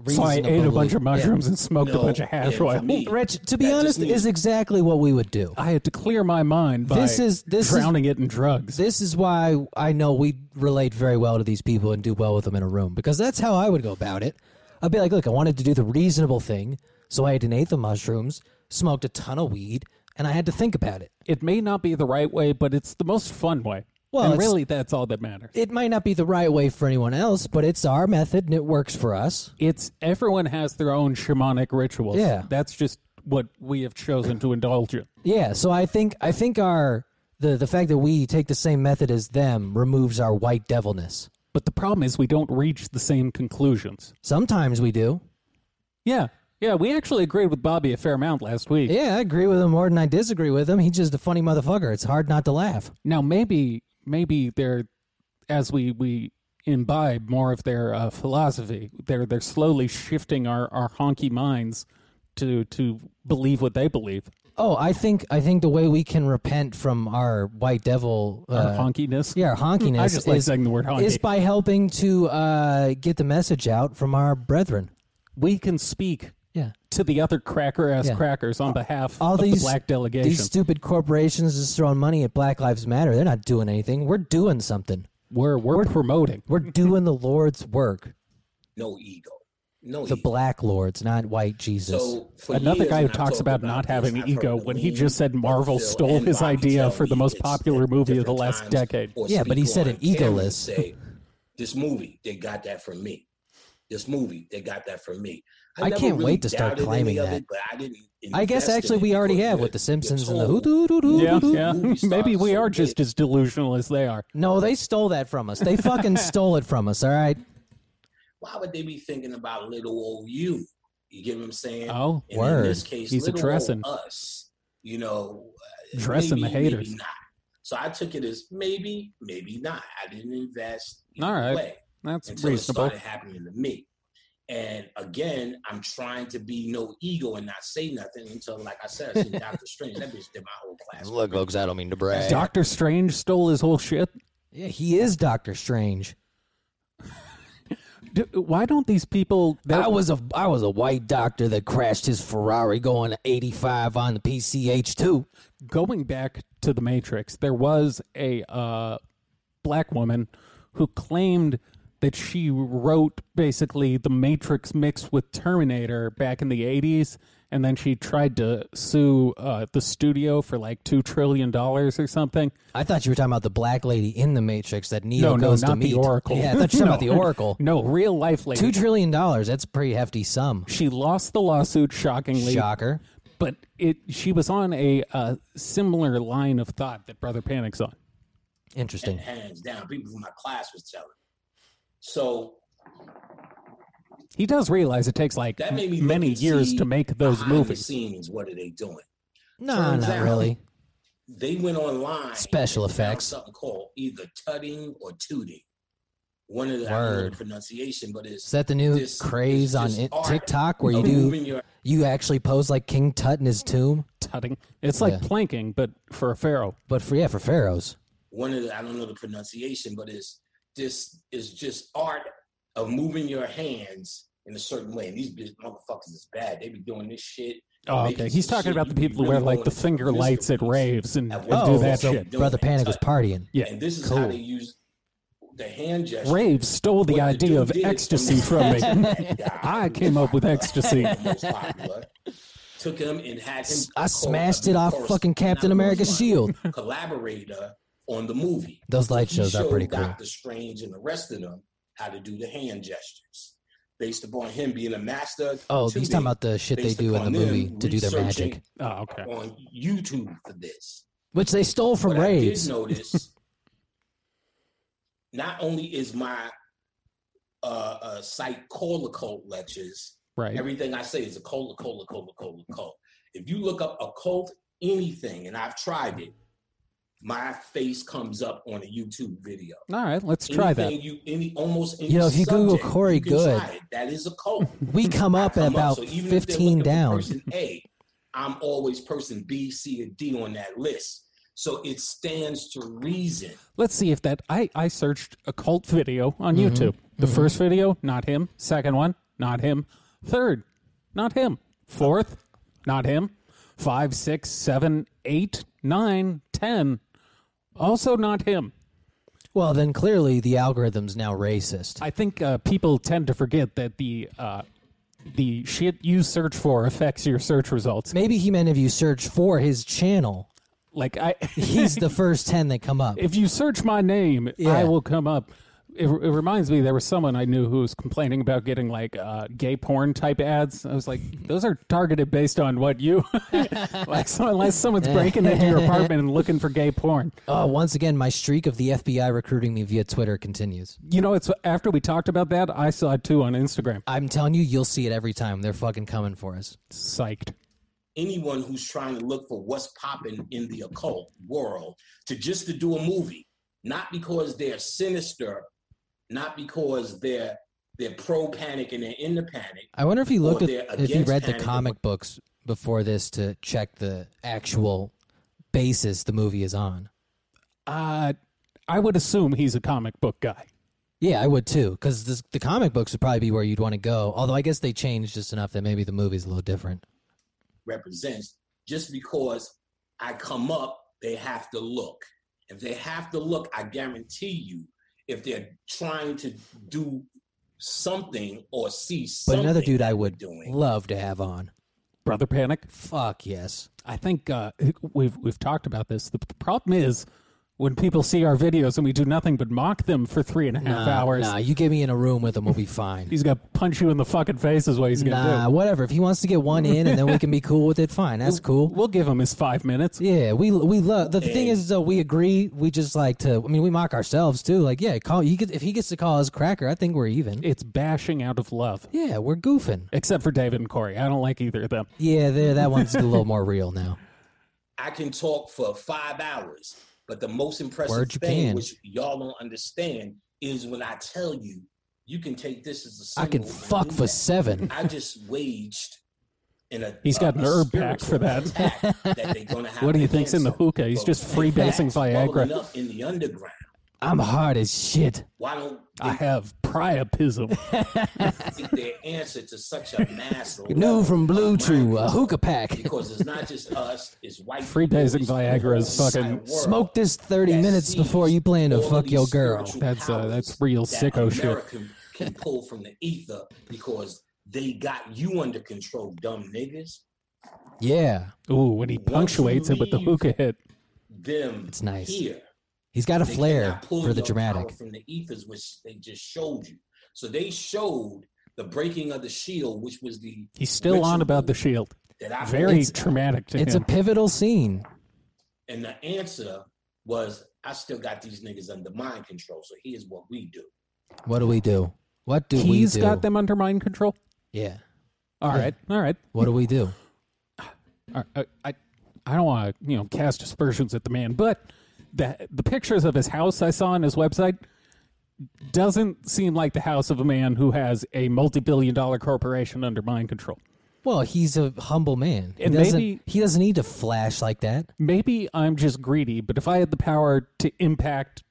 Speaker 2: So I ate a
Speaker 1: Reasonably-
Speaker 2: bunch of
Speaker 1: Yeah.
Speaker 2: mushrooms and smoked a
Speaker 3: No,
Speaker 2: bunch of hash
Speaker 3: yeah,
Speaker 2: oil.
Speaker 3: for me,
Speaker 1: Rich, to be
Speaker 3: That just
Speaker 1: honest,
Speaker 3: means-
Speaker 1: is exactly what we would do.
Speaker 2: I had to clear my mind by
Speaker 1: This is- this is-
Speaker 2: drowning it in drugs.
Speaker 1: This is why I know we relate very well to these people and do well with them in a room because that's how I would go about it. I'd be like, look, I wanted to do the reasonable thing, so I ate and ate the mushrooms, smoked a ton of weed, and I had to think about it.
Speaker 2: It may not be the right way, but it's the most fun way.
Speaker 1: Well,
Speaker 2: and
Speaker 1: it's-
Speaker 2: really, that's all that matters.
Speaker 1: It might not be the right way for anyone else, but it's our method and it works for us.
Speaker 2: It's everyone has their own shamanic rituals.
Speaker 1: Yeah.
Speaker 2: that's just what we have chosen to indulge in.
Speaker 1: Yeah, so I think I think our the the fact that we take the same method as them removes our white devilness.
Speaker 2: But the problem is, we don't reach the same conclusions.
Speaker 1: Sometimes we do.
Speaker 2: Yeah, yeah, we actually agreed with Bobby a fair amount last week.
Speaker 1: Yeah, I agree with him more than I disagree with him. He's just a funny motherfucker. It's hard not to laugh.
Speaker 2: Now, maybe, maybe they're as we we imbibe more of their uh, philosophy, they're they're slowly shifting our our honky minds to to believe what they believe.
Speaker 1: Oh, I think I think the way we can repent from our white devil uh,
Speaker 2: Our honkiness.
Speaker 1: yeah, our honkiness
Speaker 2: I just like
Speaker 1: is,
Speaker 2: saying the word honky.
Speaker 1: is by helping to uh, get the message out from our brethren.
Speaker 2: we can speak
Speaker 1: Yeah.
Speaker 2: to the other cracker ass
Speaker 1: Yeah.
Speaker 2: crackers on behalf
Speaker 1: All
Speaker 2: of
Speaker 1: these
Speaker 2: the black delegation.
Speaker 1: These stupid corporations is throwing money at Black Lives Matter. They're not doing anything. We're doing something.
Speaker 2: we're, we're promoting.
Speaker 1: We're doing the Lord's work.
Speaker 3: No ego. No
Speaker 1: The
Speaker 3: ego.
Speaker 1: black lords, not white Jesus.
Speaker 3: So for
Speaker 2: Another
Speaker 3: years,
Speaker 2: guy who
Speaker 3: and I've
Speaker 2: talks
Speaker 3: talked
Speaker 2: about not
Speaker 3: this,
Speaker 2: having
Speaker 3: I've
Speaker 2: ego
Speaker 3: heard
Speaker 2: when he
Speaker 3: Lee,
Speaker 2: just said Marvel
Speaker 3: Phil,
Speaker 2: stole
Speaker 3: and
Speaker 2: his
Speaker 3: Bobby
Speaker 2: idea
Speaker 3: tell
Speaker 2: for the
Speaker 3: me
Speaker 2: most
Speaker 3: it's
Speaker 2: popular
Speaker 3: at
Speaker 2: movie of the
Speaker 3: different
Speaker 2: last
Speaker 3: times
Speaker 2: decade.
Speaker 3: or
Speaker 1: Yeah, but
Speaker 3: speak
Speaker 1: he said
Speaker 3: on
Speaker 1: it
Speaker 3: camera and
Speaker 1: egoless.
Speaker 3: say, this movie, they got that from me. This movie, they got that from me.
Speaker 1: I
Speaker 3: never
Speaker 1: can't
Speaker 3: really
Speaker 1: wait to start
Speaker 3: doubted any
Speaker 1: claiming
Speaker 3: of
Speaker 1: that.
Speaker 3: It, but I didn't.
Speaker 1: I guess
Speaker 3: invest in
Speaker 1: actually
Speaker 3: it
Speaker 1: we already
Speaker 3: because
Speaker 1: have
Speaker 3: you're-
Speaker 1: with the Simpsons and
Speaker 3: you're
Speaker 1: the
Speaker 3: told.
Speaker 1: hoo doo doo
Speaker 2: Yeah,
Speaker 1: doo doo.
Speaker 2: yeah.
Speaker 3: movie stars
Speaker 2: Maybe we
Speaker 3: so
Speaker 2: are
Speaker 3: big.
Speaker 2: just as delusional as they are.
Speaker 1: No, they stole that from us. They fucking stole it from us. All right.
Speaker 3: Why would they be thinking about little old you? You get what I'm saying?
Speaker 2: Oh,
Speaker 3: and
Speaker 1: word.
Speaker 3: in this case,
Speaker 2: He's
Speaker 3: little
Speaker 2: addressing-
Speaker 3: old us. You know, uh,
Speaker 2: Addressing the
Speaker 3: maybe, maybe
Speaker 2: haters.
Speaker 3: not. So I took it as maybe, maybe not. I didn't invest. either
Speaker 2: All right.
Speaker 3: way.
Speaker 2: that's
Speaker 3: until
Speaker 2: reasonable.
Speaker 3: it started happening to me. And again, I'm trying to be no ego and not say nothing until, like I said, I seen Doctor Strange. That bitch did my whole class.
Speaker 1: Look, folks, I don't mean to brag.
Speaker 2: Doctor Strange stole his whole shit.
Speaker 1: yeah, he is Doctor Strange.
Speaker 2: D- Why don't these people? That,
Speaker 1: I was a I was a white doctor that crashed his Ferrari going 85 on the PCH two.
Speaker 2: going back to the Matrix, there was a uh, black woman who claimed that she wrote basically the Matrix mixed with Terminator back in the 80s. And then she tried to sue uh, the studio for like $2 trillion or something.
Speaker 1: I thought you were talking about the black lady in the Matrix that Neo
Speaker 2: No, no,
Speaker 1: goes to
Speaker 2: not the
Speaker 1: meet.
Speaker 2: Oracle.
Speaker 1: Yeah, I thought you were talking about the
Speaker 2: No.
Speaker 1: Oracle.
Speaker 2: No, real life lady.
Speaker 1: Two trillion dollars. That's a pretty hefty sum.
Speaker 2: she lost the lawsuit, shockingly.
Speaker 1: Shocker.
Speaker 2: But it, she was on a uh, similar line of thought that Brother Panic's on.
Speaker 1: Interesting.
Speaker 3: Hands down, people from my class was telling. me. So
Speaker 2: He does realize it takes like
Speaker 3: that made me look
Speaker 2: many
Speaker 3: and
Speaker 2: years
Speaker 3: see
Speaker 2: to make those
Speaker 3: behind the
Speaker 2: movies.
Speaker 3: scenes, what are they doing?
Speaker 1: No,
Speaker 3: Turns
Speaker 1: not
Speaker 3: out-
Speaker 1: really.
Speaker 3: They went online.
Speaker 1: Special
Speaker 3: and found
Speaker 1: effects.
Speaker 3: Something called either tutting or tooting. One of the, I don't know the
Speaker 1: Word.
Speaker 3: pronunciation, but it's Oh,
Speaker 1: Is that the new
Speaker 3: This-
Speaker 1: craze
Speaker 3: this-
Speaker 1: on
Speaker 3: this
Speaker 1: it,
Speaker 3: art
Speaker 1: TikTok where you
Speaker 3: of
Speaker 1: do
Speaker 3: moving your
Speaker 1: you actually pose like King Tut in his tomb?
Speaker 2: tutting. It's like
Speaker 1: Yeah.
Speaker 2: planking, but for a pharaoh.
Speaker 1: But for yeah, for pharaohs.
Speaker 3: one of the I don't know the pronunciation, but it's this is just art of moving your hands in a certain way. And these bitch motherfuckers is bad. They be doing this shit.
Speaker 2: Oh, okay. He's talking about the people who wear like the finger lights at raves and,
Speaker 3: At
Speaker 2: and
Speaker 3: one
Speaker 2: do
Speaker 3: point,
Speaker 2: that
Speaker 3: so-
Speaker 2: shit.
Speaker 3: Doing
Speaker 1: Brother
Speaker 3: it.
Speaker 1: Panic was partying.
Speaker 2: Yeah,
Speaker 3: And this is how
Speaker 2: cool.
Speaker 3: they use the hand gesture.
Speaker 2: Raves stole the
Speaker 3: What
Speaker 2: idea
Speaker 3: dude
Speaker 2: of
Speaker 3: did is-
Speaker 2: ecstasy from me. I came up with ecstasy.
Speaker 3: Most popular. Took him and had him.
Speaker 1: I
Speaker 3: co-
Speaker 1: smashed
Speaker 3: mean,
Speaker 1: it off
Speaker 3: corres-
Speaker 1: fucking Captain
Speaker 3: not
Speaker 1: America's
Speaker 3: correspondent,
Speaker 1: shield.
Speaker 3: Collaborator on the movie.
Speaker 1: Those light
Speaker 3: He
Speaker 1: shows are
Speaker 3: showed
Speaker 1: pretty cool.
Speaker 3: Doctor Strange and the rest of them how to do the hand gestures, based upon him being a master.
Speaker 1: Oh,
Speaker 3: to
Speaker 1: he's talking
Speaker 3: me,
Speaker 1: about the shit they
Speaker 3: based
Speaker 1: do in the
Speaker 3: upon
Speaker 1: movie
Speaker 3: them
Speaker 1: to do their
Speaker 3: researching
Speaker 1: magic,
Speaker 2: Oh, okay.
Speaker 3: on YouTube for this.
Speaker 1: which they stole from
Speaker 3: But
Speaker 1: raves.
Speaker 3: I did notice. not only is my uh, uh, site Cola Cult lectures
Speaker 2: Right.
Speaker 3: Everything I say is a cola, cola, cola, cola, cola. If you look up a cult, anything, and I've tried it, my face comes up on a YouTube video.
Speaker 2: All right, let's try that.
Speaker 3: anything You, any, almost any
Speaker 1: You know, if you Google
Speaker 3: subject,
Speaker 1: Corey
Speaker 3: you can
Speaker 1: Good,
Speaker 3: try it. that is a cult.
Speaker 1: We come
Speaker 3: I
Speaker 1: up at
Speaker 3: come
Speaker 1: about
Speaker 3: so even if they're
Speaker 1: fifteen
Speaker 3: looking for
Speaker 1: down.
Speaker 3: Person A, I'm always person B, C, and D on that list. So it stands to reason.
Speaker 2: Let's see if that. I I searched occult video on
Speaker 1: Mhm.
Speaker 2: YouTube. The first video, not him. Second one, not him. Third, not him. Fourth, not him. Five, six, seven, eight, nine, ten, also not him.
Speaker 1: Well, then clearly the algorithm's now racist.
Speaker 2: I think uh, people tend to forget that the uh, the shit you search for affects your search results.
Speaker 1: Maybe he meant if you search for his channel,
Speaker 2: Like I,
Speaker 1: he's the first 10 that come up.
Speaker 2: if you search my name,
Speaker 1: Yeah.
Speaker 2: I will come up. It, it reminds me there was someone I knew who was complaining about getting like uh, gay porn type ads. I was like, those are targeted based on what you like. So unless someone's breaking into your apartment and looking for gay porn,
Speaker 1: Oh, once again, my streak of the FBI recruiting me via Twitter continues.
Speaker 2: you know, it's after we talked about that, I saw it too on Instagram.
Speaker 1: I'm telling you, you'll see it every time. They're fucking coming for us.
Speaker 2: Psyched.
Speaker 3: anyone who's trying to look for what's popping in the occult world to just to do a movie, not because they're sinister, not because they're they're pro panic and they're in the panic.
Speaker 1: I wonder if he looked
Speaker 3: Or
Speaker 1: at,
Speaker 3: they're
Speaker 1: if he
Speaker 3: against
Speaker 1: read the
Speaker 3: Hannibal.
Speaker 1: comic books before this to check the actual basis the movie is on.
Speaker 2: Uh, I would assume he's a comic book guy.
Speaker 1: Yeah, I would too, because the comic books would probably be where you'd want to go. Although I guess they changed just enough that maybe the movie's a little different.
Speaker 3: represents just because I come up, they have to look. If they have to look, I guarantee you, if they're trying to do something or see
Speaker 1: But
Speaker 3: something,
Speaker 1: another dude
Speaker 3: that
Speaker 1: I
Speaker 3: we're
Speaker 1: would
Speaker 3: doing.
Speaker 1: love to have on.
Speaker 2: Brother Panic.
Speaker 1: Fuck yes.
Speaker 2: I think uh, we've we've talked about this. The p- problem is when people see our videos and we do nothing but mock them for three and a half
Speaker 1: Nah,
Speaker 2: hours.
Speaker 1: Nah, you get me in a room with him, we'll be fine.
Speaker 2: He's gonna punch you in the fucking face. Is what he's gonna
Speaker 1: Nah,
Speaker 2: do.
Speaker 1: whatever. If he wants to get one in and then we can be cool with it, fine. That's cool.
Speaker 2: We'll give him his five minutes.
Speaker 1: Yeah, we we love the thing is though we agree we just like to I mean we mock ourselves too like yeah call he gets, if he gets to call us cracker I think we're even
Speaker 2: It's bashing out of love,
Speaker 1: yeah we're goofing
Speaker 2: except for David and Corey. I don't like either of them.
Speaker 1: yeah there that one's a little more real now
Speaker 3: I can talk for five hours, but the most impressive
Speaker 1: Word you
Speaker 3: thing,
Speaker 1: can.
Speaker 3: which y'all don't understand, is when I tell you, you can take this as a
Speaker 1: I can
Speaker 3: symbol and
Speaker 1: fuck
Speaker 3: do
Speaker 1: for
Speaker 3: that.
Speaker 1: seven
Speaker 3: I just waged in a.
Speaker 2: He's
Speaker 3: He's
Speaker 2: got an herb pack for that.
Speaker 3: they're gonna have
Speaker 2: What do you
Speaker 3: against
Speaker 2: think's in the
Speaker 3: him.
Speaker 2: hookah? He's
Speaker 3: But
Speaker 2: just free
Speaker 3: that's
Speaker 2: basing Viagra.
Speaker 3: bubbling up in the underground.
Speaker 1: I'm hard as shit
Speaker 3: Why don't
Speaker 2: I have priapism.
Speaker 3: they get their answer to such a mass?
Speaker 1: new
Speaker 3: level
Speaker 1: from blue
Speaker 3: of
Speaker 1: chew uh, a
Speaker 3: mind
Speaker 1: hookah pack
Speaker 3: Because it's not just us; it's white.
Speaker 2: Free basing
Speaker 3: people, it's the
Speaker 2: Viagra is
Speaker 3: whole
Speaker 2: fucking-
Speaker 3: entire world.
Speaker 1: smoke this thirty
Speaker 3: that
Speaker 1: minutes
Speaker 3: sees
Speaker 1: before you plan to
Speaker 3: all of
Speaker 1: fuck
Speaker 3: these
Speaker 1: your girl
Speaker 3: spiritual
Speaker 2: That's, uh,
Speaker 3: powers
Speaker 2: that's real
Speaker 3: that
Speaker 2: sicko shit.
Speaker 3: America Can pull from the ether because they got you under control, dumb niggas.
Speaker 1: yeah
Speaker 2: Ooh, when he
Speaker 3: Once you
Speaker 2: punctuates it with the
Speaker 3: leave-
Speaker 2: hookah hit.
Speaker 3: Them,
Speaker 1: It's nice.
Speaker 3: here.
Speaker 1: he's got a
Speaker 3: They
Speaker 1: flair
Speaker 3: cannot pull
Speaker 1: for the
Speaker 3: your
Speaker 1: dramatic
Speaker 3: power from the ethers, which they just showed you. So they showed the breaking of the shield, which was the
Speaker 2: He's still on
Speaker 3: ritual
Speaker 2: about the shield.
Speaker 3: that I
Speaker 2: Very
Speaker 3: believe-
Speaker 2: traumatic to
Speaker 1: it's a
Speaker 2: him.
Speaker 1: pivotal scene
Speaker 3: And the answer was, I still got these niggas under mind control. So here's what we do.
Speaker 1: what do we do what do
Speaker 2: He's
Speaker 1: we do
Speaker 2: got them under mind control.
Speaker 1: yeah
Speaker 2: All right, all right.
Speaker 1: what do we do
Speaker 2: I, I, I I don't want to, you know, cast aspersions at the man, but the the pictures of his house I saw on his website doesn't seem like the house of a man who has a multi-billion-dollar corporation under mind control.
Speaker 1: Well, he's a humble man. He
Speaker 2: And
Speaker 1: doesn't,
Speaker 2: maybe-
Speaker 1: he doesn't need to flash like that.
Speaker 2: Maybe I'm just greedy, but if I had the power to impact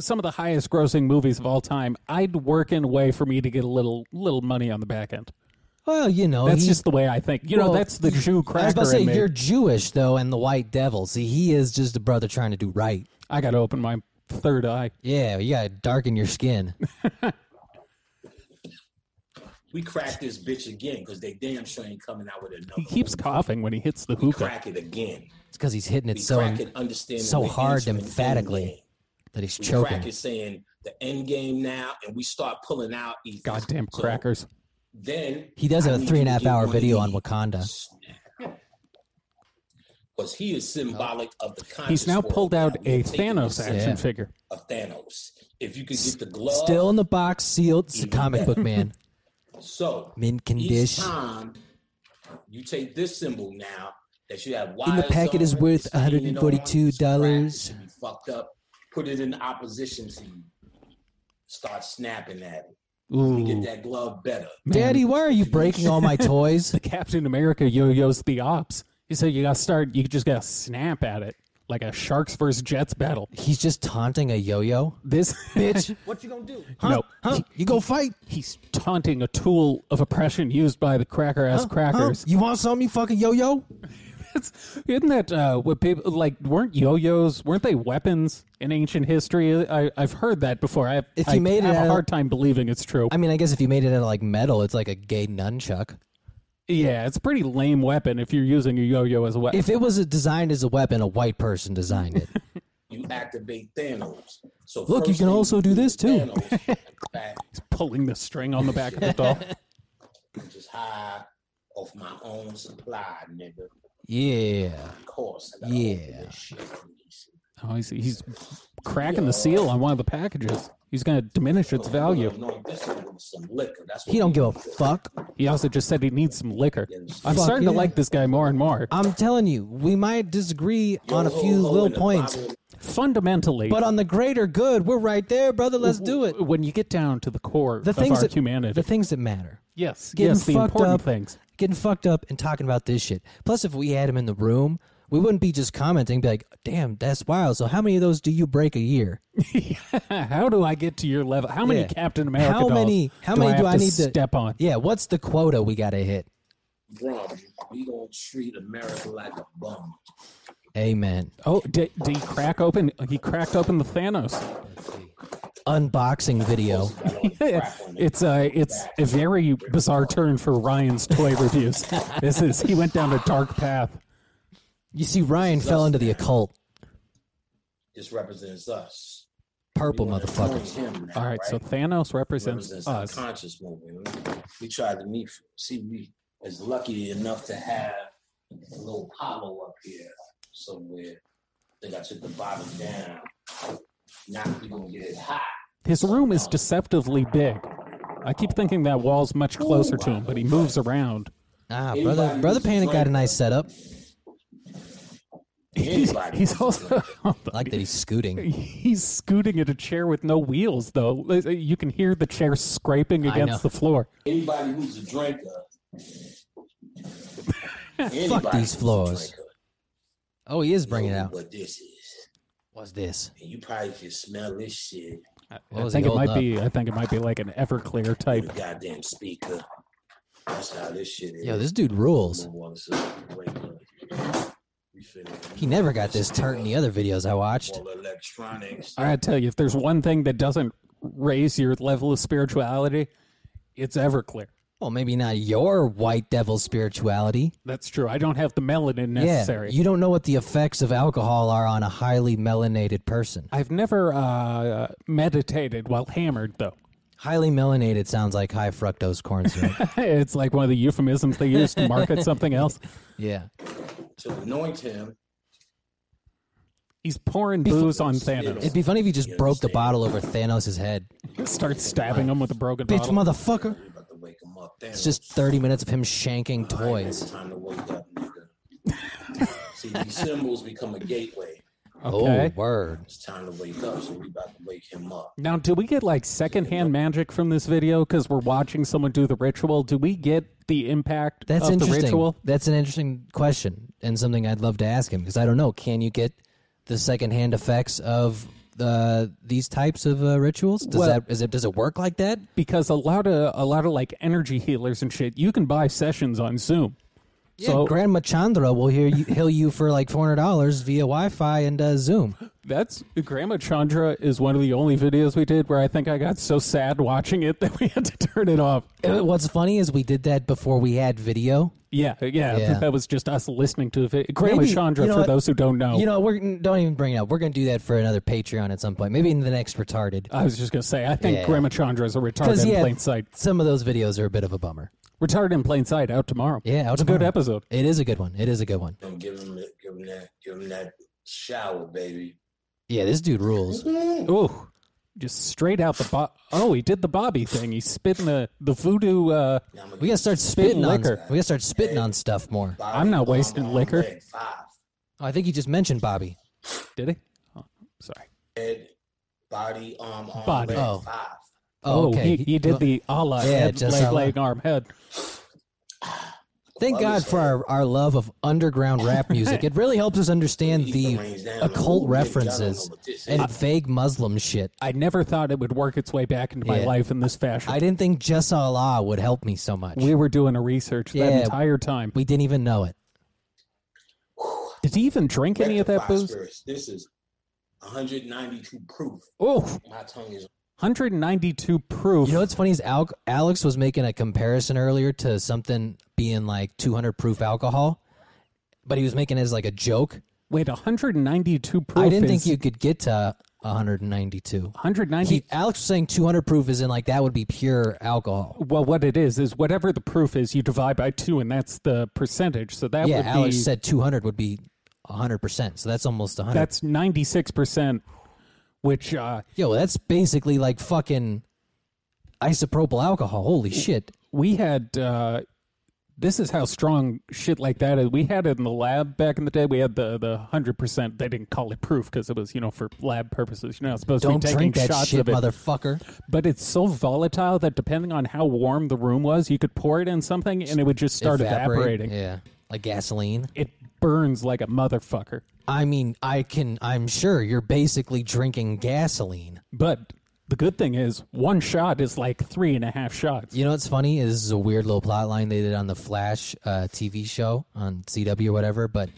Speaker 2: some of the highest-grossing movies of all time, I'd work in a way for me to get a little little money on the back end.
Speaker 1: Well, you know,
Speaker 2: That's
Speaker 1: he-
Speaker 2: just the way I think. You
Speaker 1: well,
Speaker 2: know, that's the Jew
Speaker 1: I was
Speaker 2: cracker
Speaker 1: about to say
Speaker 2: in me.
Speaker 1: you're Jewish though, and the white devil. See, he is just a brother trying to do right.
Speaker 2: I got to open my third eye.
Speaker 1: Yeah, you gotta darken your skin.
Speaker 3: We crack this bitch again because they damn sure ain't coming out with another.
Speaker 2: He keeps coughing when he hits the
Speaker 3: we
Speaker 2: hookah.
Speaker 3: crack it again.
Speaker 1: It's because he's hitting it
Speaker 3: We
Speaker 1: so
Speaker 3: crack it, understanding
Speaker 1: so
Speaker 3: the
Speaker 1: hard,
Speaker 3: answer and end
Speaker 1: emphatically.
Speaker 3: game.
Speaker 1: that he's
Speaker 3: We crack
Speaker 1: choking.
Speaker 3: it saying the end game now, and we start pulling out ethers.
Speaker 2: Goddamn
Speaker 3: So
Speaker 2: crackers.
Speaker 3: Then
Speaker 1: He does
Speaker 3: I
Speaker 1: have a
Speaker 3: need
Speaker 1: three and a
Speaker 3: you to
Speaker 1: half
Speaker 3: get
Speaker 1: hour
Speaker 3: one of
Speaker 1: video on
Speaker 3: these.
Speaker 1: Wakanda.
Speaker 3: because he is symbolic of the conscious
Speaker 2: He's now
Speaker 3: world
Speaker 2: pulled out
Speaker 3: that we're
Speaker 2: a
Speaker 3: taking
Speaker 2: Thanos
Speaker 3: this
Speaker 2: action
Speaker 1: Yeah.
Speaker 2: figure.
Speaker 3: of Thanos. If you could get the glove,
Speaker 1: Still in the box, sealed. It's a
Speaker 3: Even
Speaker 1: comic book man.
Speaker 3: so
Speaker 1: Mint
Speaker 3: each
Speaker 1: condition.
Speaker 3: time you take this symbol now that you have
Speaker 1: In the
Speaker 3: wires
Speaker 1: packet is
Speaker 3: on,
Speaker 1: worth
Speaker 3: it's leaning on,
Speaker 1: $142.
Speaker 3: it's cracked, it should be Fucked up. Put it in opposition to you. Start snapping at it. You get
Speaker 2: Ooh,
Speaker 3: that glove better.
Speaker 1: Daddy, why are you breaking all my toys?
Speaker 2: the Captain America yo-yos the ops. He said you got to start. You just got to snap at it like a sharks versus jets battle.
Speaker 1: He's just taunting a yo-yo.
Speaker 2: This
Speaker 1: Bitch, what you gonna do? Huh?
Speaker 2: No.
Speaker 1: Huh? You go fight?
Speaker 2: he's taunting a tool of oppression used by the cracker ass
Speaker 1: Huh?
Speaker 2: crackers.
Speaker 1: You want some, you fucking yo yo?
Speaker 2: That's, isn't that uh, what people like? Weren't yo-yos? Weren't they weapons in ancient history? I, I've heard that before. I,
Speaker 1: If
Speaker 2: I
Speaker 1: you made it
Speaker 2: have
Speaker 1: out
Speaker 2: a
Speaker 1: of-
Speaker 2: hard time believing it's true.
Speaker 1: I mean, I guess if you made it out of like metal, it's like a gay nunchuck.
Speaker 2: yeah, it's a pretty lame weapon if you're using a yo-yo as a weapon.
Speaker 1: If it was designed as a weapon, a white person designed it.
Speaker 3: You activate Thanos. So
Speaker 1: Look, you
Speaker 3: first
Speaker 1: can
Speaker 3: thing
Speaker 1: also do
Speaker 3: with
Speaker 1: this, too.
Speaker 3: Thanos, right,
Speaker 2: It's pulling the string on the back of the doll.
Speaker 3: I'm just high off my own supply, nigga.
Speaker 1: yeah.
Speaker 3: course. I gotta open
Speaker 1: Yeah.
Speaker 3: this shit.
Speaker 2: Oh, he's, he's cracking the seal on one of the packages. He's going to diminish its value.
Speaker 3: No, this is some liquor. That's what
Speaker 1: He don't
Speaker 3: we
Speaker 1: give a
Speaker 3: do.
Speaker 1: fuck.
Speaker 2: He also just said he needs some liquor. I'm
Speaker 1: Fuck
Speaker 2: starting to
Speaker 1: yeah.
Speaker 2: like this guy more and more.
Speaker 1: I'm telling you, we might disagree on a
Speaker 3: Yo,
Speaker 1: few
Speaker 3: ho, ho,
Speaker 1: little
Speaker 3: in the
Speaker 1: points,
Speaker 3: bottom-
Speaker 2: Fundamentally,
Speaker 1: but on the greater good, we're right there, brother. Let's do it.
Speaker 2: when you get down to the core
Speaker 1: The
Speaker 2: of
Speaker 1: things
Speaker 2: our
Speaker 1: that
Speaker 2: humanity,
Speaker 1: the things that matter.
Speaker 2: yes,
Speaker 1: Getting
Speaker 2: yes, the
Speaker 1: fucked
Speaker 2: important
Speaker 1: up,
Speaker 2: things.
Speaker 1: Getting fucked up and talking about this shit. Plus, if we had him in the room, we wouldn't be just commenting, be like, "Damn, that's wild." So, how many of those do you break a year?
Speaker 2: how do I get to your level? How many
Speaker 1: Yeah.
Speaker 2: Captain America
Speaker 1: How
Speaker 2: dolls
Speaker 1: many- how
Speaker 2: do
Speaker 1: many
Speaker 2: I,
Speaker 1: do
Speaker 2: have
Speaker 1: I need to-
Speaker 2: step on?
Speaker 1: Yeah, what's the quota we gotta hit?
Speaker 3: Bro, we gonna treat America like a bum.
Speaker 1: Amen.
Speaker 2: Oh, did, did he crack open? He cracked open the Thanos.
Speaker 1: Unboxing video.
Speaker 2: it's uh, it's a very bizarre turn for Ryan's toy reviews. this is he went down a dark path.
Speaker 1: You see, Ryan fell into the occult.
Speaker 3: This represents us. We
Speaker 1: Purple
Speaker 3: wanna
Speaker 1: motherfuckers.
Speaker 3: join him now,
Speaker 2: All right, so
Speaker 3: right?
Speaker 2: Thanos represents
Speaker 3: represents the
Speaker 2: us.
Speaker 3: conscious movement. We tried to meet. See, we is lucky enough to have a little hollow up here somewhere. think I took the bottom down. Now we gonna get it hot.
Speaker 2: His room is deceptively big. I keep thinking that wall's much closer to him, but he moves around.
Speaker 1: Ah,
Speaker 3: Anybody
Speaker 1: brother,
Speaker 3: who's
Speaker 1: brother
Speaker 3: a
Speaker 1: Panic got a
Speaker 3: flavor.
Speaker 1: nice setup.
Speaker 2: He's,
Speaker 3: Anybody
Speaker 2: he's
Speaker 3: wants to
Speaker 2: also
Speaker 1: I like that he's scooting.
Speaker 2: he's scooting at a chair with no wheels, though. You can hear the chair scraping
Speaker 1: I
Speaker 2: against
Speaker 1: know.
Speaker 2: the floor.
Speaker 3: Anybody who's a drinker. Anybody
Speaker 1: these
Speaker 3: who's a
Speaker 1: floors.
Speaker 3: drinker,
Speaker 1: Oh, he is bringing it
Speaker 3: know
Speaker 1: out.
Speaker 3: What this is,
Speaker 1: What's this?
Speaker 3: and you probably can smell this shit
Speaker 2: I-
Speaker 1: What
Speaker 2: I
Speaker 1: was
Speaker 2: think
Speaker 1: he
Speaker 2: it might
Speaker 1: holding
Speaker 2: be. I think it might be like an Everclear
Speaker 3: through
Speaker 2: type.
Speaker 3: the goddamn speaker. That's how this shit is.
Speaker 1: Yo, this dude rules.
Speaker 3: Number one, so wake up. You feel me?
Speaker 1: He never got this turnt in the other videos I watched.
Speaker 3: All electronics.
Speaker 2: I gotta tell you, if there's one thing that doesn't raise your level of spirituality, it's Everclear.
Speaker 1: Well, maybe not your white devil spirituality.
Speaker 2: That's true. I don't have the melanin necessary.
Speaker 1: Yeah, you don't know what the effects of alcohol are on a highly melanated person.
Speaker 2: I've never uh, meditated while hammered, though.
Speaker 1: Highly melanated sounds like high fructose corn syrup.
Speaker 2: it's like one of the euphemisms they use to market something else.
Speaker 1: yeah.
Speaker 3: To anoint him,
Speaker 2: He's pouring booze on
Speaker 1: It'd
Speaker 2: Thanos.
Speaker 1: be funny if he just broke the bottle over Thanos' head.
Speaker 2: Starts stabbing him with a broken
Speaker 1: Bitch,
Speaker 2: bottle.
Speaker 1: motherfucker.
Speaker 3: we about to wake him up.
Speaker 1: It's just 30 minutes of him shanking toys.
Speaker 3: Time to wake up, nigga. See, these symbols become a gateway.
Speaker 1: Oh,
Speaker 2: Okay.
Speaker 1: word.
Speaker 3: It's time to wake up, so we about to wake him up.
Speaker 2: Now, do we get like secondhand magic from this video because we're watching someone do the ritual? Do we get the impact
Speaker 1: That's
Speaker 2: of the
Speaker 1: interesting.
Speaker 2: ritual?
Speaker 1: That's an interesting question and something I'd love to ask him because I don't know. Can you get the secondhand effects of uh, these types of uh, rituals? Does
Speaker 2: Well-
Speaker 1: that is it does it work like that?
Speaker 2: Because a lot of a lot of like energy healers and shit, you can buy sessions on Zoom.
Speaker 1: yeah,
Speaker 2: so
Speaker 1: Grandma Chandra will hear you, heal you for like four hundred dollars via Wi-Fi and uh, Zoom.
Speaker 2: that's Grandma Chandra is one of the only videos we did where I think I got so sad watching it that we had to turn it off.
Speaker 1: Uh, What's funny is we did that before we had video.
Speaker 2: Yeah, yeah,
Speaker 1: Yeah.
Speaker 2: that was just us listening to it. Grandma
Speaker 1: Maybe-
Speaker 2: Chandra,
Speaker 1: you know
Speaker 2: for
Speaker 1: what?
Speaker 2: those who don't know,
Speaker 1: You know, we're don't even bring it up. We're gonna do that for another Patreon at some point. Maybe in the next retarded.
Speaker 2: I was just gonna say, I think
Speaker 1: Yeah.
Speaker 2: Grandma Chandra is a retarded
Speaker 1: Because
Speaker 2: in
Speaker 1: yeah,
Speaker 2: plain sight.
Speaker 1: some of those videos are a bit of a bummer.
Speaker 2: Retarded in plain sight out tomorrow.
Speaker 1: Yeah, out
Speaker 2: it's a good
Speaker 1: tomorrow.
Speaker 2: episode.
Speaker 1: It is a good one. It is a good one.
Speaker 3: Don't give him, that- give him that, give him that shower, baby.
Speaker 1: Yeah, this dude rules.
Speaker 2: Ooh, just straight out the bo- oh, he did the Bobby thing. He's spitting the the voodoo. Uh,
Speaker 3: Now I'm gonna
Speaker 1: We gotta start spitting on. We gotta start spitting on stuff more.
Speaker 3: Bobby
Speaker 2: I'm not
Speaker 3: Obama
Speaker 2: wasting
Speaker 3: on
Speaker 2: liquor.
Speaker 3: leg Five.
Speaker 1: Oh, I think you just mentioned Bobby.
Speaker 2: did he? Oh, sorry.
Speaker 3: Head, body, arm, arm,
Speaker 2: Body.
Speaker 3: leg
Speaker 1: Oh.
Speaker 3: five.
Speaker 1: Oh,
Speaker 2: Oh,
Speaker 1: okay.
Speaker 2: he, he did the Allah
Speaker 1: Yeah,
Speaker 2: head,
Speaker 1: just
Speaker 2: leg,
Speaker 1: Allah.
Speaker 2: leg, arm, head.
Speaker 1: Thank God for our, our love of underground rap music. It really helps us understand the occult references and vague Muslim shit.
Speaker 2: I never thought it would work its way back into my
Speaker 1: Yeah.
Speaker 2: life in this fashion.
Speaker 1: I didn't think just Allah would help me so much.
Speaker 2: we were doing a research
Speaker 1: Yeah.
Speaker 2: that entire time.
Speaker 1: We didn't even know it.
Speaker 2: Did he even drink any of that
Speaker 3: Rectified
Speaker 2: booze?
Speaker 3: spirits. This is 192 proof.
Speaker 2: Oh,
Speaker 3: My tongue is
Speaker 2: 192 proof.
Speaker 1: You know what's funny is Al- Alex was making a comparison earlier to something being like 200 proof alcohol, but he was making it as like a joke.
Speaker 2: Wait, 192 proof.
Speaker 1: I didn't
Speaker 2: is
Speaker 1: think you could get to 192.
Speaker 2: 190.
Speaker 1: He, Alex was saying 200 proof is in like that would be pure alcohol.
Speaker 2: well, what it is is whatever the proof is, you divide by two, and that's the percentage. So that
Speaker 1: yeah,
Speaker 2: would
Speaker 1: Alex
Speaker 2: be
Speaker 1: said 200 would be 100%. So that's almost 100.
Speaker 2: that's 96 percent, which uh,
Speaker 1: Yo, that's basically like fucking isopropyl alcohol. Holy shit.
Speaker 2: we had. Uh, this is how strong shit like that is. We had it in the lab back in the day. We had the the hundred percent. They didn't call it proof because it was you know for lab purposes. You're not supposed
Speaker 1: Don't
Speaker 2: to be taking
Speaker 1: drink that
Speaker 2: shots
Speaker 1: shit,
Speaker 2: of it.
Speaker 1: motherfucker.
Speaker 2: But it's so volatile that depending on how warm the room was, you could pour it in something and it would just start
Speaker 1: Evaporate.
Speaker 2: evaporating.
Speaker 1: Yeah. Like gasoline.
Speaker 2: It burns like a motherfucker.
Speaker 1: I mean, I can. I'm sure you're basically drinking gasoline.
Speaker 2: But the good thing is, one shot is like three and a half shots.
Speaker 1: You know what's funny is this is a weird little plot line they did on the Flash uh, TV show on CW or whatever. But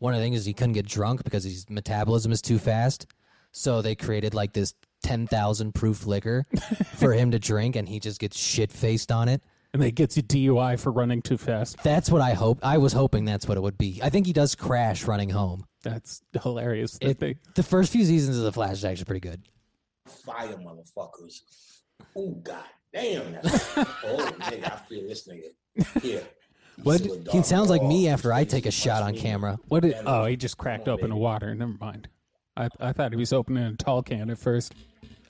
Speaker 1: one of the things is he couldn't get drunk because his metabolism is too fast. So they created like this ten thousand proof liquor for him to drink, and he just gets shit faced on it.
Speaker 2: And they gets you DUI for running too fast.
Speaker 1: That's what I hope. I was hoping that's what it would be. I think he does crash running home.
Speaker 2: That's hilarious. that
Speaker 1: It,
Speaker 2: they-
Speaker 1: the first few seasons of the Flash is actually pretty good.
Speaker 3: fire motherfuckers. Oh god damn that's Oh nigga, I feel this nigga. Here.
Speaker 2: What?
Speaker 1: He sounds like me after I take a shot on camera.
Speaker 2: what did, oh, he just cracked open a water. Never mind. I, I thought he was opening a tall can at first.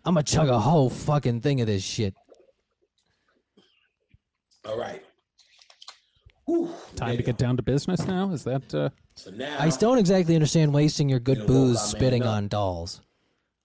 Speaker 1: I'm gonna chug a whole fucking thing of this shit.
Speaker 3: All right. Whew,
Speaker 2: Time to
Speaker 3: nigga.
Speaker 2: get down to business now? Is that. Uh,
Speaker 3: So now
Speaker 1: I still don't exactly understand wasting your good
Speaker 3: You know, woke
Speaker 1: booze
Speaker 3: up, man,
Speaker 1: spitting
Speaker 3: no.
Speaker 1: on dolls.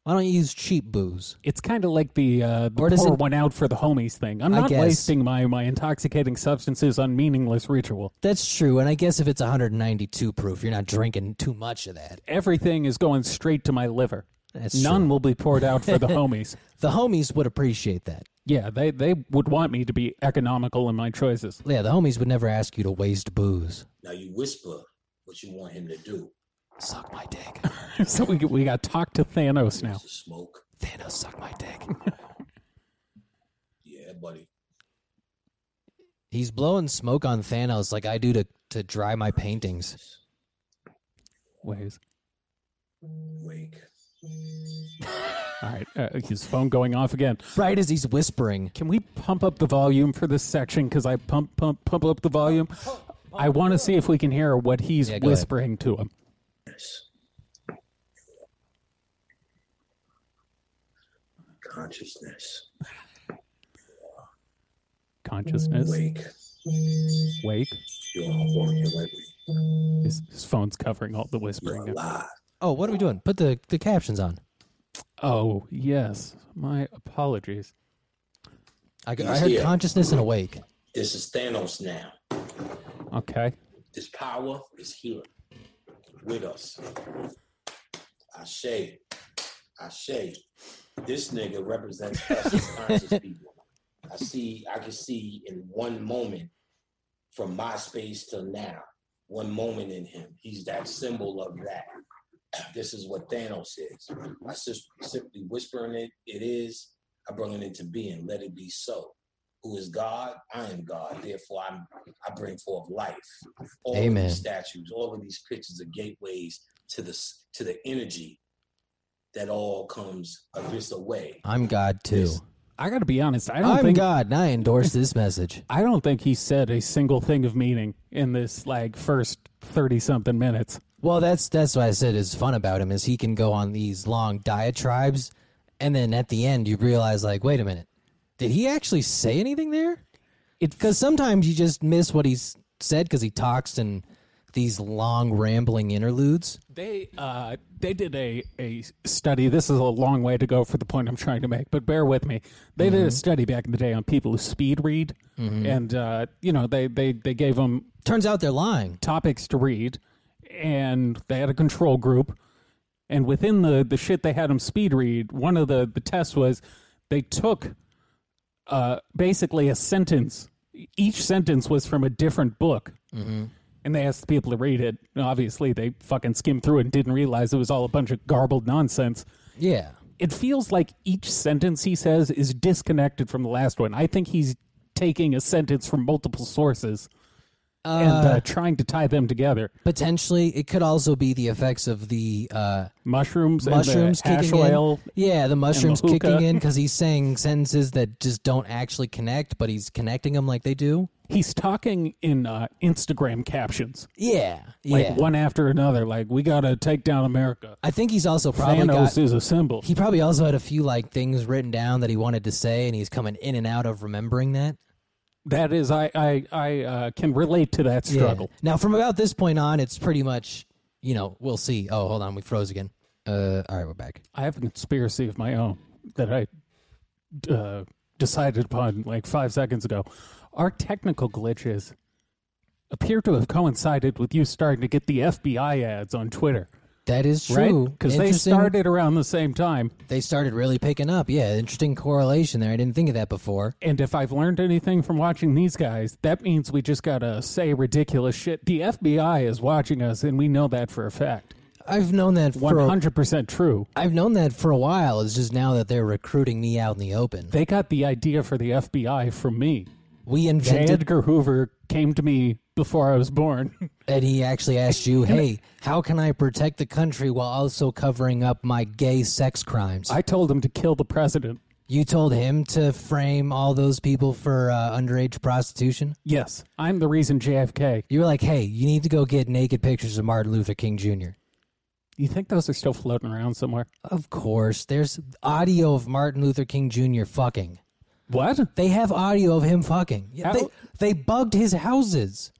Speaker 1: Why don't you use cheap booze?
Speaker 2: It's kind of like the, uh, the
Speaker 1: Or does
Speaker 2: pour
Speaker 1: it-
Speaker 2: one out for the homies thing. I'm
Speaker 1: I
Speaker 2: not
Speaker 1: guess.
Speaker 2: wasting my, my intoxicating substances on meaningless ritual.
Speaker 1: That's true, and I guess if it's 192 proof, you're not drinking too much of that.
Speaker 2: Everything is going straight to my liver.
Speaker 1: That's
Speaker 2: None will be poured out for the homies.
Speaker 1: The homies would appreciate that.
Speaker 2: Yeah, they, they would want me to be economical in my choices.
Speaker 1: Yeah, the homies would never ask you to waste booze.
Speaker 3: now you whisper what you want him to do.
Speaker 1: Suck my dick.
Speaker 2: so we, we got to talk to Thanos now.
Speaker 3: To smoke.
Speaker 1: Thanos, suck my dick.
Speaker 3: Yeah, buddy.
Speaker 1: He's blowing smoke on Thanos like I do to, to dry my paintings.
Speaker 2: Ways.
Speaker 3: Wake.
Speaker 2: All right, uh, his phone going off again.
Speaker 1: Right as he's whispering.
Speaker 2: Can we pump up the volume for this section? Because I pump, pump, pump up the volume. I want to see if we can hear what he's
Speaker 1: Yeah, go ahead.
Speaker 2: whispering to him.
Speaker 3: Yes. Consciousness.
Speaker 2: Consciousness,
Speaker 3: Wake.
Speaker 2: wake.
Speaker 3: You are formulating.
Speaker 2: His, his phone's covering all the whispering. now.
Speaker 3: Alive.
Speaker 1: Oh, what are we doing? Put the, the captions on.
Speaker 2: Oh, yes. My apologies.
Speaker 1: I, I
Speaker 3: He's
Speaker 1: heard
Speaker 3: here.
Speaker 1: consciousness and awake.
Speaker 3: This is Thanos now.
Speaker 2: Okay.
Speaker 3: This power is here with us. I say, I say, this nigga represents us as conscious people. I see, I can see in one moment from my space till now, one moment in him. He's that symbol of that. This is what Thanos is. I just simply whispering it, it is. I bring it into being. Let it be so. Who is God? I am God. Therefore, I'm, I bring forth life all of
Speaker 1: Amen.
Speaker 3: these statues, all of these pictures are gateways to the s- to the energy that all comes of this away.
Speaker 1: I'm God too.
Speaker 3: Yes.
Speaker 2: I got to be honest. I don't
Speaker 1: I'm
Speaker 2: think
Speaker 1: God, and I endorse this message.
Speaker 2: I don't think he said a single thing of meaning in this like first 30 something minutes.
Speaker 1: Well, that's that's what I said is fun about him is he can go on these long diatribes, and then at the end you realize like, wait a minute, did he actually say anything there? Because sometimes you just miss what he's said because he talks in these long rambling interludes.
Speaker 2: They uh, they did a, a study. This is a long way to go for the point I'm trying to make, but bear with me. They did a study back in the day on people who speed read, and uh, you know they, they, they gave them
Speaker 1: Turns out they're lying.
Speaker 2: topics to read, and they had a control group, and within the the shit they had them speed read, one of the the tests was they took uh, basically a sentence. Each sentence was from a different book, and they asked people to read it. And obviously, they fucking skimmed through it and didn't realize it was all a bunch of garbled nonsense.
Speaker 1: Yeah.
Speaker 2: It feels like each sentence he says is disconnected from the last one. I think he's taking a sentence from multiple sources and uh, trying to tie them together.
Speaker 1: Potentially, it could also be the effects of the uh,
Speaker 2: Mushrooms,
Speaker 1: mushrooms
Speaker 2: and the hash
Speaker 1: kicking
Speaker 2: oil.
Speaker 1: in. Yeah, the mushrooms kicking
Speaker 2: hookah.
Speaker 1: in because he's saying sentences that just don't actually connect, but he's connecting them like they do.
Speaker 2: He's talking in uh, Instagram captions,
Speaker 1: Yeah,
Speaker 2: like
Speaker 1: yeah.
Speaker 2: one after another. Like we gotta take down America.
Speaker 1: I think he's also probably
Speaker 2: Thanos
Speaker 1: got.
Speaker 2: is a symbol.
Speaker 1: He probably also had a few like things written down that he wanted to say, and he's coming in and out of remembering that.
Speaker 2: that is, I I I uh, can relate to that
Speaker 1: Yeah.
Speaker 2: struggle.
Speaker 1: Now, from about this point on, it's pretty much, you know, we'll see. Oh, hold on, we froze again. Uh, all right, we're back.
Speaker 2: I have a conspiracy of my own that I uh, decided upon like five seconds ago. Our technical glitches appear to have coincided with you starting to get the FBI ads on Twitter,
Speaker 1: That is
Speaker 2: right?
Speaker 1: true.
Speaker 2: Because they
Speaker 1: Interesting-
Speaker 2: started around the same time.
Speaker 1: They started really picking up. Yeah, interesting correlation there. I didn't think of that before.
Speaker 2: And if I've learned anything from watching these guys, that means we just gotta say ridiculous shit. The FBI is watching us, and we know that for a fact.
Speaker 1: I've known that
Speaker 2: One
Speaker 1: for. A,
Speaker 2: hundred percent true.
Speaker 1: I've known that for a while. It's just now that they're recruiting me out in the open.
Speaker 2: They got the idea for the FBI from me.
Speaker 1: We
Speaker 2: J.
Speaker 1: invented,
Speaker 2: Edgar Hoover came to me before I was born.
Speaker 1: and he actually asked you, "Hey, how can I protect the country while also covering up my gay sex crimes?"
Speaker 2: I told him to kill the president.
Speaker 1: you told him to frame all those people for uh, underage prostitution.
Speaker 2: Yes, I'm the reason JFK.
Speaker 1: You were like, "Hey, you need to go get naked pictures of Martin Luther King Jr."
Speaker 2: You think those are still floating around somewhere?
Speaker 1: Of course, there's audio of Martin Luther King Jr. fucking.
Speaker 2: What?
Speaker 1: They have audio of him fucking. Yeah,
Speaker 2: How-
Speaker 1: They, they bugged his houses.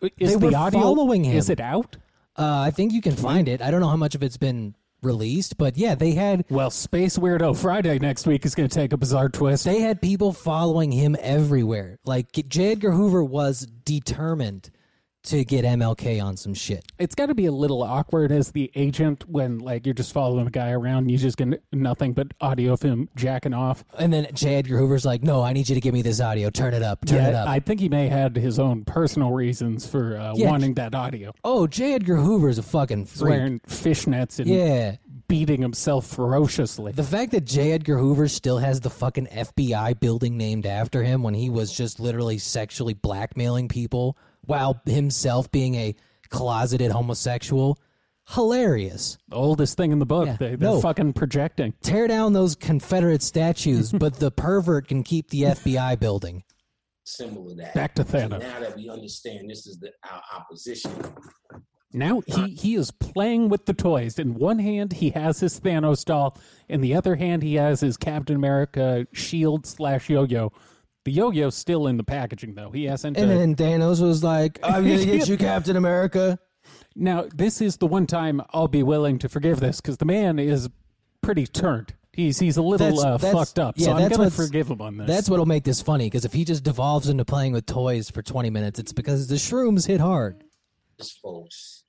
Speaker 2: Is
Speaker 1: They
Speaker 2: the
Speaker 1: were
Speaker 2: audio
Speaker 1: following him.
Speaker 2: Is it out?
Speaker 1: Uh, I think you can find it. I don't know how much of it's been released, but yeah, they had
Speaker 2: Well, Space Weirdo Friday next week is going to take a bizarre twist.
Speaker 1: they had people following him everywhere. Like J. Edgar Hoover was determined to get MLK on some shit.
Speaker 2: it's got to be a little awkward as the agent when like you're just following a guy around and you just get nothing but audio of him jacking off.
Speaker 1: And then J. Edgar Hoover's like, "No, I need you to give me this audio. Turn it up. Turn it
Speaker 2: Yeah,
Speaker 1: up."
Speaker 2: I think he may had his own personal reasons for uh,
Speaker 1: Yeah.
Speaker 2: wanting that audio.
Speaker 1: oh, J. Edgar Hoover's a fucking freak.
Speaker 2: Wearing fishnets and
Speaker 1: Yeah.
Speaker 2: beating himself ferociously.
Speaker 1: The fact that J. Edgar Hoover still has the fucking FBI building named after him when he was just literally sexually blackmailing people while himself being a closeted homosexual, hilarious.
Speaker 2: The oldest thing in the book.
Speaker 1: Yeah.
Speaker 2: They, they're
Speaker 1: No.
Speaker 2: fucking projecting.
Speaker 1: Tear down those Confederate statues, but the pervert can keep the FBI building.
Speaker 3: Symbol of that.
Speaker 2: Back to
Speaker 3: So
Speaker 2: Thanos.
Speaker 3: now that we understand this is the our opposition,
Speaker 2: Now he, he is playing with the toys. In one hand, he has his Thanos doll. In the other hand, he has his Captain America shield slash yo-yo. The yo-yo's still in the packaging, though. He hasn't. uh,
Speaker 1: And then Thanos was like, I'm going to get you, Captain America.
Speaker 2: now, this is the one time I'll be willing to forgive this because the man is pretty turned. He's he's a little
Speaker 1: That's-
Speaker 2: uh,
Speaker 1: that's-
Speaker 2: fucked up.
Speaker 1: yeah,
Speaker 2: so I'm
Speaker 1: that's
Speaker 2: gonna
Speaker 1: what's-
Speaker 2: forgive him on this.
Speaker 1: That's what'll make this funny, because if he just devolves into playing with toys for 20 minutes, it's because the shrooms hit hard.
Speaker 3: this folks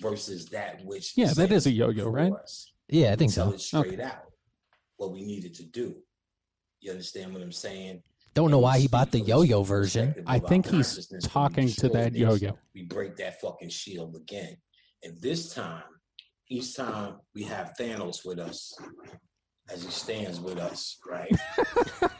Speaker 3: versus that which
Speaker 2: Yeah, that
Speaker 3: sits
Speaker 2: is a yo-yo,
Speaker 3: before
Speaker 2: right?
Speaker 3: us.
Speaker 1: Yeah, I think
Speaker 3: Tell
Speaker 1: so.
Speaker 3: it straight out what we needed to do. You understand what I'm saying?
Speaker 1: Don't know
Speaker 3: And we
Speaker 1: why he
Speaker 3: speak
Speaker 1: bought the
Speaker 3: from
Speaker 1: yo-yo
Speaker 3: perspective
Speaker 1: version.
Speaker 3: of
Speaker 2: I
Speaker 3: our
Speaker 2: think he's
Speaker 3: consciousness. When we
Speaker 2: talking to
Speaker 3: destroy
Speaker 2: that
Speaker 3: this,
Speaker 2: yo-yo.
Speaker 3: We break that fucking shield again, and this time, each time we have Thanos with us, as he stands with us, right?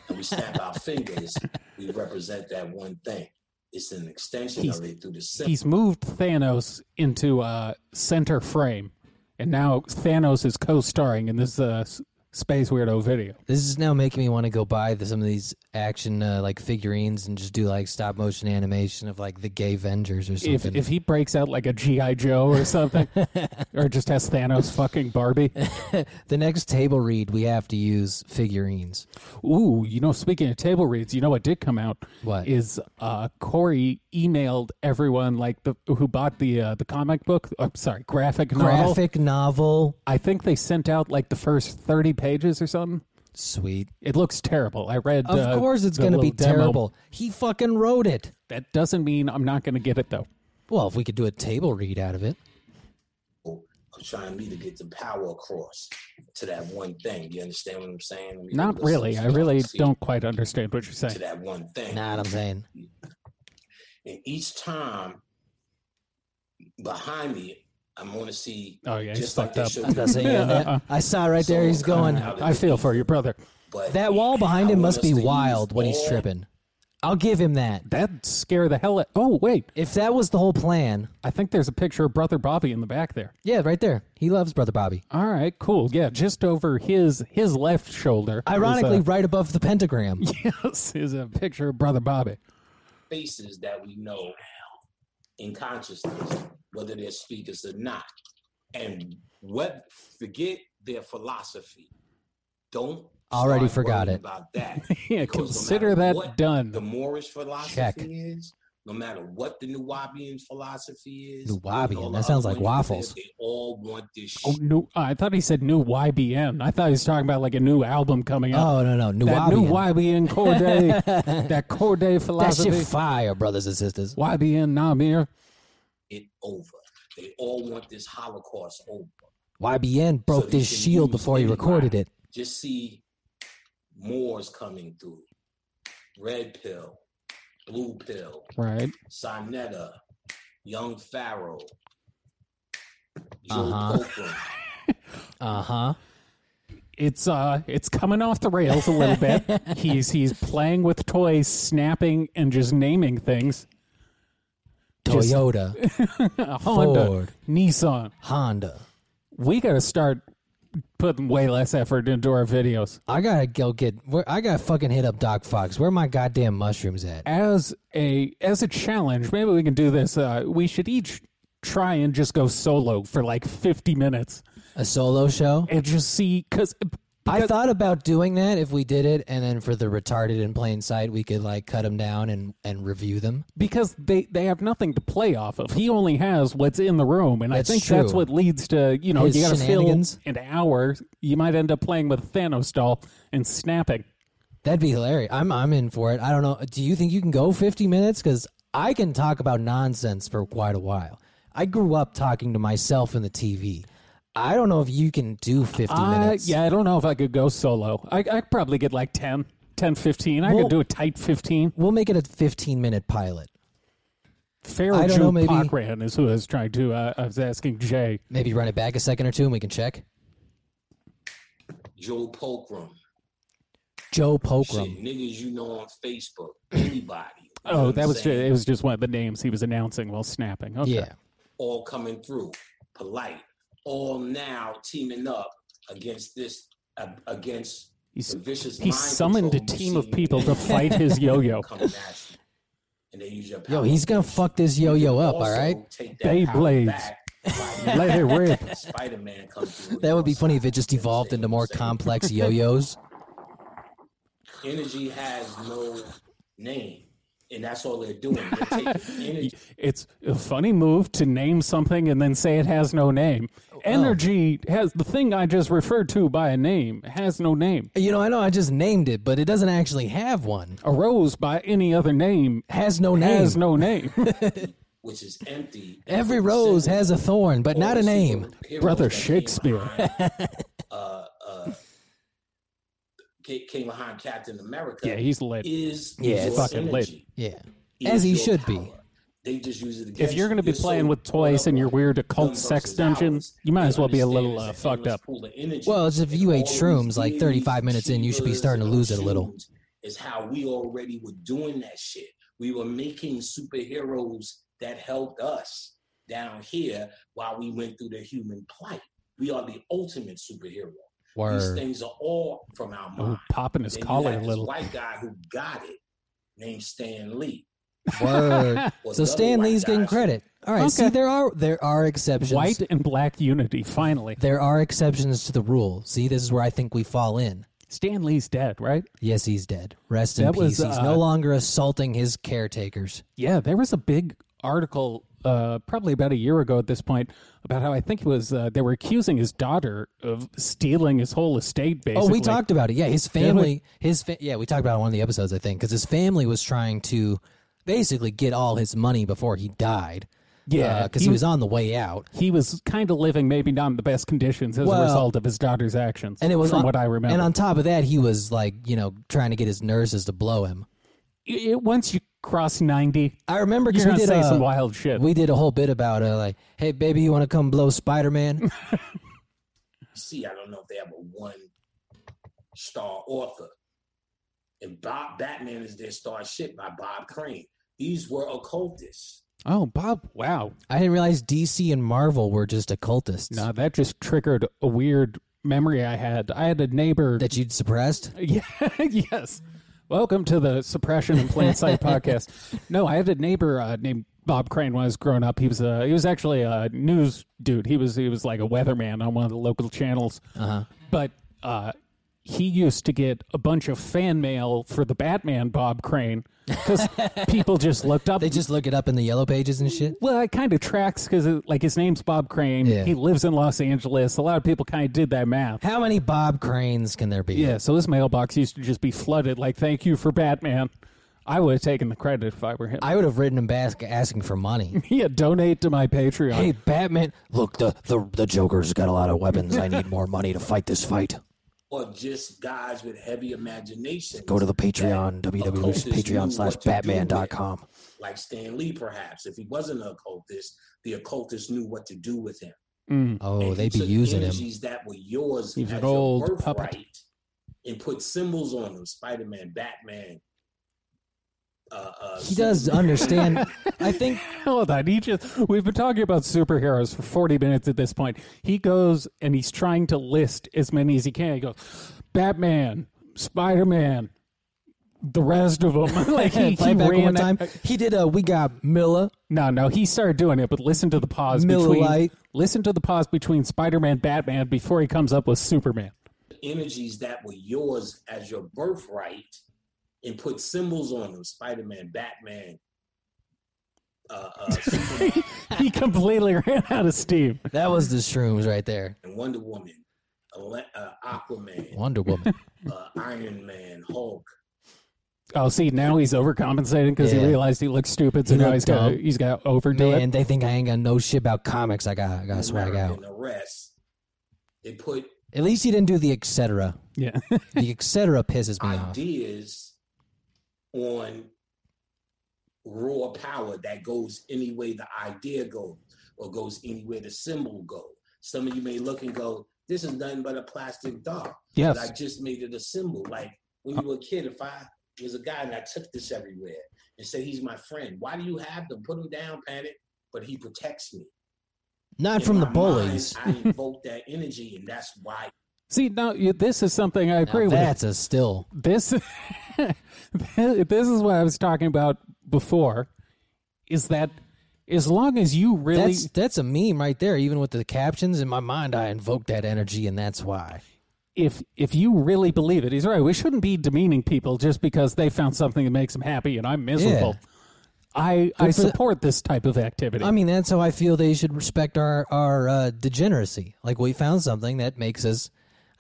Speaker 3: and we snap our fingers. We represent that one thing. It's an extension
Speaker 2: He's-
Speaker 3: of it through the symbol.
Speaker 2: he's moved Thanos into uh, center frame, and now Thanos is co-starring in this uh, s- space weirdo video.
Speaker 1: This is now making me want to go buy the, some of these action uh, like figurines and just do like stop motion animation of like the Gay Vengers or
Speaker 2: If
Speaker 1: something.
Speaker 2: if he breaks out like a GI Joe or something, or just has Thanos fucking Barbie.
Speaker 1: the next table read, we have to use figurines.
Speaker 2: Ooh, you know, speaking of table reads, you know what did come out
Speaker 1: What?
Speaker 2: is uh, Corey emailed everyone like the who bought the uh, the comic book. I'm sorry, graphic novel.
Speaker 1: Graphic novel.
Speaker 2: I think they sent out like the first thirty pages or something.
Speaker 1: Sweet.
Speaker 2: It looks terrible. I read.
Speaker 1: Of
Speaker 2: uh,
Speaker 1: course, it's
Speaker 2: the
Speaker 1: going to be
Speaker 2: little demo.
Speaker 1: terrible. He fucking wrote it.
Speaker 2: That doesn't mean I'm not going to get it though.
Speaker 1: Well, if we could do a table read out of it,
Speaker 3: of trying me to get the power across to that one thing. You understand what I'm saying? I mean,
Speaker 2: Not
Speaker 3: listen,
Speaker 2: really. I
Speaker 3: you
Speaker 2: really
Speaker 3: see
Speaker 2: don't quite understand what you're
Speaker 3: To
Speaker 2: saying.
Speaker 3: that one thing.
Speaker 1: nah, what I'm saying.
Speaker 3: And each time behind me, I'm going to see
Speaker 2: Oh, yeah, he's
Speaker 3: just
Speaker 2: fucked
Speaker 3: like they
Speaker 2: up.
Speaker 1: I
Speaker 3: showed
Speaker 1: was about to say, yeah, that- I saw right there. He's going.
Speaker 3: How did
Speaker 2: I
Speaker 3: they
Speaker 2: feel
Speaker 3: do
Speaker 2: for
Speaker 3: it?
Speaker 2: your brother.
Speaker 3: But
Speaker 1: That wall behind him
Speaker 3: I
Speaker 1: must
Speaker 3: want us
Speaker 1: be
Speaker 3: to use
Speaker 1: wild when he's
Speaker 3: all-
Speaker 1: tripping. I'll give him that.
Speaker 2: That'd scare the hell out. Oh, wait.
Speaker 1: If that was the whole plan,
Speaker 2: I think there's a picture of Brother Bobby in the back there.
Speaker 1: yeah, right there. He loves brother Bobby.
Speaker 2: All right, cool. Yeah, just over his his left shoulder. is a-
Speaker 1: Ironically, right above the pentagram.
Speaker 2: yes, is a picture of Brother Bobby.
Speaker 3: faces that we know in consciousness, whether they're speakers or not. And what forget their philosophy. Don't
Speaker 1: Already
Speaker 3: start
Speaker 1: forgot
Speaker 3: worrying
Speaker 1: it.
Speaker 3: about that.
Speaker 2: Yeah,
Speaker 3: Because no
Speaker 2: consider
Speaker 3: matter
Speaker 2: that
Speaker 3: what
Speaker 2: done.
Speaker 3: The Moorish philosophy
Speaker 1: Check.
Speaker 3: is, no matter what the Nuwabian philosophy is.
Speaker 1: Nuwabian?
Speaker 3: all
Speaker 1: That
Speaker 3: the
Speaker 1: sounds
Speaker 3: other
Speaker 1: like
Speaker 3: ones out there,
Speaker 1: waffles.
Speaker 3: They all want this shit.
Speaker 2: oh, new. I thought he said new YBN. I thought he was talking about like a new album coming out.
Speaker 1: Oh no no, new
Speaker 2: that new
Speaker 1: Bobby.
Speaker 2: YBN Corday, that Corday
Speaker 1: That
Speaker 2: philosophy.
Speaker 1: shit fire, brothers and sisters.
Speaker 2: YBN Namir.
Speaker 3: it over. They all want this Holocaust over.
Speaker 1: YBN broke
Speaker 3: So they
Speaker 1: this
Speaker 3: can
Speaker 1: shield
Speaker 3: use
Speaker 1: before he
Speaker 3: anybody.
Speaker 1: recorded it.
Speaker 3: Just see Moors coming through. Red pill, blue pill,
Speaker 2: Right.
Speaker 3: Sonetta, Young Pharaoh, Joe
Speaker 1: Uh-huh.
Speaker 3: Cochran.
Speaker 1: Uh huh.
Speaker 2: It's uh, it's coming off the rails a little bit. he's he's playing with toys, snapping and just naming things. Just-
Speaker 1: Toyota,
Speaker 2: Honda,
Speaker 1: Ford.
Speaker 2: Nissan.
Speaker 1: Honda.
Speaker 2: We gotta start putting way less effort into our videos.
Speaker 1: I gotta go get. Where, I gotta fucking hit up Doc Fox. Where my goddamn mushrooms at?
Speaker 2: As a as a challenge, maybe we can do this. Uh, we should each try and just go solo for like fifty minutes
Speaker 1: A solo show?
Speaker 2: and just see because.
Speaker 1: I thought about doing that if we did it, and then for the retarded in plain sight, we could like cut them down and and review them.
Speaker 2: because they, they have nothing to play off of. He only has what's in the room, and
Speaker 1: That's
Speaker 2: I think that's
Speaker 1: true.
Speaker 2: what leads to you know
Speaker 1: His
Speaker 2: you got to fill
Speaker 1: shenanigans.
Speaker 2: an hour. You might end up playing with Thanos doll and snapping.
Speaker 1: That'd be hilarious. I'm I'm in for it. I don't know. Do you think you can go 50 minutes? Because I can talk about nonsense for quite a while. I grew up talking to myself in the TV. I don't know if you can do 50
Speaker 2: I,
Speaker 1: minutes.
Speaker 2: Uh, yeah, I don't know if I could go solo. I I could probably get like 10, 10, 15. I
Speaker 1: Well-
Speaker 2: could do a tight fifteen.
Speaker 1: We'll make it a 15 minute pilot. I
Speaker 2: Farrell
Speaker 1: don't know,
Speaker 2: Jew
Speaker 1: maybe-
Speaker 2: Cochran is who I was trying to. Uh, I was asking Jay.
Speaker 1: Maybe run it back a second or two, and we can check.
Speaker 3: Joe Cochran.
Speaker 1: Joe
Speaker 3: Shit,
Speaker 1: Pokram.
Speaker 3: niggas you know on Facebook. Anybody. you know
Speaker 2: Oh,
Speaker 3: what
Speaker 2: that
Speaker 3: I'm
Speaker 2: was just,
Speaker 3: saying?
Speaker 2: it. Was just one of the names he was announcing while snapping. Okay.
Speaker 1: Yeah.
Speaker 3: all coming through, polite, all now teaming up against this uh, against
Speaker 2: He's-
Speaker 3: the vicious.
Speaker 2: He
Speaker 3: mind
Speaker 2: summoned a
Speaker 3: control
Speaker 2: team of
Speaker 3: machine
Speaker 2: people to
Speaker 3: that
Speaker 2: fight his yo-yo.
Speaker 3: coming at you. And they use your
Speaker 1: Yo,
Speaker 3: power
Speaker 1: he's gonna
Speaker 3: force.
Speaker 1: fuck this
Speaker 3: You can
Speaker 1: yo-yo up,
Speaker 3: also
Speaker 1: all right?
Speaker 3: take that
Speaker 2: Beyblades.
Speaker 3: power back by
Speaker 2: Let it rip.
Speaker 3: letting Spider-Man come through.
Speaker 1: That would be funny if it
Speaker 3: outside.
Speaker 1: just
Speaker 3: You know what I'm
Speaker 1: evolved
Speaker 3: saying?
Speaker 1: into more
Speaker 3: Saying
Speaker 1: complex yo yos.
Speaker 3: Energy has no name, and that's all they're doing. They're taking energy.
Speaker 2: It's a funny move to name something and then say it has no name. Energy has the thing I just referred to by a name has no name.
Speaker 1: You know, I know I just named it, but it doesn't actually have one.
Speaker 2: Arose by any other name
Speaker 1: Has no name.
Speaker 2: has no name.
Speaker 3: which is empty.
Speaker 1: Every rose has a thorn, but not a name.
Speaker 3: Heroes
Speaker 2: Brother
Speaker 3: that came
Speaker 2: Shakespeare.
Speaker 3: behind, uh, uh, ca- came behind Captain America.
Speaker 2: yeah, he's lit.
Speaker 3: is
Speaker 1: Yeah,
Speaker 3: your
Speaker 2: fucking lit.
Speaker 3: energy,
Speaker 1: Yeah.
Speaker 3: is
Speaker 1: As he
Speaker 3: your
Speaker 1: should be.
Speaker 3: power. They just use it.
Speaker 2: If
Speaker 3: against
Speaker 2: you're
Speaker 3: you.
Speaker 2: going to be
Speaker 3: You're so
Speaker 2: playing with toys
Speaker 3: caught
Speaker 2: in
Speaker 3: up
Speaker 2: your
Speaker 3: on
Speaker 2: weird
Speaker 3: them
Speaker 2: occult sex
Speaker 3: versus
Speaker 2: dungeons,
Speaker 3: ours.
Speaker 2: you might
Speaker 3: They
Speaker 2: as well be a
Speaker 3: understand
Speaker 2: little
Speaker 3: it's
Speaker 2: uh,
Speaker 3: an
Speaker 2: fucked
Speaker 3: endless
Speaker 2: up.
Speaker 3: pool of energy.
Speaker 1: Well, it's if
Speaker 3: And
Speaker 1: you
Speaker 3: all
Speaker 1: ate
Speaker 3: these
Speaker 1: shrooms like
Speaker 3: deities,
Speaker 1: 35 minutes in, you should be
Speaker 3: Shivas,
Speaker 1: starting to
Speaker 3: and
Speaker 1: lose it a little.
Speaker 3: Oshun's Is how we already were doing that shit. We were making superheroes that helped us down here while we went through the human plight. We are the ultimate superhero. These
Speaker 1: Word.
Speaker 3: things are all from our mind.
Speaker 2: Oh, popping his
Speaker 3: Then you
Speaker 2: collar
Speaker 3: have
Speaker 2: a
Speaker 3: this
Speaker 2: little.
Speaker 3: white guy who got it, named Stan Lee.
Speaker 1: Word.
Speaker 3: Or
Speaker 1: So
Speaker 3: the other
Speaker 1: Stan
Speaker 3: white
Speaker 1: Lee's getting
Speaker 3: guys.
Speaker 1: credit. All right. See,
Speaker 2: Okay.
Speaker 1: there are there are exceptions.
Speaker 2: White and black unity, finally.
Speaker 1: There are exceptions to the rule. See, this is where I think we fall in.
Speaker 2: Stan Lee's dead, right?
Speaker 1: Yes, he's dead. Rest in
Speaker 2: That
Speaker 1: peace.
Speaker 2: was,
Speaker 1: he's
Speaker 2: uh,
Speaker 1: no longer assaulting his caretakers.
Speaker 2: Yeah, there was a big article uh, probably about a year ago at this point about how I think it was uh, they were accusing his daughter of stealing his whole estate. Basically,
Speaker 1: Oh, we talked about it. Yeah, his family. His fa- yeah, we talked about it on one of the episodes, I think, because his family was trying to basically get all his money before he died.
Speaker 2: Yeah,
Speaker 1: because
Speaker 2: he
Speaker 1: he was on the way out.
Speaker 2: He was kind of living maybe not in the best conditions as
Speaker 1: Well,
Speaker 2: a result of his daughter's actions,
Speaker 1: And it was
Speaker 2: from
Speaker 1: on-
Speaker 2: what I remember.
Speaker 1: And on top of that, he was like, you know, trying to get his nurses to blow him.
Speaker 2: it, it- once you cross 90.
Speaker 1: I remember because
Speaker 2: You're
Speaker 1: we
Speaker 2: going to
Speaker 1: did
Speaker 2: say
Speaker 1: uh,
Speaker 2: some wild shit.
Speaker 1: we did a whole bit about uh, like, hey baby, you want to come blow Spider Man?
Speaker 3: You see, I don't know if they have a one star author. And Bob Batman is their star shit by Bob Crane. These were occultists.
Speaker 2: oh, Bob, wow.
Speaker 1: I didn't realize DC and Marvel were just occultists
Speaker 2: No, that just triggered a weird memory I had. I had a neighbor.
Speaker 1: that you'd suppressed.
Speaker 2: Yeah, yes. Welcome to the Suppression and Plant Site podcast. No, I had a neighbor uh, named Bob Crane when I was growing up. He was a, he was actually a news dude. He was he was like a weatherman on one of the local channels. Uh-huh. But uh, he used to get a bunch of fan mail for the Batman Bob Crane because people just looked up.
Speaker 1: They just look it up in the yellow pages and shit.
Speaker 2: Well, it kind of tracks because like his name's Bob Crane.
Speaker 1: Yeah.
Speaker 2: He lives in Los Angeles. A lot of people kind of did that math.
Speaker 1: How many Bob Cranes can there be?
Speaker 2: Yeah, so this mailbox used to just be flooded. Like, thank you for Batman. I would have taken the credit if I were him.
Speaker 1: I would have written him back asking for money.
Speaker 2: yeah, donate to my Patreon.
Speaker 1: hey Batman, look the, the the Joker's got a lot of weapons. I need more money to fight this fight.
Speaker 3: Or just guys with heavy imagination.
Speaker 1: Go to the Patreon,
Speaker 3: that
Speaker 1: www.
Speaker 3: occultists knew
Speaker 1: Patreon
Speaker 3: what
Speaker 1: slash
Speaker 3: to do with.
Speaker 1: Batman.com.
Speaker 3: Like Stan Lee, perhaps. If he wasn't an occultist, the occultist knew what to do with him.
Speaker 2: Mm.
Speaker 1: Oh,
Speaker 3: and
Speaker 1: they
Speaker 3: he
Speaker 1: be
Speaker 3: took
Speaker 1: using him.
Speaker 3: energies that were yours
Speaker 2: He's an
Speaker 3: as your
Speaker 2: old
Speaker 3: birthright
Speaker 2: puppet.
Speaker 3: and put symbols on them Spider-Man, Batman. Uh, uh,
Speaker 1: He does understand. I think
Speaker 2: Hold on. He just, we've been talking about superheroes for 40 minutes at this point. He goes and he's trying to list as many as he can. He goes, Batman, Spider Man, the rest of them. like, he,
Speaker 1: play
Speaker 2: he
Speaker 1: it back one more
Speaker 2: ran
Speaker 1: time. He did a. We got Miller.
Speaker 2: No, no, he started doing it, but listen to the pause
Speaker 1: Miller
Speaker 2: between.
Speaker 1: Lite.
Speaker 2: Listen to the pause between Spider Man, Batman before he comes up with Superman.
Speaker 3: energies that were yours as your birthright and put symbols on them Spider-Man, Batman. Uh, uh, Superman,
Speaker 2: he completely ran out of steam.
Speaker 1: That was the shrooms right there.
Speaker 3: Wonder Woman, Ale- uh, Aquaman,
Speaker 1: Wonder Woman.
Speaker 3: uh, Iron Man, Hulk.
Speaker 2: Oh, see, now he's overcompensating because
Speaker 1: Yeah.
Speaker 2: he realized he looked stupid, so
Speaker 1: He
Speaker 2: now
Speaker 1: looked
Speaker 2: he's got
Speaker 1: dumb.
Speaker 2: he's got to overdo
Speaker 1: Man,
Speaker 2: it.
Speaker 1: they think I ain't got no shit about comics. I got I got to swag out.
Speaker 3: American Arrest. They put
Speaker 1: At least he didn't do the etc.
Speaker 2: Yeah,
Speaker 1: The etc. pisses me off.
Speaker 3: ideas on raw power that goes any way the idea goes or goes anywhere the symbol goes. Some of you may look and go, this is nothing but a plastic doll. But I
Speaker 2: yes,
Speaker 3: just made it a symbol. Like when you were a kid, if I was a guy and I took this everywhere and said he's my friend, why do you have them? Put him down, panic. But he protects me.
Speaker 1: Not
Speaker 3: In
Speaker 1: from the
Speaker 3: my mind,
Speaker 1: bullies.
Speaker 3: I invoke that energy, and that's why
Speaker 2: see, now you, this is something I agree
Speaker 1: Now
Speaker 2: with.
Speaker 1: that's a still.
Speaker 2: this this is what I was talking about before. Is that as long as you really
Speaker 1: That's that's a meme right there. Even with the captions in my mind, I invoke that energy, and that's why.
Speaker 2: if if you really believe it, he's right. We shouldn't be demeaning people just because they found something that makes them happy, and I'm miserable. I
Speaker 1: for
Speaker 2: I
Speaker 1: the-
Speaker 2: support this type of activity.
Speaker 1: I mean, that's how I feel. They should respect our our uh, degeneracy. Like we found something that makes us.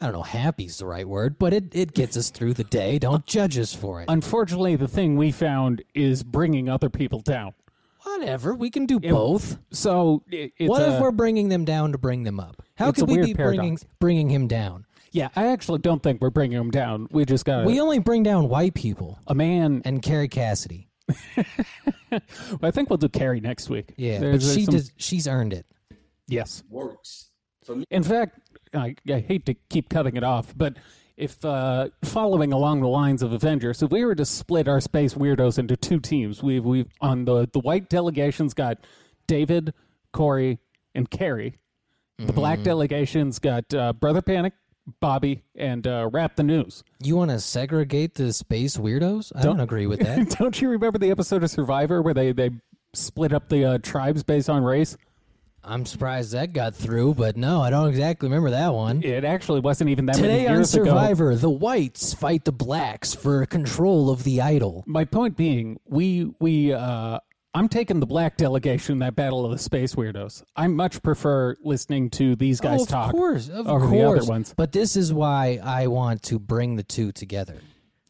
Speaker 1: I don't know. Happy's the right word, but it it gets us through the day. Don't judge us for it.
Speaker 2: Unfortunately, the thing we found is bringing other people down.
Speaker 1: Whatever. We can do both.
Speaker 2: So it, it's
Speaker 1: What
Speaker 2: a-
Speaker 1: if we're bringing them down to bring them up? How
Speaker 2: It's
Speaker 1: could
Speaker 2: a
Speaker 1: we
Speaker 2: weird
Speaker 1: be bringing
Speaker 2: paradox.
Speaker 1: bringing him down?
Speaker 2: yeah? I actually don't think we're bringing them down. We just got
Speaker 1: We only bring down white people
Speaker 2: a man.
Speaker 1: and Carrie Cassidy.
Speaker 2: I think we'll do Carrie next week.
Speaker 1: Yeah,
Speaker 2: There-
Speaker 1: but
Speaker 2: there's
Speaker 1: she
Speaker 2: some-
Speaker 1: does, she's earned it.
Speaker 2: Yes.
Speaker 3: works.
Speaker 2: In fact, I, I hate to keep cutting it off, but if uh, following along the lines of Avengers, if we were to split our space weirdos into two teams, we've we've on the the white delegation's got David, Corey, and Carrie. The black
Speaker 1: Mm-hmm.
Speaker 2: delegation's got uh, Brother Panic, Bobby, and uh, Rap the News.
Speaker 1: You want to segregate the space weirdos? I don't, agree with that.
Speaker 2: Don't you remember the episode of Survivor where they they split up the uh, tribes based on race?
Speaker 1: I'm surprised that got through, but no, I don't exactly remember that one.
Speaker 2: It actually wasn't even that many
Speaker 1: Today on
Speaker 2: years ago.
Speaker 1: Survivor, the whites fight the blacks for control of the idol.
Speaker 2: my point being we we uh I'm taking the black delegation in that battle of the space weirdos. I much prefer listening to these guys
Speaker 1: Oh, of
Speaker 2: talk
Speaker 1: course, of
Speaker 2: over
Speaker 1: course.
Speaker 2: the other ones
Speaker 1: But this is why I want to bring the two together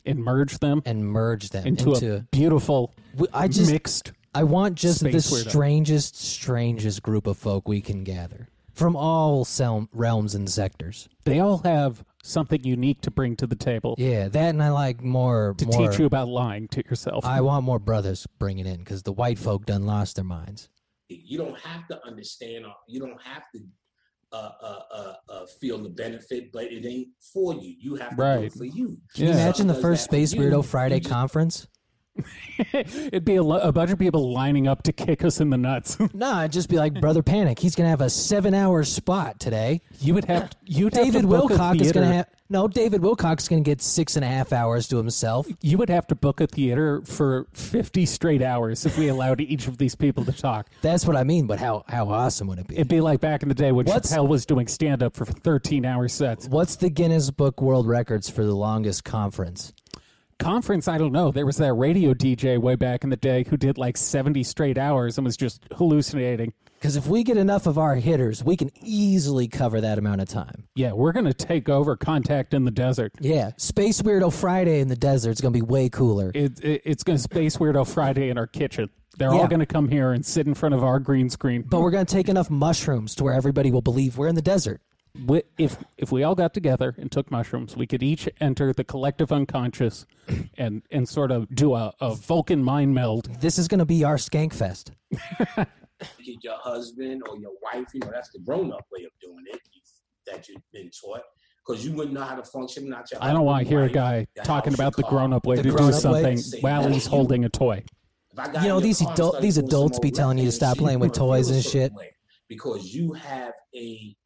Speaker 2: and merge them
Speaker 1: and merge them
Speaker 2: into, a beautiful
Speaker 1: We- I just
Speaker 2: mixed.
Speaker 1: I want just the
Speaker 2: Space weirdo.
Speaker 1: strangest, strangest group of folk we can gather from all sel- realms and sectors.
Speaker 2: They all have something unique to bring to the table
Speaker 1: Yeah, that and I like more
Speaker 2: to
Speaker 1: more-
Speaker 2: teach you about lying to yourself.
Speaker 1: I want more brothers bringing in because the white folk done lost their minds.
Speaker 3: You don't have to understand. or You don't have to uh, uh, uh, uh, feel the benefit, but it ain't for you. You have to do
Speaker 2: Right.
Speaker 3: it for you.
Speaker 2: Can you
Speaker 3: Someone
Speaker 1: Imagine the
Speaker 3: does
Speaker 1: first
Speaker 3: that for
Speaker 1: Space
Speaker 3: you,
Speaker 1: Weirdo
Speaker 3: you
Speaker 1: Friday
Speaker 3: just-
Speaker 1: conference.
Speaker 2: It'd be a, lo- a bunch of people lining up to kick us in the nuts.
Speaker 1: Nah, I'd just be like, Brother Panic, he's gonna have a seven-hour spot today.
Speaker 2: you would have. You'd have
Speaker 1: David
Speaker 2: to book a
Speaker 1: Wilcock is gonna
Speaker 2: theater-
Speaker 1: have no. David Wilcock is gonna get six and a half hours to himself.
Speaker 2: You would have to book a theater for fifty straight hours if we allowed each of these people to talk.
Speaker 1: That's what I mean. But how how awesome would it be?
Speaker 2: It'd be like back in the day when
Speaker 1: What's-
Speaker 2: Chappelle was doing stand up for thirteen-hour sets.
Speaker 1: What's the Guinness Book World Records for the longest conference?
Speaker 2: conference i don't know there was that radio dj way back in the day who did like 70 straight hours and was just hallucinating
Speaker 1: Because if we get enough of our hitters, we can easily cover that amount of time.
Speaker 2: yeah we're gonna take over contact in the desert
Speaker 1: Yeah, Space Weirdo Friday in the desert is gonna be way cooler.
Speaker 2: it, it, it's gonna space weirdo friday in our kitchen they're
Speaker 1: Yeah.
Speaker 2: all gonna come here and sit in front of our green screen
Speaker 1: But we're gonna take enough mushrooms to where everybody will believe we're in the desert.
Speaker 2: we, if if we all got together and took mushrooms we could each enter the collective unconscious and and sort of do a, a vulcan mind meld
Speaker 1: This is gonna be our skank fest.
Speaker 3: get your husband or your wife. You know, that's the grown up way of doing it that you've been taught. Because you wouldn't know how to function without your
Speaker 2: i don't want to hear a
Speaker 3: wife,
Speaker 2: guy
Speaker 3: your
Speaker 2: talking
Speaker 3: house,
Speaker 2: about the
Speaker 3: your car.
Speaker 2: grown-up way
Speaker 1: The
Speaker 2: to do
Speaker 1: grown-up way?
Speaker 2: something while he's holding a toy
Speaker 3: If I got
Speaker 1: You
Speaker 3: in
Speaker 1: know,
Speaker 3: your
Speaker 1: these
Speaker 3: car and
Speaker 1: adult-
Speaker 3: started
Speaker 1: these
Speaker 3: doing some
Speaker 1: adults be
Speaker 3: old
Speaker 1: telling you to
Speaker 3: records,
Speaker 1: stop playing with
Speaker 3: you're gonna
Speaker 1: toys
Speaker 3: feel a
Speaker 1: and
Speaker 3: certain
Speaker 1: shit.
Speaker 3: way Because you have a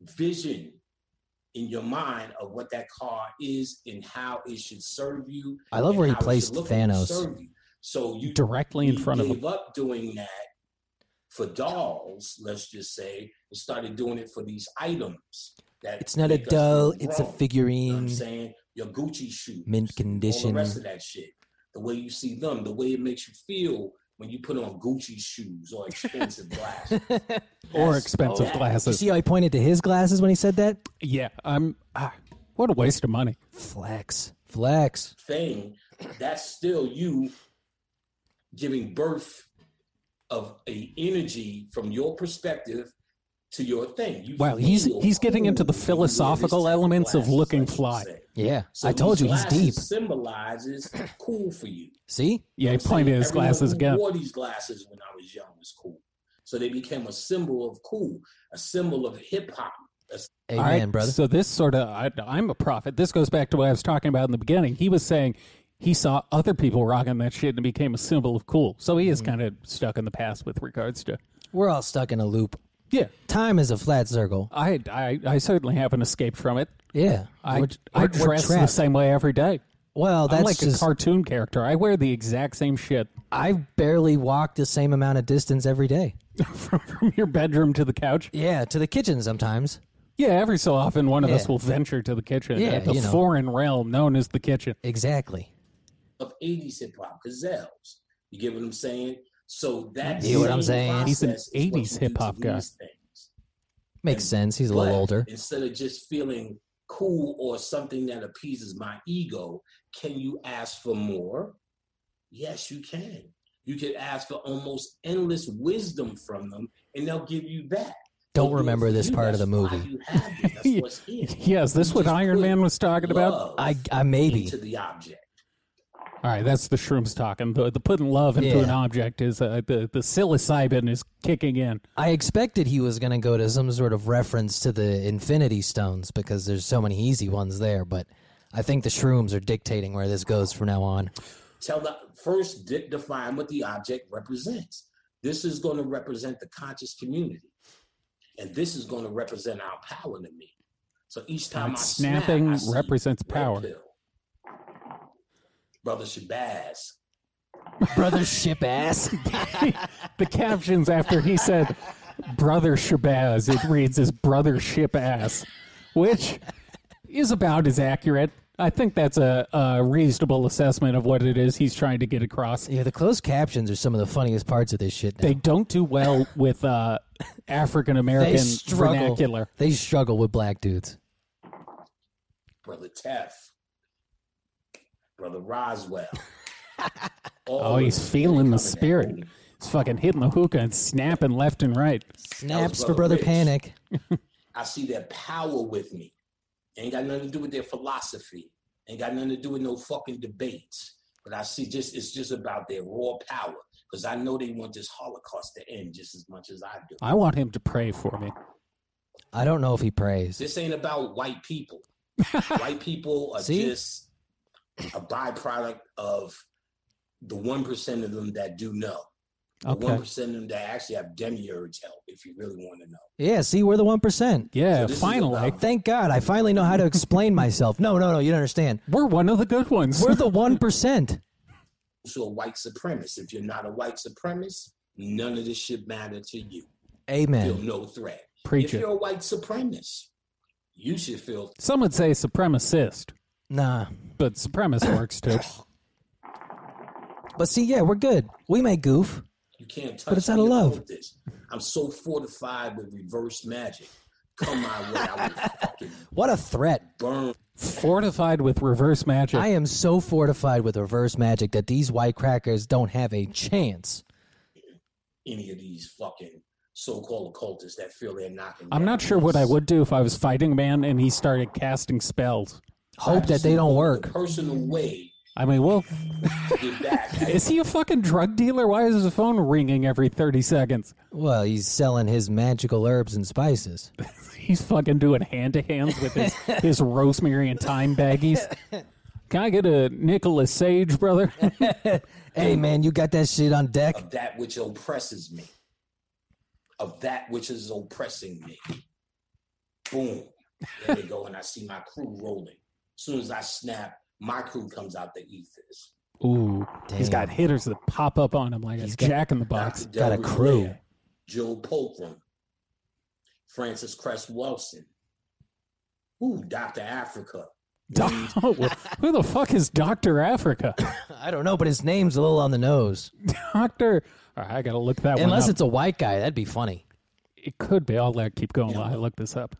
Speaker 3: vision in your mind of what that car is and how it should serve you.
Speaker 1: I love
Speaker 3: and
Speaker 1: where he
Speaker 3: how it should
Speaker 1: placed
Speaker 3: look and
Speaker 1: Thanos.
Speaker 3: serve you. So you
Speaker 2: directly in
Speaker 3: we
Speaker 2: front of him
Speaker 3: gave up doing that for dolls, let's just say, and started doing it for these items. That
Speaker 1: It's not a
Speaker 3: make us feel
Speaker 1: doll, it's a
Speaker 3: grown. You know what
Speaker 1: figurine.
Speaker 3: I'm saying? Your Gucci shoes.
Speaker 1: Mint
Speaker 3: All
Speaker 1: condition.
Speaker 3: the rest of that shit. The way you see them, the way it makes you feel when you put on Gucci shoes or expensive glasses.
Speaker 2: or
Speaker 3: That's-
Speaker 2: expensive
Speaker 3: oh,
Speaker 1: You
Speaker 2: glasses.
Speaker 1: see how he pointed to his glasses when he said that?
Speaker 2: yeah, I'm. Ah, what a waste of money.
Speaker 1: Flex. Flex.
Speaker 3: thing, that's still you giving birth of a energy from your perspective to your thing. You
Speaker 2: Wow, he's-
Speaker 3: feel
Speaker 2: he's getting into the
Speaker 3: cool when you wear this
Speaker 2: philosophical
Speaker 3: type of
Speaker 2: elements of
Speaker 3: glasses,
Speaker 2: looking
Speaker 3: like you
Speaker 2: fly.
Speaker 3: said.
Speaker 1: Yeah.
Speaker 3: So
Speaker 1: I told
Speaker 3: these
Speaker 1: you he's
Speaker 3: glasses
Speaker 1: deep.
Speaker 3: Symbolizes cool for you.
Speaker 1: See?
Speaker 2: Yeah, he
Speaker 3: I'm saying
Speaker 2: pointed his
Speaker 3: everyone
Speaker 2: glasses
Speaker 3: who
Speaker 2: again.
Speaker 3: Wore these glasses when I was young was cool, so they became a symbol of cool, a symbol of hip hop.
Speaker 1: Amen,
Speaker 2: All right,
Speaker 1: brother.
Speaker 2: So this sort of, I, I'm a prophet. This goes back to what I was talking about in the beginning. He was saying he saw other people rocking that shit and it became a symbol of cool. So he is kind of stuck in the past with regards to.
Speaker 1: We're all stuck in a loop.
Speaker 2: Yeah,
Speaker 1: Time is a flat circle.
Speaker 2: I, I, I certainly haven't escaped from it.
Speaker 1: Yeah.
Speaker 2: I,
Speaker 1: We're-
Speaker 2: I
Speaker 1: we're- we're
Speaker 2: dress the
Speaker 1: trapped.
Speaker 2: same way every day.
Speaker 1: Well, that's
Speaker 2: I'm like
Speaker 1: just
Speaker 2: a cartoon character. I wear the exact same shit
Speaker 1: I barely walk the same amount of distance every day.
Speaker 2: from, from your bedroom to the couch.
Speaker 1: Yeah, to the kitchen sometimes.
Speaker 2: Yeah, every so often one of
Speaker 1: Yeah.
Speaker 2: us will venture to the kitchen,
Speaker 1: Yeah,
Speaker 2: yeah, the
Speaker 1: you know.
Speaker 2: foreign realm known as the kitchen.
Speaker 1: Exactly.
Speaker 3: of 80s hip hop gazelles. You get what I'm saying? So that's
Speaker 1: Hear what I'm saying?
Speaker 2: He's an 80s hip-hop guy.
Speaker 1: Makes sense. He's a little older.
Speaker 3: Instead of just feeling cool or something that appeases my ego, can you ask for more? Yes, you can. You can ask for almost endless wisdom from them, and they'll give you that. They'll
Speaker 1: Don't
Speaker 3: do it
Speaker 1: remember
Speaker 3: for
Speaker 1: this
Speaker 3: you.
Speaker 1: part of the
Speaker 3: That's why
Speaker 1: movie.
Speaker 3: you have it. That's what's here.
Speaker 2: Yes, this
Speaker 3: You
Speaker 2: what
Speaker 3: just
Speaker 2: Iron
Speaker 3: put
Speaker 2: Man was talking about.
Speaker 3: love
Speaker 1: I, I maybe.
Speaker 3: into the object.
Speaker 2: All right, that's the shrooms talking. The, the putting love into
Speaker 1: Yeah.
Speaker 2: an object is uh, the the psilocybin is kicking in.
Speaker 1: I expected he was going to go to some sort of reference to the Infinity Stones because there's so many easy ones there, but I think the shrooms are dictating where this goes from now on.
Speaker 3: tell the first de- define what the object represents this is going to represent the conscious community and this is going to represent our power to me so each time
Speaker 2: That
Speaker 3: I
Speaker 2: snapping
Speaker 3: snap, I see
Speaker 2: represents
Speaker 3: red
Speaker 2: power.
Speaker 3: pill. brother shabazz
Speaker 1: Brother ship ass.
Speaker 2: the captions after he said "brother Shabazz," it reads as "brother ship ass," which is about as accurate. I think that's a, a reasonable assessment of what it is he's trying to get across.
Speaker 1: yeah, the closed captions are some of the funniest parts of this shit. Now.
Speaker 2: they don't do well with uh, African
Speaker 1: They
Speaker 2: American
Speaker 1: struggle.
Speaker 2: vernacular.
Speaker 1: They struggle with black dudes.
Speaker 3: brother Tef, brother roswell
Speaker 2: Oh, he's feeling the spirit. He's fucking hitting the hookah and snapping left and right.
Speaker 1: Snaps for Brother
Speaker 3: Brother Rich.
Speaker 1: Panic.
Speaker 3: i see their power with me Ain't got nothing to do with their philosophy. Ain't got nothing to do with no fucking debates. But I see just it's just about their raw power. Because I know they want this Holocaust to end just as much as I do.
Speaker 2: I want him to pray for me.
Speaker 1: I don't know if he prays.
Speaker 3: This ain't about white people. white people are
Speaker 1: See?
Speaker 3: just a byproduct of the one percent of them that do know. The
Speaker 2: Okay.
Speaker 3: one of them that actually have demiurge help, if you really want to know.
Speaker 1: Yeah, see, we're the one percent.
Speaker 2: Yeah,
Speaker 3: So this is
Speaker 2: finally.
Speaker 3: about-
Speaker 1: Thank God, I finally know how to explain myself. No, no, no, you don't understand.
Speaker 2: We're one of the good ones.
Speaker 1: We're the one percent.
Speaker 3: So a white supremacist. If you're not a white supremacist, none of this shit matter to you. Feel
Speaker 1: Amen.
Speaker 3: no threat.
Speaker 2: Preach
Speaker 3: if
Speaker 2: it.
Speaker 3: you're a white supremacist, you should feel
Speaker 2: Some would say supremacist,
Speaker 1: Nah,
Speaker 2: but supremacist works too.
Speaker 1: but see, yeah, we're good. We may goof.
Speaker 3: you can't touch.
Speaker 1: But it's out
Speaker 3: me
Speaker 1: of
Speaker 3: about
Speaker 1: love.
Speaker 3: This. I'm so fortified with reverse magic. Come my way, I will fucking
Speaker 1: What a threat!
Speaker 3: burn.
Speaker 2: Fortified with reverse magic.
Speaker 1: I am so fortified with reverse magic that these white crackers don't have a chance.
Speaker 3: any of these fucking so-called occultists that feel they're knocking.
Speaker 2: I'm
Speaker 3: down
Speaker 2: not sure what I
Speaker 3: doors.
Speaker 2: would do if I was fighting a man and he started casting spells.
Speaker 1: Hope that they don't
Speaker 3: The
Speaker 1: work.
Speaker 3: personal way
Speaker 2: I mean, well,
Speaker 3: to get back. I-
Speaker 2: is he a fucking drug dealer? Why is his phone ringing every 30 seconds?
Speaker 1: Well, he's selling his magical herbs and spices.
Speaker 2: He's fucking doing hand to hands with his, his rosemary and thyme baggies. Can I get a Nicholas Sage, brother?
Speaker 1: Hey, man, you got that shit on deck?
Speaker 3: of that which oppresses me, of that which is oppressing me. Boom. There they go, and I see my crew rolling. As soon as I snap, my crew comes out the ethers.
Speaker 2: Ooh, he's
Speaker 1: Damn.
Speaker 2: got hitters that pop up on him like a
Speaker 1: He's got-
Speaker 2: jack in the box.
Speaker 3: Dr.
Speaker 1: Got a
Speaker 3: Delbert
Speaker 1: crew.
Speaker 3: Ware, Joe Polkram, Francis Cress Wilson. Ooh, Dr. Africa.
Speaker 2: Who the fuck is Doctor Africa?
Speaker 1: I don't know, but his name's a little on the nose.
Speaker 2: Doctor, I gotta look that one
Speaker 1: Unless
Speaker 2: up.
Speaker 1: it's a white guy, that'd be funny.
Speaker 2: it could be. I'll let keep going while I look this up.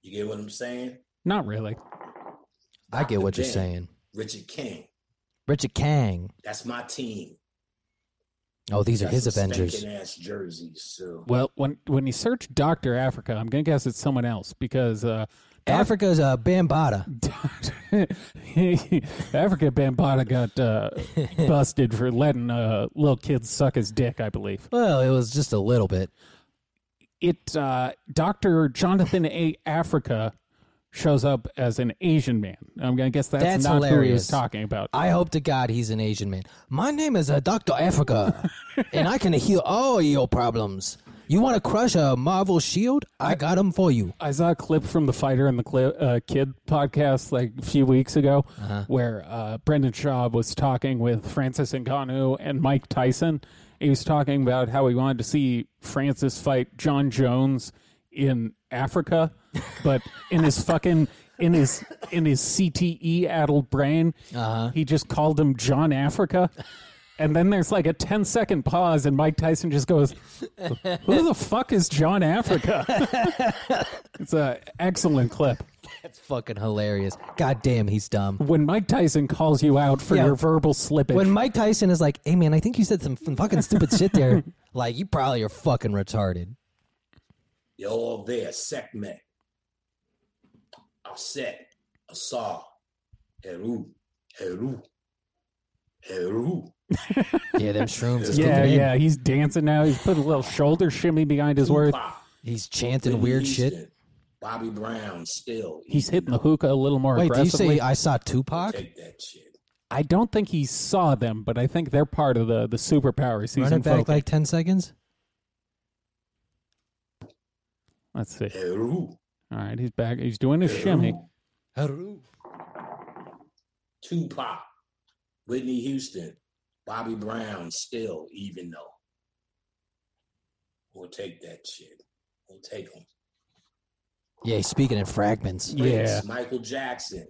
Speaker 3: You get what I'm saying?
Speaker 2: Not really. Ah,
Speaker 1: I get what you're
Speaker 3: Dang.
Speaker 1: saying.
Speaker 3: Richard King.
Speaker 1: Richard Kang.
Speaker 3: That's my team.
Speaker 1: Oh, these are
Speaker 3: Got
Speaker 1: his
Speaker 3: some
Speaker 1: Avengers.
Speaker 3: stinking ass jerseys. So
Speaker 2: Well, when when you search Doctor Africa, I'm gonna guess it's someone else because uh,
Speaker 1: Africa's uh, Bambata.
Speaker 2: Africa Bambata got uh, busted for letting uh, little kids suck his dick, I believe.
Speaker 1: Well, it was just a little bit.
Speaker 2: It uh, Doctor Jonathan A. Africa shows up as an Asian man. I'm gonna guess that's,
Speaker 1: That's
Speaker 2: not who he
Speaker 1: hilarious.
Speaker 2: was talking about.
Speaker 1: I hope to God he's an Asian man. My name is uh, Dr. Africa, and I can heal all your problems. You want to crush a Marvel shield? I got him for you.
Speaker 2: I saw a clip from the Fighter and the Cli uh, Kid podcast like a few weeks ago, where uh, Brendan Schaub was talking with Francis Ngannou and Mike Tyson. He was talking about how he wanted to see Francis fight John Jones in Africa, but in his fucking in his in his CTE addled brain, he just called him John Africa. And then there's like a 10 second pause, and Mike Tyson just goes, Who the fuck is John Africa? It's an excellent clip.
Speaker 1: That's fucking hilarious. God damn, he's dumb.
Speaker 2: When Mike Tyson calls you out for
Speaker 1: Yeah.
Speaker 2: your verbal slippage,
Speaker 1: When Mike Tyson is like, hey, man, I think you said some fucking stupid shit there, like, you probably are fucking retarded.
Speaker 3: they're all there. Sekmet, Offset, Asar, Heru, Heru, Heru.
Speaker 1: Yeah, them shrooms is
Speaker 2: yeah,
Speaker 1: kicking in.
Speaker 2: yeah, he's dancing now. He's put a little shoulder shimmy behind his words.
Speaker 3: Tupac,
Speaker 1: He's chanting
Speaker 3: Whitney
Speaker 1: weird
Speaker 3: Houston,
Speaker 1: shit.
Speaker 3: Bobby Brown, still.
Speaker 2: He's hitting the hookah a little more
Speaker 1: Wait, do you
Speaker 2: aggressively.
Speaker 1: say I saw Tupac?
Speaker 3: Take that shit.
Speaker 2: I don't think he saw them, but I think they're part of the the superpower
Speaker 1: Run
Speaker 2: season.
Speaker 1: it back
Speaker 2: focus.
Speaker 1: like 10 seconds?
Speaker 2: Let's see.
Speaker 3: Heru.
Speaker 2: All right, he's back. He's doing his shimmy.
Speaker 3: Tupac, Whitney Houston, Bobby Brown, still, even though. We'll take that shit. We'll take them.
Speaker 1: Yeah, he's speaking in fragments.
Speaker 3: Prince,
Speaker 2: Yeah.
Speaker 3: Michael Jackson.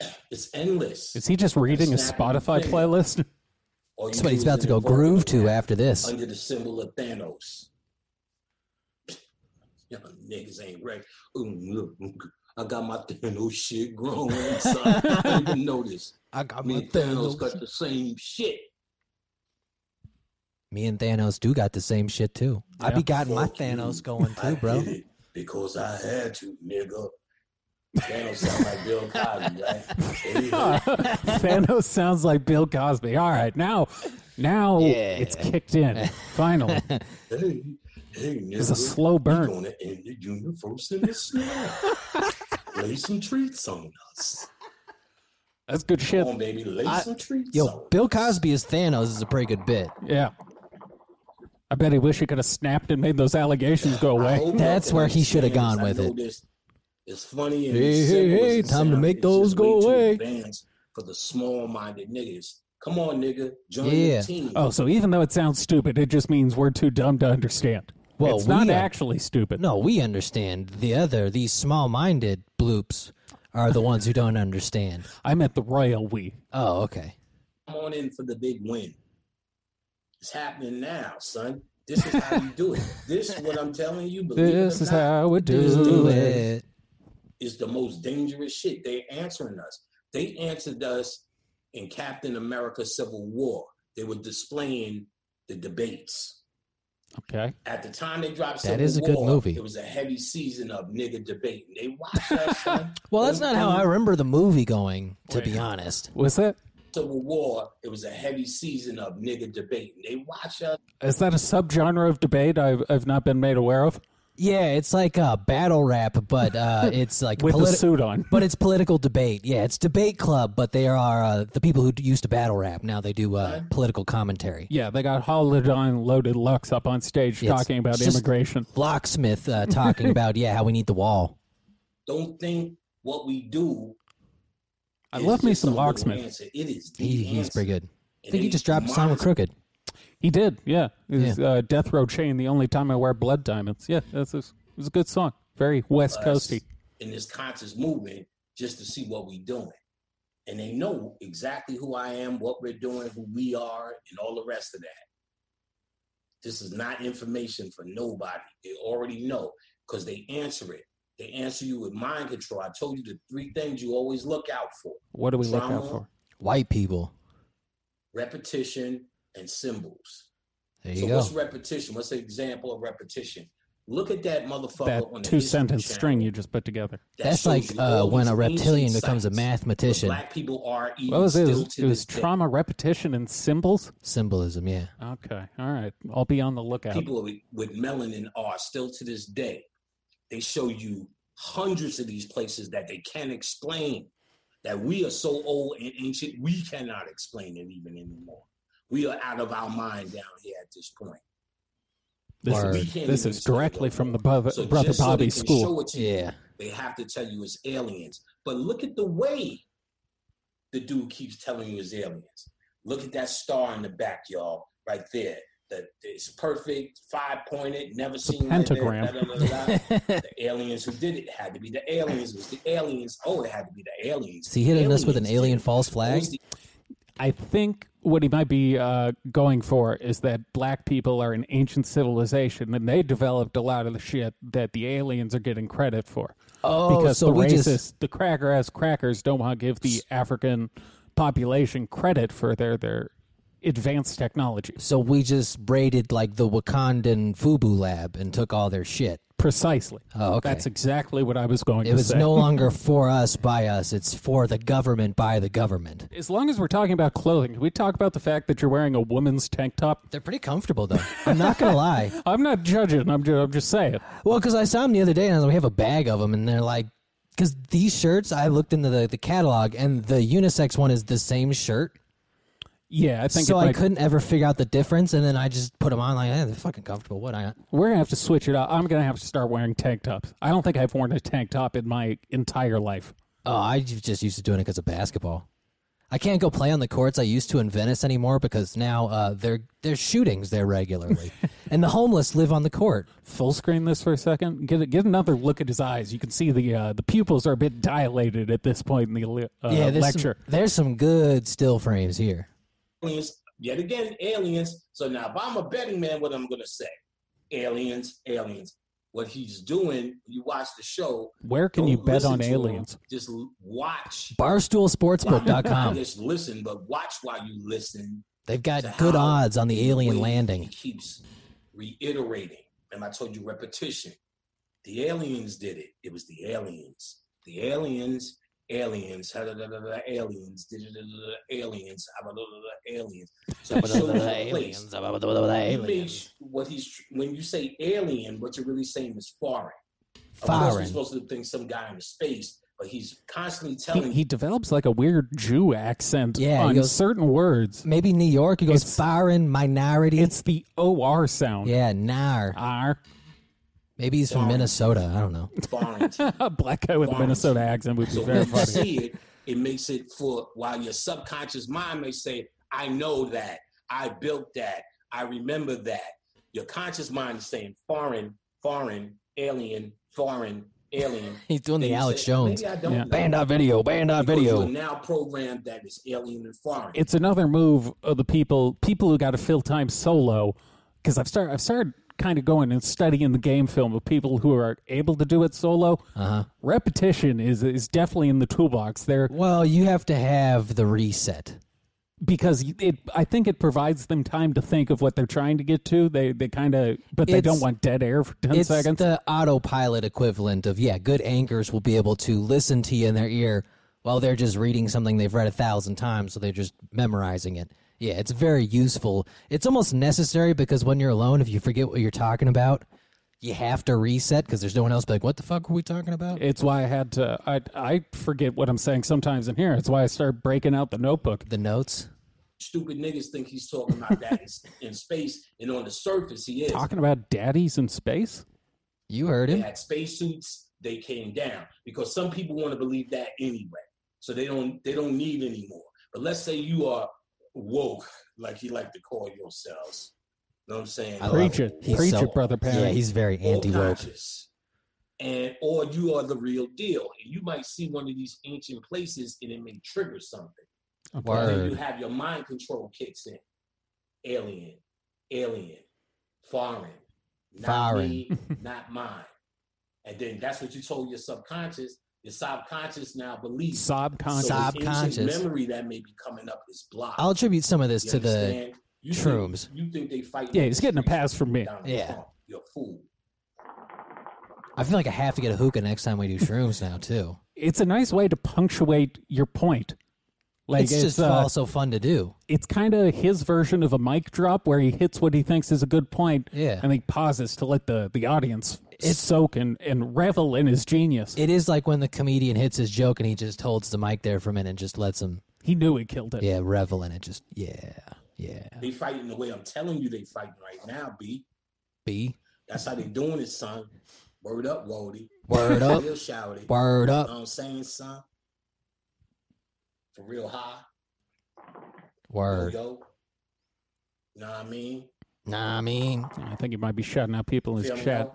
Speaker 3: It's endless.
Speaker 2: Is he just reading a
Speaker 3: That's not
Speaker 2: Spotify
Speaker 3: the thing.
Speaker 2: playlist?
Speaker 3: All you
Speaker 1: That's what he's
Speaker 3: do is
Speaker 1: about to go
Speaker 3: invoke
Speaker 1: groove
Speaker 3: him
Speaker 1: to after this.
Speaker 3: Under the symbol of Thanos. Y'all niggas ain't right. Ooh, look, I got my Thanos shit growing. Son. I didn't even notice.
Speaker 1: I got
Speaker 3: Me and Thanos got the same shit.
Speaker 1: Me and Thanos do got the same shit too. I be
Speaker 2: Yeah.
Speaker 1: got my
Speaker 3: Fuck you.
Speaker 1: Thanos going
Speaker 3: I
Speaker 1: too, bro.
Speaker 3: did it because I had to, nigga. Thanos sound like Bill Cosby, right?
Speaker 2: Thanos sounds like Bill Cosby. All right, now, now
Speaker 1: Yeah.
Speaker 2: it's kicked in. Finally,
Speaker 3: hey, hey, nigga,
Speaker 2: it's a slow
Speaker 3: we're
Speaker 2: burn.
Speaker 3: gonna end the universe in the snow. lay some treats on us.
Speaker 2: That's good shit.
Speaker 3: Come on, baby, lay
Speaker 1: I-
Speaker 3: some treats on
Speaker 1: Yo, Bill Cosby as Thanos is a pretty good bit.
Speaker 2: Yeah. I bet he wish he could have snapped and made those allegations go
Speaker 3: I
Speaker 2: away.
Speaker 3: hope
Speaker 1: That's
Speaker 3: that
Speaker 1: where he
Speaker 3: makes
Speaker 1: shoulda
Speaker 3: sense.
Speaker 1: gone
Speaker 3: I
Speaker 1: with
Speaker 3: know
Speaker 1: it.
Speaker 3: this is funny and
Speaker 1: Hey,
Speaker 3: it's
Speaker 1: hey,
Speaker 3: simple as
Speaker 1: hey,
Speaker 3: it
Speaker 1: time to
Speaker 3: sounds.
Speaker 1: make
Speaker 3: It's just
Speaker 1: those
Speaker 3: way
Speaker 1: go
Speaker 3: too
Speaker 1: away.
Speaker 3: advanced For the small-minded niggas, come on, nigga, join
Speaker 1: Yeah.
Speaker 3: the team.
Speaker 2: Oh, so even though it sounds stupid, it just means we're too dumb to understand.
Speaker 1: Well,
Speaker 2: it's not
Speaker 1: we are-
Speaker 2: actually stupid.
Speaker 1: No, we understand. The other, these small-minded bloops, are the ones who don't understand.
Speaker 2: I meant the royal we.
Speaker 1: Oh, okay.
Speaker 3: Come on in for the big win. It's happening now, son. This is how you do it. This is what I'm telling you. Believe
Speaker 2: This
Speaker 3: it or
Speaker 2: is
Speaker 3: not,
Speaker 2: how we do,
Speaker 1: Just do
Speaker 2: it.
Speaker 1: it.
Speaker 3: is the most dangerous shit. They're answering us. They answered us in Captain America Civil War. They were displaying the debates.
Speaker 2: Okay.
Speaker 3: At the time they dropped
Speaker 1: That
Speaker 3: Civil
Speaker 1: is a good
Speaker 3: War,
Speaker 1: movie.
Speaker 3: It was a heavy season of nigga debating. They watched that son.
Speaker 1: Well, that's not how I remember the movie going, to be
Speaker 2: Wait.
Speaker 1: honest.
Speaker 2: Was that
Speaker 3: Civil War. It was a heavy season of nigga debating. They watched us
Speaker 2: is that a subgenre of debate I've I've not been made aware of?
Speaker 1: Yeah, it's like a battle rap, but uh, it's like
Speaker 2: With a
Speaker 1: politi-
Speaker 2: suit on.
Speaker 1: But it's political debate. Yeah, it's debate club, but they are uh, the people who d- used to battle rap. Now they do uh, political commentary.
Speaker 2: Yeah, they got hollowed on loaded Lux up on stage
Speaker 1: It's-
Speaker 2: talking about
Speaker 1: it's just-
Speaker 2: immigration.
Speaker 1: Locksmith uh, talking about yeah how we need the wall.
Speaker 3: don't think what we do.
Speaker 2: I
Speaker 3: is
Speaker 2: love me
Speaker 3: just
Speaker 2: some
Speaker 3: a little
Speaker 2: Locksmith.
Speaker 3: answer. It is. The
Speaker 1: He, he's pretty
Speaker 3: answer.
Speaker 1: good. I
Speaker 3: And
Speaker 1: think he
Speaker 3: it
Speaker 1: just dropped his time with
Speaker 3: reminds-
Speaker 1: crooked.
Speaker 2: He did, yeah. It was, Uh, Death Row Chain, the only time I wear blood diamonds. Yeah, that's a, it was a good song. Very West
Speaker 3: us
Speaker 2: Coasty.
Speaker 3: in this conscious movement just to see what we doing. And they know exactly who I am, what we're doing, who we are, and all the rest of that. This is not information for nobody. They already know because they answer it. They answer you with mind control. I told you the three things you always look out for
Speaker 2: What do we look out
Speaker 3: Drama.
Speaker 2: for?
Speaker 1: White people.
Speaker 3: repetition and symbols.
Speaker 1: There you
Speaker 3: So,
Speaker 1: go.
Speaker 3: what's repetition? What's an example of repetition? Look at that motherfucker
Speaker 2: That
Speaker 3: on the
Speaker 2: two
Speaker 3: History
Speaker 2: sentence
Speaker 3: Channel
Speaker 2: string you just put together.
Speaker 3: that
Speaker 1: That's
Speaker 3: shows
Speaker 1: like
Speaker 3: you
Speaker 1: uh,
Speaker 3: all
Speaker 1: when
Speaker 3: these
Speaker 1: a reptilian
Speaker 3: ancient
Speaker 1: becomes a
Speaker 3: sites.
Speaker 1: mathematician.
Speaker 3: Black people are even
Speaker 2: What was it? It
Speaker 3: still
Speaker 2: was,
Speaker 3: to
Speaker 2: it was
Speaker 3: this day.
Speaker 2: trauma, repetition, and symbols.
Speaker 1: Symbolism. Yeah.
Speaker 2: Okay, all right. I'll be on the lookout.
Speaker 3: People with- with melanin are still to this day. They show you hundreds of these places that they can't explain. That we are so old and ancient, we cannot explain it even anymore. We are out of our mind down here at this point.
Speaker 2: this
Speaker 1: Word.
Speaker 2: is, this is directly from the brother,
Speaker 3: So
Speaker 2: brother
Speaker 3: just so they
Speaker 2: Bobby
Speaker 3: can
Speaker 2: school.
Speaker 3: show it to you,
Speaker 1: Yeah.
Speaker 3: They have to tell you it's aliens. But look at the way the dude keeps telling you it's aliens. Look at that star in the back, y'all, right there. That it's perfect, five pointed, never
Speaker 2: a
Speaker 3: seen like that,
Speaker 2: pentagram.
Speaker 3: da, da, da, da, da. the aliens who did it had to be the aliens. It was the aliens. Oh, it had to be the aliens.
Speaker 1: Is he hitting us with an
Speaker 3: Aliens
Speaker 1: alien
Speaker 3: did it.
Speaker 1: false flag?
Speaker 3: Those the
Speaker 2: I think what he might be uh, going for is that black people are an ancient civilization and they developed a lot of the shit that the aliens are getting credit for.
Speaker 1: Oh,
Speaker 2: because
Speaker 1: so
Speaker 2: the
Speaker 1: we
Speaker 2: racist,
Speaker 1: just-
Speaker 2: the cracker ass crackers don't want to give the African population credit for their their advanced technologies.
Speaker 1: So we just raided like the Wakandan Fubu lab and took all their shit.
Speaker 2: Precisely.
Speaker 1: Oh, okay.
Speaker 2: That's exactly what I was going
Speaker 1: It
Speaker 2: to
Speaker 1: was
Speaker 2: say.
Speaker 1: no longer for us by us. It's for the government by the government.
Speaker 2: as long as we're talking about clothing, can we talk about the fact that you're wearing a woman's tank top?
Speaker 1: They're pretty comfortable though. I'm not gonna lie.
Speaker 2: I'm not judging. I'm just, I'm just saying.
Speaker 1: Well, because I saw them the other day and I was like, we have a bag of them, and they're like, because these shirts, I looked into the, the catalog and the unisex one is the same shirt.
Speaker 2: Yeah, I think
Speaker 1: so
Speaker 2: it
Speaker 1: I
Speaker 2: might-
Speaker 1: couldn't ever figure out the difference, and then I just put them on like, eh, they're fucking comfortable. What I
Speaker 2: We're gonna have to switch it up. I'm gonna have to start wearing tank tops. I don't think I've worn a tank top in my entire life.
Speaker 1: oh, I j- just used to doing it because of basketball. I can't go play on the courts I used to in Venice anymore because now uh, they're they're shootings there regularly, and the homeless live on the court.
Speaker 2: Full screen this for a second. Get a, get another look at his eyes. You can see the uh, the pupils are a bit dilated at this point in the li- uh,
Speaker 1: yeah, there's
Speaker 2: lecture.
Speaker 1: Some, there's some good still frames here.
Speaker 3: aliens, yet again, aliens. So now, if I'm a betting man, what I'm going to say? Aliens, aliens. What he's doing, you watch the show.
Speaker 2: Where can
Speaker 3: don't
Speaker 1: Oh,
Speaker 2: you bet
Speaker 3: listen
Speaker 2: on
Speaker 3: to him,
Speaker 2: aliens?
Speaker 3: Just l- watch. Not
Speaker 1: Barstoolsportsbook.com.
Speaker 3: just listen, but watch while you listen.
Speaker 1: They've
Speaker 3: to
Speaker 1: got good
Speaker 3: how
Speaker 1: odds on the alien
Speaker 3: way
Speaker 1: landing.
Speaker 3: He keeps reiterating. And I told you repetition. The aliens did it. It was the aliens. The aliens, aliens, ha, da, da, da, da, aliens, da, da, da, da, da, aliens, ha, ba, da, da, da, aliens. So it shows you a place.
Speaker 1: Aliens, blah, blah, blah, blah,
Speaker 3: He makes-
Speaker 1: aliens.
Speaker 3: What he's tr- when you say alien, what you're really saying is foreign. Of course, we're
Speaker 1: Foreign.
Speaker 3: supposed to think some guy in space, but he's constantly
Speaker 2: He,
Speaker 3: telling
Speaker 2: he develops like a weird Jew accent
Speaker 1: Yeah, he
Speaker 2: on
Speaker 1: goes-
Speaker 2: certain words.
Speaker 1: Maybe New York. He goes
Speaker 2: It's-
Speaker 1: foreign minority.
Speaker 2: It's the OR sound.
Speaker 1: yeah, nar.
Speaker 2: R.
Speaker 1: Maybe he's from
Speaker 3: Foreign.
Speaker 1: Minnesota. I don't know.
Speaker 3: foreign. to you.
Speaker 2: A black guy with a
Speaker 3: Foreign.
Speaker 2: Minnesota accent would be
Speaker 3: So
Speaker 2: very
Speaker 3: when you
Speaker 2: funny.
Speaker 3: see it, it makes it for while your subconscious mind may say, "I know that, I built that, I remember that." Your conscious mind is saying foreign, foreign, alien, foreign, alien.
Speaker 1: He's doing
Speaker 3: Then
Speaker 1: the
Speaker 3: you
Speaker 1: Alex
Speaker 3: say,
Speaker 1: Jones.
Speaker 3: Maybe I don't
Speaker 2: Yeah.
Speaker 3: know.
Speaker 1: Band out video. Band out
Speaker 3: Because
Speaker 1: video.
Speaker 3: You're now programmed that is alien and foreign.
Speaker 2: It's another move of the people people who got to fill time solo because I've started I've started kind of going and studying the game film of people who are able to do it solo.
Speaker 1: Uh-huh.
Speaker 2: Repetition is is definitely in the toolbox there
Speaker 1: Well, you have to have the reset.
Speaker 2: because it I think it provides them time to think of what they're trying to get to. They they kind of but they
Speaker 1: It's-
Speaker 2: don't want dead air for ten
Speaker 1: it's
Speaker 2: seconds.
Speaker 1: the autopilot equivalent of yeah. Good anchors will be able to listen to you in their ear while they're just reading something they've read a thousand times, so they're just memorizing it. Yeah, it's very useful. It's almost necessary because when you're alone, if you forget what you're talking about, you have to reset because there's no one else. Be like, what the fuck were we talking about?
Speaker 2: it's why I had to. I I forget what I'm saying sometimes in here. It's why I start breaking out the notebook.
Speaker 1: the notes.
Speaker 3: Stupid niggas think he's talking about that is in space, and on the surface he is.
Speaker 2: Talking about daddies in space.
Speaker 1: You heard
Speaker 3: They
Speaker 1: him.
Speaker 3: had spacesuits. They came down because some people want to believe that anyway, so they don't they don't need any more. But let's say you are woke, like you like to call yourselves. Know what I'm saying?
Speaker 1: I love
Speaker 2: Preach it,
Speaker 1: He's
Speaker 2: preach
Speaker 1: so-
Speaker 2: it, brother Perry.
Speaker 1: Yeah, he's very
Speaker 3: or
Speaker 1: anti woke.
Speaker 3: conscious. And or you are the real deal, and you might see one of these ancient places, and it may trigger something. And then you
Speaker 1: Word.
Speaker 3: have your mind control kicks in. Alien, alien, foreign, not
Speaker 1: Foreign.
Speaker 3: me, not mine. And then that's what you told your subconscious. Your subconscious now believes. So
Speaker 2: Subconscious.
Speaker 3: this
Speaker 1: Sob-
Speaker 3: ancient
Speaker 1: Subconscious.
Speaker 3: memory that may be coming up is blocked.
Speaker 1: I'll attribute some of this
Speaker 3: You
Speaker 1: to the
Speaker 3: understand? You think-
Speaker 1: shrooms.
Speaker 3: You think they fight?
Speaker 2: Yeah, he's getting a pass from me.
Speaker 1: Yeah.
Speaker 3: you're a fool.
Speaker 1: I feel like I have to get a hookah next time we do shrooms now too.
Speaker 2: It's a nice way to punctuate your point. Like
Speaker 1: it's, just
Speaker 2: uh,
Speaker 1: also fun to do.
Speaker 2: it's kind of his version of a mic drop where he hits what he thinks is a good point,
Speaker 1: Yeah.
Speaker 2: and he pauses to let the the audience
Speaker 1: It's-
Speaker 2: soak and and revel in his genius.
Speaker 1: It is like when the comedian hits his joke and he just holds the mic there for a minute and just lets him,
Speaker 2: he knew he killed it.
Speaker 1: yeah, revel in it. Just yeah, yeah.
Speaker 3: They fighting the way I'm telling you they fighting right now. B.
Speaker 1: B
Speaker 3: That's how they doing it, son. Word up, Wody.
Speaker 1: word up,
Speaker 3: Real shouty.
Speaker 1: word
Speaker 3: know
Speaker 1: up,
Speaker 3: what I'm saying, son? For real high.
Speaker 1: word.
Speaker 3: Yo. Know what I mean?
Speaker 1: Nah, I mean,
Speaker 2: I think he might be shouting out people in his
Speaker 3: Feel me,
Speaker 2: chat.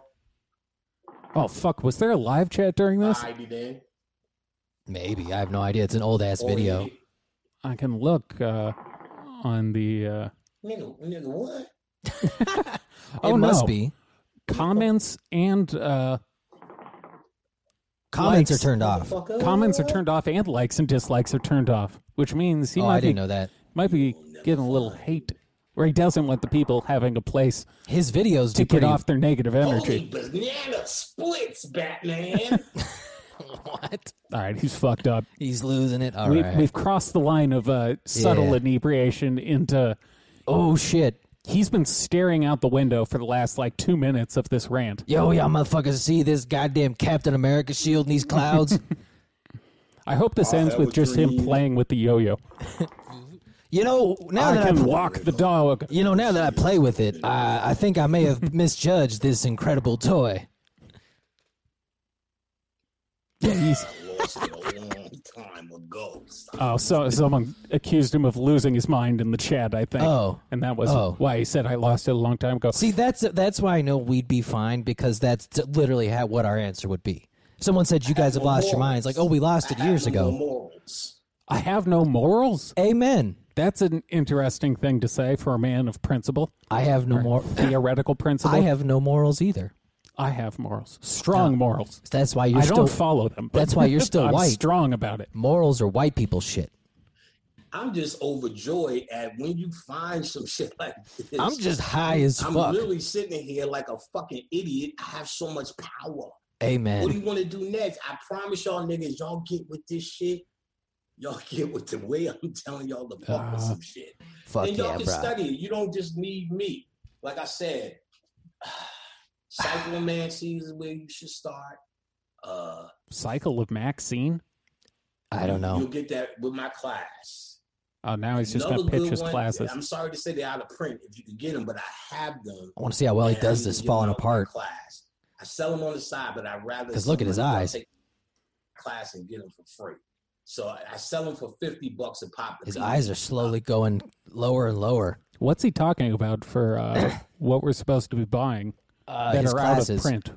Speaker 2: Oh fuck! Was there a live chat during
Speaker 3: yo?
Speaker 2: this?
Speaker 3: Alrighty then.
Speaker 1: maybe I have no idea. It's an old ass
Speaker 3: Or
Speaker 1: video.
Speaker 3: you-
Speaker 2: I can look uh, on the. Uh,
Speaker 3: Nigga, nigga, what?
Speaker 2: oh
Speaker 1: it must
Speaker 2: no!
Speaker 1: be.
Speaker 2: Comments and uh,
Speaker 1: Comments
Speaker 2: Likes.
Speaker 1: are turned off.
Speaker 3: Motherfucker.
Speaker 2: comments are turned off, and likes and dislikes are turned off, which means he
Speaker 1: oh,
Speaker 2: might
Speaker 1: I
Speaker 2: be
Speaker 1: didn't know that.
Speaker 2: might be
Speaker 3: Oh,
Speaker 2: getting a little hate where he doesn't want the people having a place
Speaker 1: His videos
Speaker 2: to
Speaker 1: do
Speaker 2: get
Speaker 1: pretty.
Speaker 2: off their negative
Speaker 3: Holy
Speaker 2: energy.
Speaker 3: banana splits, Batman.
Speaker 1: what?
Speaker 2: All right, he's fucked up.
Speaker 1: He's losing it. All
Speaker 2: we,
Speaker 1: right.
Speaker 2: We've crossed the line of uh, subtle
Speaker 1: Yeah.
Speaker 2: inebriation into.
Speaker 1: oh shit.
Speaker 2: He's been staring out the window for the last like two minutes of this rant.
Speaker 1: Yo, y'all motherfuckers see this goddamn Captain America shield in these clouds?
Speaker 2: I hope this ends
Speaker 3: Ah, that
Speaker 2: with
Speaker 3: was
Speaker 2: just him
Speaker 3: green.
Speaker 2: playing with the yo-yo.
Speaker 1: you know, now
Speaker 2: I
Speaker 1: that I
Speaker 2: can walk the dog.
Speaker 1: You know, now that I play with it, I, I think I may have misjudged this incredible toy.
Speaker 2: He's-
Speaker 3: I lost it a long time ago. son.
Speaker 2: oh, so someone accused him of losing his mind in the chat. I think.
Speaker 1: Oh.
Speaker 2: and that was
Speaker 1: Oh.
Speaker 2: why he said I lost it a long time ago.
Speaker 1: See, that's that's why I know we'd be fine because that's t- literally how, what our answer would be. Someone said you guys have lost your minds. Like, oh, we lost
Speaker 3: I
Speaker 1: it
Speaker 3: have
Speaker 1: years
Speaker 3: no more
Speaker 1: ago.
Speaker 3: Morals.
Speaker 2: I have no morals.
Speaker 1: Amen.
Speaker 2: That's an interesting thing to say for a man of principle,
Speaker 1: I have no more.
Speaker 2: theoretical principle.
Speaker 1: I have no morals either.
Speaker 2: I have morals, strong morals.
Speaker 1: That's why you're
Speaker 2: I
Speaker 1: still
Speaker 2: don't follow them. But
Speaker 1: that's why you're still
Speaker 2: I'm
Speaker 1: white.
Speaker 2: Strong about it.
Speaker 1: morals are white people shit.
Speaker 3: I'm just overjoyed at when you find some shit like this.
Speaker 1: I'm just high as
Speaker 3: I'm
Speaker 1: fuck.
Speaker 3: literally sitting here like a fucking idiot. I have so much power.
Speaker 1: Amen.
Speaker 3: What do you want to do next? I promise y'all niggas, y'all get with this shit. Y'all get with the way I'm telling y'all to fuck with
Speaker 2: Ah.
Speaker 3: some shit.
Speaker 1: Uh, Fuck
Speaker 3: and y'all
Speaker 1: yeah,
Speaker 3: can
Speaker 1: bro.
Speaker 3: study it. You don't just need me. Like I said, psychomancy is where you should start. Uh,
Speaker 2: Cycle of Maxine.
Speaker 1: I don't know.
Speaker 3: You'll get that with my class.
Speaker 2: Oh, now he's just
Speaker 3: Another
Speaker 2: gonna pitch
Speaker 3: good
Speaker 2: his
Speaker 3: one-
Speaker 2: classes.
Speaker 3: I'm sorry to say they're out of print if you can get them, but I have them.
Speaker 1: I want to see how well he
Speaker 3: and I
Speaker 1: does
Speaker 3: need to
Speaker 1: this
Speaker 3: get
Speaker 1: falling
Speaker 3: them out with my
Speaker 1: apart.
Speaker 3: Class. I sell them on the side, but I'd rather
Speaker 1: 'Cause look at his
Speaker 3: someone
Speaker 1: eyes.
Speaker 3: take the class and get them for free. So I- I sell them for fifty bucks a pop.
Speaker 1: His eyes are slowly going lower and lower.
Speaker 2: What's he talking about for uh, what we're supposed to be buying
Speaker 1: Uh,
Speaker 2: that
Speaker 1: his
Speaker 2: are out
Speaker 1: classes.
Speaker 2: of print?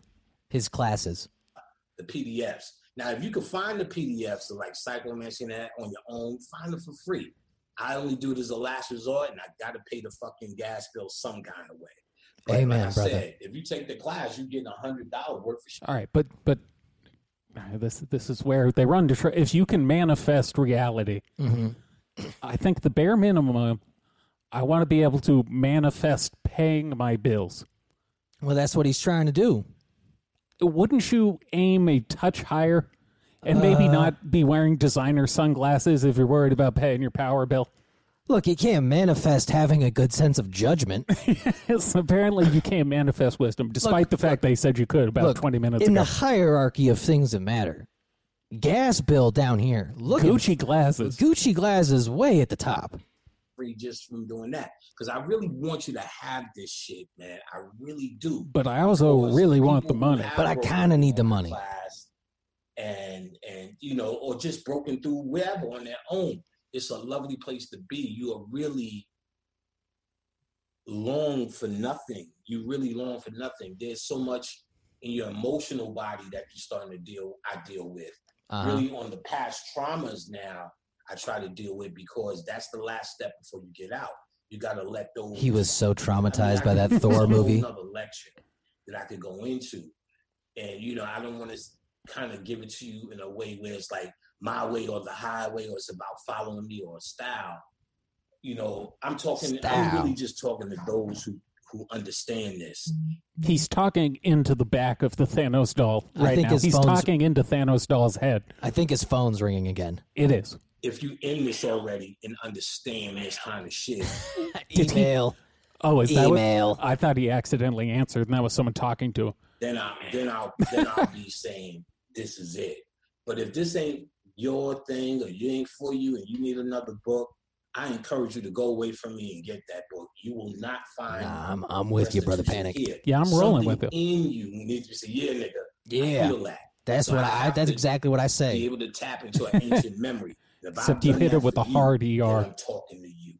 Speaker 1: His classes.
Speaker 3: the PDFs. Now, if you can find the PDFs of like Cyclomancy and that on your own, find them for free. I only do it as a last resort, and I gotta pay the fucking gas bill some kind of way.
Speaker 1: Amen, brother.
Speaker 3: if you take the class, you get a hundred dollar worth of shit.
Speaker 2: All right, but but uh, this this is where they run to. Tr- if you can manifest reality,
Speaker 1: hmm
Speaker 2: I think the bare minimum. I want to be able to manifest paying my bills.
Speaker 1: Well, that's what he's trying to do.
Speaker 2: Wouldn't you aim a touch higher, and maybe
Speaker 1: Uh,
Speaker 2: not be wearing designer sunglasses if you're worried about paying your power bill?
Speaker 1: Look, you can't manifest having a good sense of judgment.
Speaker 2: Yes, apparently you can't manifest wisdom, despite the fact they said you could about
Speaker 1: Look,
Speaker 2: 20 minutes
Speaker 1: in
Speaker 2: ago.
Speaker 1: the hierarchy of things that matter. Gas bill down here. Look
Speaker 2: Gucci
Speaker 1: at
Speaker 2: glasses.
Speaker 1: Gucci glasses way at the top.
Speaker 3: free just from doing that. Because I really want you to have this shit, man. I really do.
Speaker 2: But I also
Speaker 3: Because
Speaker 2: really want the
Speaker 3: people who
Speaker 2: money.
Speaker 3: have
Speaker 1: but I
Speaker 3: broken
Speaker 1: kinda need the
Speaker 3: through
Speaker 1: money.
Speaker 3: class And and you know, or just broken through wherever on their own. It's a lovely place to be. You are really long for nothing. You really long for nothing. There's so much in your emotional body that you're starting to deal. I deal with
Speaker 1: Uh-huh.
Speaker 3: really on the past traumas now I try to deal with because that's the last step before you get out. You got to let those.
Speaker 1: He was so
Speaker 3: I mean,
Speaker 1: traumatized by
Speaker 3: I could-
Speaker 1: that
Speaker 3: it's a
Speaker 1: Thor
Speaker 3: whole
Speaker 1: movie.
Speaker 3: nother lecture that I could go into, and you know I don't want to kind of give it to you in a way where it's like my way or the highway or it's about following me or style. You know, I'm talking. I'm
Speaker 1: Style.
Speaker 3: really just talking to those who who understand this.
Speaker 2: He's talking into the back of the Thanos doll
Speaker 1: I
Speaker 2: right
Speaker 1: think
Speaker 2: now.
Speaker 1: his
Speaker 2: He's
Speaker 1: phone's-
Speaker 2: talking into Thanos doll's head.
Speaker 1: I think his phone's ringing again.
Speaker 2: It is.
Speaker 3: If you in this already and understand this kind of shit,
Speaker 2: Did he-
Speaker 1: Email.
Speaker 2: Oh, is that
Speaker 1: Email.
Speaker 2: What? I thought he accidentally answered, and that was someone talking to him.
Speaker 3: then I
Speaker 1: Oh,
Speaker 3: then I'll then I'll be saying this is it. But if this ain't your thing or you ain't for you and you need another book, I encourage you to go away from me and get that book. You will not find
Speaker 1: Nah, I'm, I'm with you, brother.
Speaker 3: restitution
Speaker 1: Panic.
Speaker 3: here.
Speaker 2: Yeah, I'm rolling with
Speaker 3: Something In you needs to say, yeah, nigga,
Speaker 1: Yeah,
Speaker 3: feel that.
Speaker 1: that's
Speaker 3: So
Speaker 1: what
Speaker 3: I
Speaker 1: I.
Speaker 3: have
Speaker 1: That's
Speaker 3: to
Speaker 1: exactly what I
Speaker 3: Be
Speaker 1: say.
Speaker 3: able to tap into an ancient memory. If I've
Speaker 2: Except you
Speaker 3: done
Speaker 2: hit
Speaker 3: that
Speaker 2: it with
Speaker 3: for
Speaker 2: a
Speaker 3: you,
Speaker 2: hard
Speaker 3: then
Speaker 2: ER.
Speaker 3: I'm talking to you.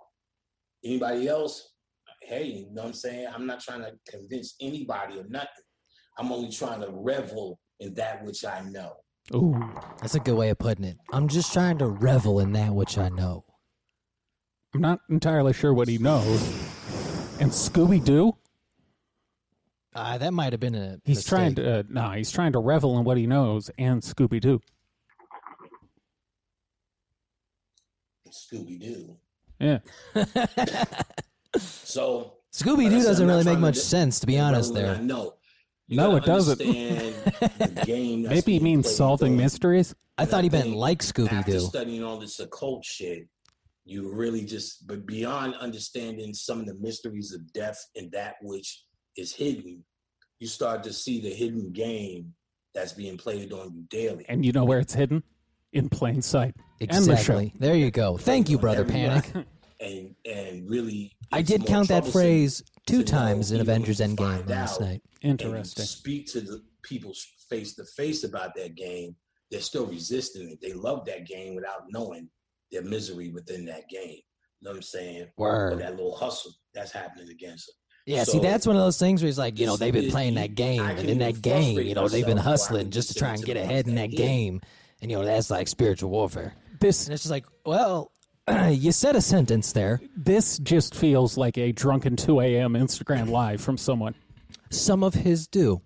Speaker 3: Anybody else? Hey, you know what I'm saying? I'm not trying to convince anybody of nothing. I'm only trying to revel in that which I know.
Speaker 2: Ooh.
Speaker 1: That's a good way of putting it. I'm just trying to revel in that which I know.
Speaker 2: I'm not entirely sure what he knows. And Scooby Doo?
Speaker 1: Uh, that might have been a.
Speaker 2: He's
Speaker 1: mistake.
Speaker 2: trying to, uh, nah, he's trying to revel in what he knows and Scooby Doo.
Speaker 3: Scooby Doo.
Speaker 2: Yeah.
Speaker 3: So
Speaker 1: Scooby
Speaker 3: Like I
Speaker 1: Doo
Speaker 3: said,
Speaker 1: doesn't
Speaker 3: I'm not
Speaker 1: really
Speaker 3: trying
Speaker 1: make
Speaker 3: to
Speaker 1: much
Speaker 3: di-
Speaker 1: sense, to be honest.
Speaker 3: relevant,
Speaker 1: There,
Speaker 3: I know. You
Speaker 2: No,
Speaker 3: gotta
Speaker 2: it doesn't.
Speaker 3: understand the game that's
Speaker 2: Maybe he
Speaker 3: being
Speaker 2: means
Speaker 3: played,
Speaker 2: solving
Speaker 3: though.
Speaker 2: mysteries.
Speaker 1: I thought he meant
Speaker 3: think
Speaker 1: like Scooby
Speaker 3: After
Speaker 1: Doo.
Speaker 3: studying all this occult shit, you really just but beyond understanding some of the mysteries of death and that which is hidden, you start to see the hidden game that's being played on you daily.
Speaker 2: And you know where it's hidden? In plain sight. And the show.
Speaker 1: Exactly. There you go. Thank you, brother. Panic.
Speaker 3: And and really
Speaker 1: I
Speaker 3: it's
Speaker 1: did
Speaker 3: more
Speaker 1: count that
Speaker 3: troublesome
Speaker 1: phrase two
Speaker 3: to know
Speaker 1: times in
Speaker 3: even when
Speaker 1: Avengers
Speaker 3: you
Speaker 1: Endgame
Speaker 3: find
Speaker 1: last
Speaker 3: out
Speaker 1: night.
Speaker 3: and you
Speaker 2: Interesting.
Speaker 3: speak to the people face to face about that game, they're still resisting it. They love that game without knowing their misery within that game. You know what I'm saying? Or
Speaker 1: Word.
Speaker 3: that little hustle that's happening against them.
Speaker 1: Yeah. see,
Speaker 3: So-
Speaker 1: that's one of those things where he's like, you know,
Speaker 3: It's-
Speaker 1: they've been
Speaker 3: it-
Speaker 1: playing
Speaker 3: you-
Speaker 1: that game,
Speaker 3: I
Speaker 1: and
Speaker 3: can
Speaker 1: in
Speaker 3: even
Speaker 1: that game,
Speaker 3: frustrate
Speaker 1: you know, they've been
Speaker 3: myself, or I
Speaker 1: hustling
Speaker 3: can
Speaker 1: just to
Speaker 3: sit
Speaker 1: try and
Speaker 3: into
Speaker 1: get
Speaker 3: the
Speaker 1: ahead in that
Speaker 3: idea.
Speaker 1: game, and you know, that's like spiritual warfare.
Speaker 2: This
Speaker 1: And it's just like, well, you said a sentence there.
Speaker 2: this just feels like a drunken 2 a.m. Instagram live from someone.
Speaker 1: Some of his do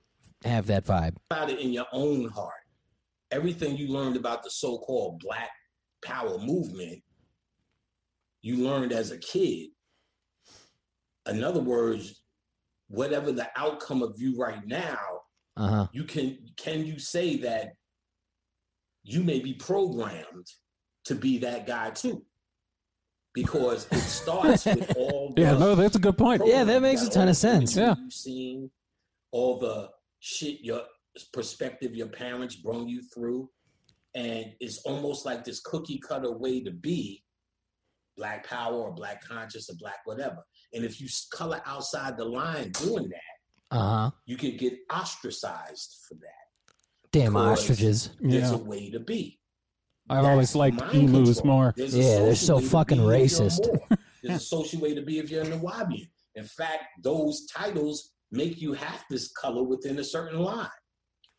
Speaker 1: have that vibe.
Speaker 3: about it in your own heart. Everything you learned about the so-called Black Power movement, you learned as a kid. In other words, whatever the outcome of you right now,
Speaker 1: Uh huh.
Speaker 3: you can can you say that you may be programmed to be that guy too because it starts with all the
Speaker 2: Yeah, no, that's a good point.
Speaker 1: Pro- Yeah, that makes a
Speaker 3: Got
Speaker 1: ton
Speaker 3: all
Speaker 1: of
Speaker 3: the things
Speaker 1: sense.
Speaker 2: Yeah.
Speaker 3: you've seen all the shit your perspective your parents brung you through and it's almost like this cookie cutter way to be black power or black conscious or black whatever and if you s- color outside the line doing that
Speaker 1: Uh huh.
Speaker 3: you can get ostracized for that
Speaker 1: Damn
Speaker 3: Course.
Speaker 1: ostriches.
Speaker 3: There's
Speaker 2: Yeah,
Speaker 3: a way to be.
Speaker 2: I've always
Speaker 3: That's
Speaker 2: liked
Speaker 3: mind
Speaker 2: emus
Speaker 3: control.
Speaker 2: more.
Speaker 3: There's a
Speaker 1: Yeah, they're
Speaker 3: social
Speaker 1: so
Speaker 3: way to
Speaker 1: fucking
Speaker 3: be if you're
Speaker 1: racist.
Speaker 3: Moor. There's a social way to be if you're Nawabian. In fact, those titles make you have this color within a certain line.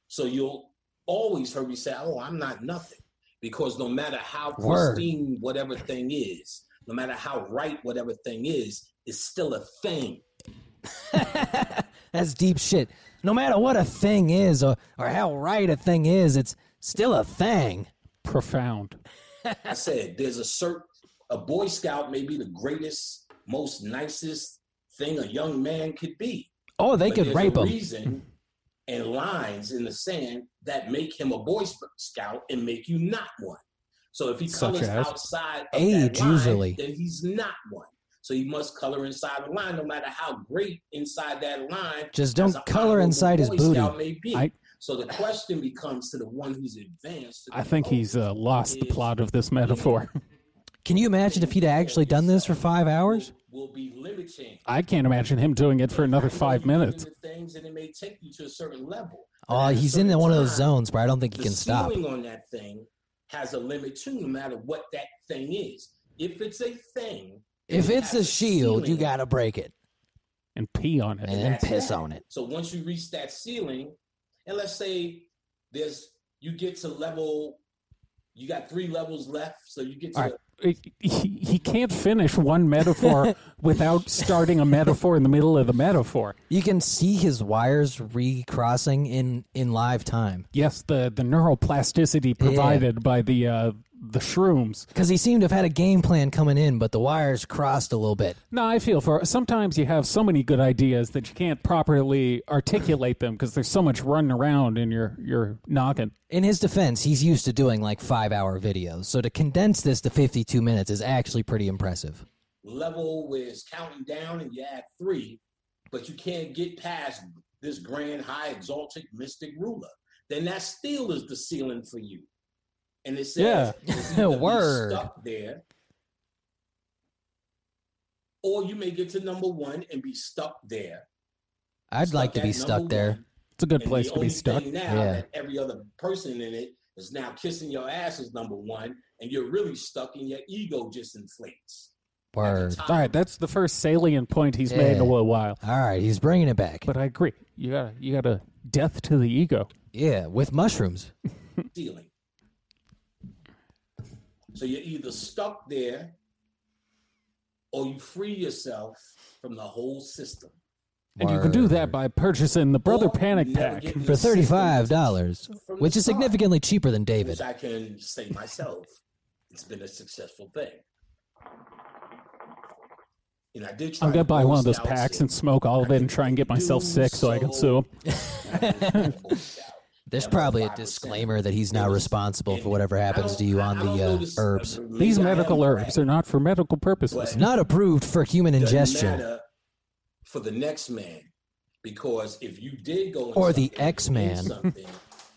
Speaker 3: So you'll always hear me say, "Oh, I'm not nothing," because no matter how
Speaker 1: Word.
Speaker 3: pristine whatever thing is, no matter how right whatever thing is, it's still a thing.
Speaker 1: That's deep shit. No matter what a thing is or, or how right a thing is, it's still a thing.
Speaker 2: Profound.
Speaker 3: I said there's a certain a Boy Scout may be the greatest, most nicest thing a young man could be.
Speaker 1: Oh, they
Speaker 3: But
Speaker 1: could
Speaker 3: there's
Speaker 1: rape
Speaker 3: a
Speaker 1: them.
Speaker 3: reason and lines in the sand that make him a boy Sp- scout and make you not one. So if he
Speaker 2: Such
Speaker 3: colors
Speaker 2: as?
Speaker 3: outside of
Speaker 1: Age,
Speaker 3: that line,
Speaker 1: usually.
Speaker 3: then he's not one. So he must color inside the line, no matter how great inside that line.
Speaker 1: Just
Speaker 3: as
Speaker 1: don't
Speaker 3: an
Speaker 1: color
Speaker 3: honorable
Speaker 1: inside his
Speaker 3: Boy
Speaker 1: booty.
Speaker 3: Scout may be.
Speaker 2: I-
Speaker 3: so the question becomes to the one who's advanced. to
Speaker 2: I
Speaker 3: the
Speaker 2: think
Speaker 3: vote
Speaker 2: he's uh, lost the
Speaker 3: is-
Speaker 2: plot of this metaphor.
Speaker 1: Can you imagine if he'd actually done this for five hours?
Speaker 3: Will be limiting
Speaker 2: I can't imagine him doing it for another
Speaker 3: I know
Speaker 2: five
Speaker 3: you believe
Speaker 2: minutes.
Speaker 3: in the Things and it may take you to a certain level. but
Speaker 1: Oh,
Speaker 3: at a
Speaker 1: he's in
Speaker 3: certain
Speaker 1: one of those
Speaker 3: time,
Speaker 1: zones where I don't think he
Speaker 3: the
Speaker 1: can stop.
Speaker 3: ceiling on that thing has a limit too, no matter what that thing is. If it's a thing,
Speaker 1: If
Speaker 3: it
Speaker 1: it's
Speaker 3: has
Speaker 1: a shield, you
Speaker 3: ceiling.
Speaker 1: gotta break it
Speaker 2: And pee on it.
Speaker 1: and then
Speaker 3: that's
Speaker 1: piss
Speaker 3: that.
Speaker 1: on it.
Speaker 3: So once you reach that ceiling, and let's say there's you get to level, you got three levels left, so you get to.
Speaker 2: All right. He, he can't finish one metaphor without starting a metaphor in the middle of the metaphor.
Speaker 1: You can see his wires recrossing in in live time
Speaker 2: Yes, the the neuroplasticity provided by the uh, the shrooms.
Speaker 1: because he seemed to have had a game plan coming in, but the wires crossed a little bit.
Speaker 2: No, I feel for sometimes you have so many good ideas that you can't properly articulate them because there's so much running around in your your noggin.
Speaker 1: In his defense, he's used to doing like five hour videos, so to condense this to 52 minutes is actually pretty impressive.
Speaker 3: level where it's counting down and you add three, but you can't get past this grand, high, exalted, mystic ruler. Then that still is the ceiling for you. And it says,
Speaker 1: Yeah.
Speaker 3: it's either be
Speaker 1: Word.
Speaker 3: stuck there, or you may get to number one and be stuck there.
Speaker 1: I'd
Speaker 3: Stuck
Speaker 1: like to
Speaker 3: at
Speaker 1: be
Speaker 3: number
Speaker 1: stuck there.
Speaker 3: one.
Speaker 2: It's a good
Speaker 3: And the
Speaker 2: place to be
Speaker 3: only
Speaker 2: stuck.
Speaker 3: thing Now
Speaker 1: Yeah.
Speaker 3: that every other person in it is now kissing your ass is number one, and you're really stuck, and your ego just inflates. At the
Speaker 1: Word.
Speaker 3: top,
Speaker 2: All right, that's the first salient point he's made in
Speaker 1: Yeah.
Speaker 2: a little while.
Speaker 1: All right, he's bringing it back.
Speaker 2: But I agree. You got to you got to death to the ego.
Speaker 1: Yeah, with mushrooms.
Speaker 3: ceiling. So you're either stuck there or you free yourself from the whole system.
Speaker 2: And you can do that
Speaker 1: Word.
Speaker 2: by purchasing the Brother
Speaker 3: Or you
Speaker 2: Panic
Speaker 3: never
Speaker 2: Pack.
Speaker 3: get in
Speaker 1: for
Speaker 3: the system,
Speaker 1: thirty-five dollars,
Speaker 3: From the
Speaker 1: which is
Speaker 3: start.
Speaker 1: significantly cheaper than David.
Speaker 3: Which I can say myself, it's been a successful thing. And I did try
Speaker 2: I'm gonna
Speaker 3: the
Speaker 2: buy
Speaker 3: Boy
Speaker 2: one of those
Speaker 3: Scout
Speaker 2: packs
Speaker 3: shit.
Speaker 2: and smoke all of it and try and get myself
Speaker 3: Do
Speaker 2: sick so I can sue
Speaker 3: so.
Speaker 2: 'em.
Speaker 3: I did try the Boy Scout.
Speaker 1: There's
Speaker 3: Yeah,
Speaker 1: probably a
Speaker 3: 5%.
Speaker 1: disclaimer that he's not
Speaker 3: was-
Speaker 1: responsible
Speaker 3: and
Speaker 1: for whatever
Speaker 3: I
Speaker 1: happens
Speaker 3: don't-
Speaker 1: to you
Speaker 3: I-
Speaker 1: on
Speaker 3: I don't
Speaker 1: the
Speaker 3: know
Speaker 1: uh,
Speaker 3: this-
Speaker 1: herbs.
Speaker 3: maybe
Speaker 2: These
Speaker 3: I am
Speaker 2: medical
Speaker 3: correct.
Speaker 2: herbs are not for medical purposes.
Speaker 3: But-
Speaker 1: Not approved for human
Speaker 3: doesn't
Speaker 1: ingestion
Speaker 3: matter for the next man because if you did go
Speaker 1: Or the
Speaker 3: something and
Speaker 1: X Man.
Speaker 3: did something,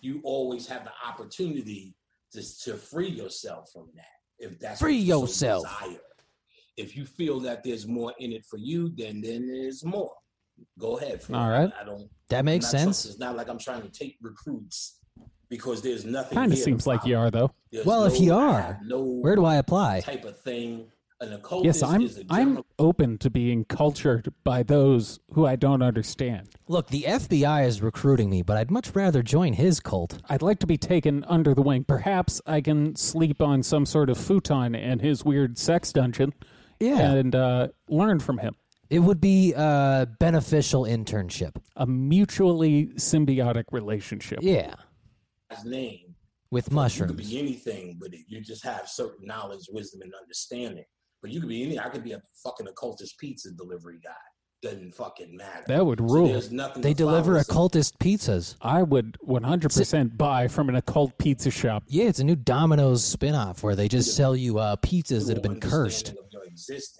Speaker 3: you always have the opportunity to, to free yourself from that if that's what
Speaker 1: Free
Speaker 3: you so
Speaker 1: yourself.
Speaker 3: desire. if you feel that there's more in it for you then then there's more go ahead for
Speaker 2: All
Speaker 3: it.
Speaker 2: right.
Speaker 3: i don't
Speaker 1: that makes
Speaker 3: I'm not trying-
Speaker 1: sense.
Speaker 3: it's not like i'm trying to take recruits because there's nothing
Speaker 2: Kind of
Speaker 3: here to
Speaker 2: seems like you
Speaker 3: follow.
Speaker 2: are though.
Speaker 3: There's
Speaker 1: Well, if
Speaker 3: no-
Speaker 1: you
Speaker 3: I
Speaker 1: are,
Speaker 3: have no
Speaker 1: Where do I apply?
Speaker 3: type of thing an occultist
Speaker 2: Yes, I'm
Speaker 3: is a general
Speaker 2: I'm open to being cultured by those who I don't understand.
Speaker 1: Look, the FBI is recruiting me, but I'd much rather join his cult.
Speaker 2: I'd like to be taken under the wing. Perhaps I can sleep on some sort of futon in his weird sex dungeon
Speaker 1: Yeah.
Speaker 2: and uh, learn from him.
Speaker 1: It would be a beneficial internship.
Speaker 2: A mutually symbiotic relationship.
Speaker 1: Yeah,
Speaker 3: guy's name
Speaker 1: with
Speaker 3: You could
Speaker 1: mushrooms.
Speaker 3: be anything, but you just have certain knowledge, wisdom, and understanding. But you could be any. I could be a fucking occultist pizza delivery guy. doesn't fucking matter.
Speaker 2: That would
Speaker 3: So
Speaker 2: rule.
Speaker 3: there's nothing
Speaker 1: They
Speaker 3: to follow.
Speaker 1: deliver
Speaker 3: It's a-
Speaker 1: occultist pizzas.
Speaker 2: I would 100% buy from an occult pizza shop.
Speaker 1: Yeah, it's a new Domino's spin-off where they just sell you uh, pizzas that have been
Speaker 3: understanding
Speaker 1: cursed.
Speaker 3: of your existence.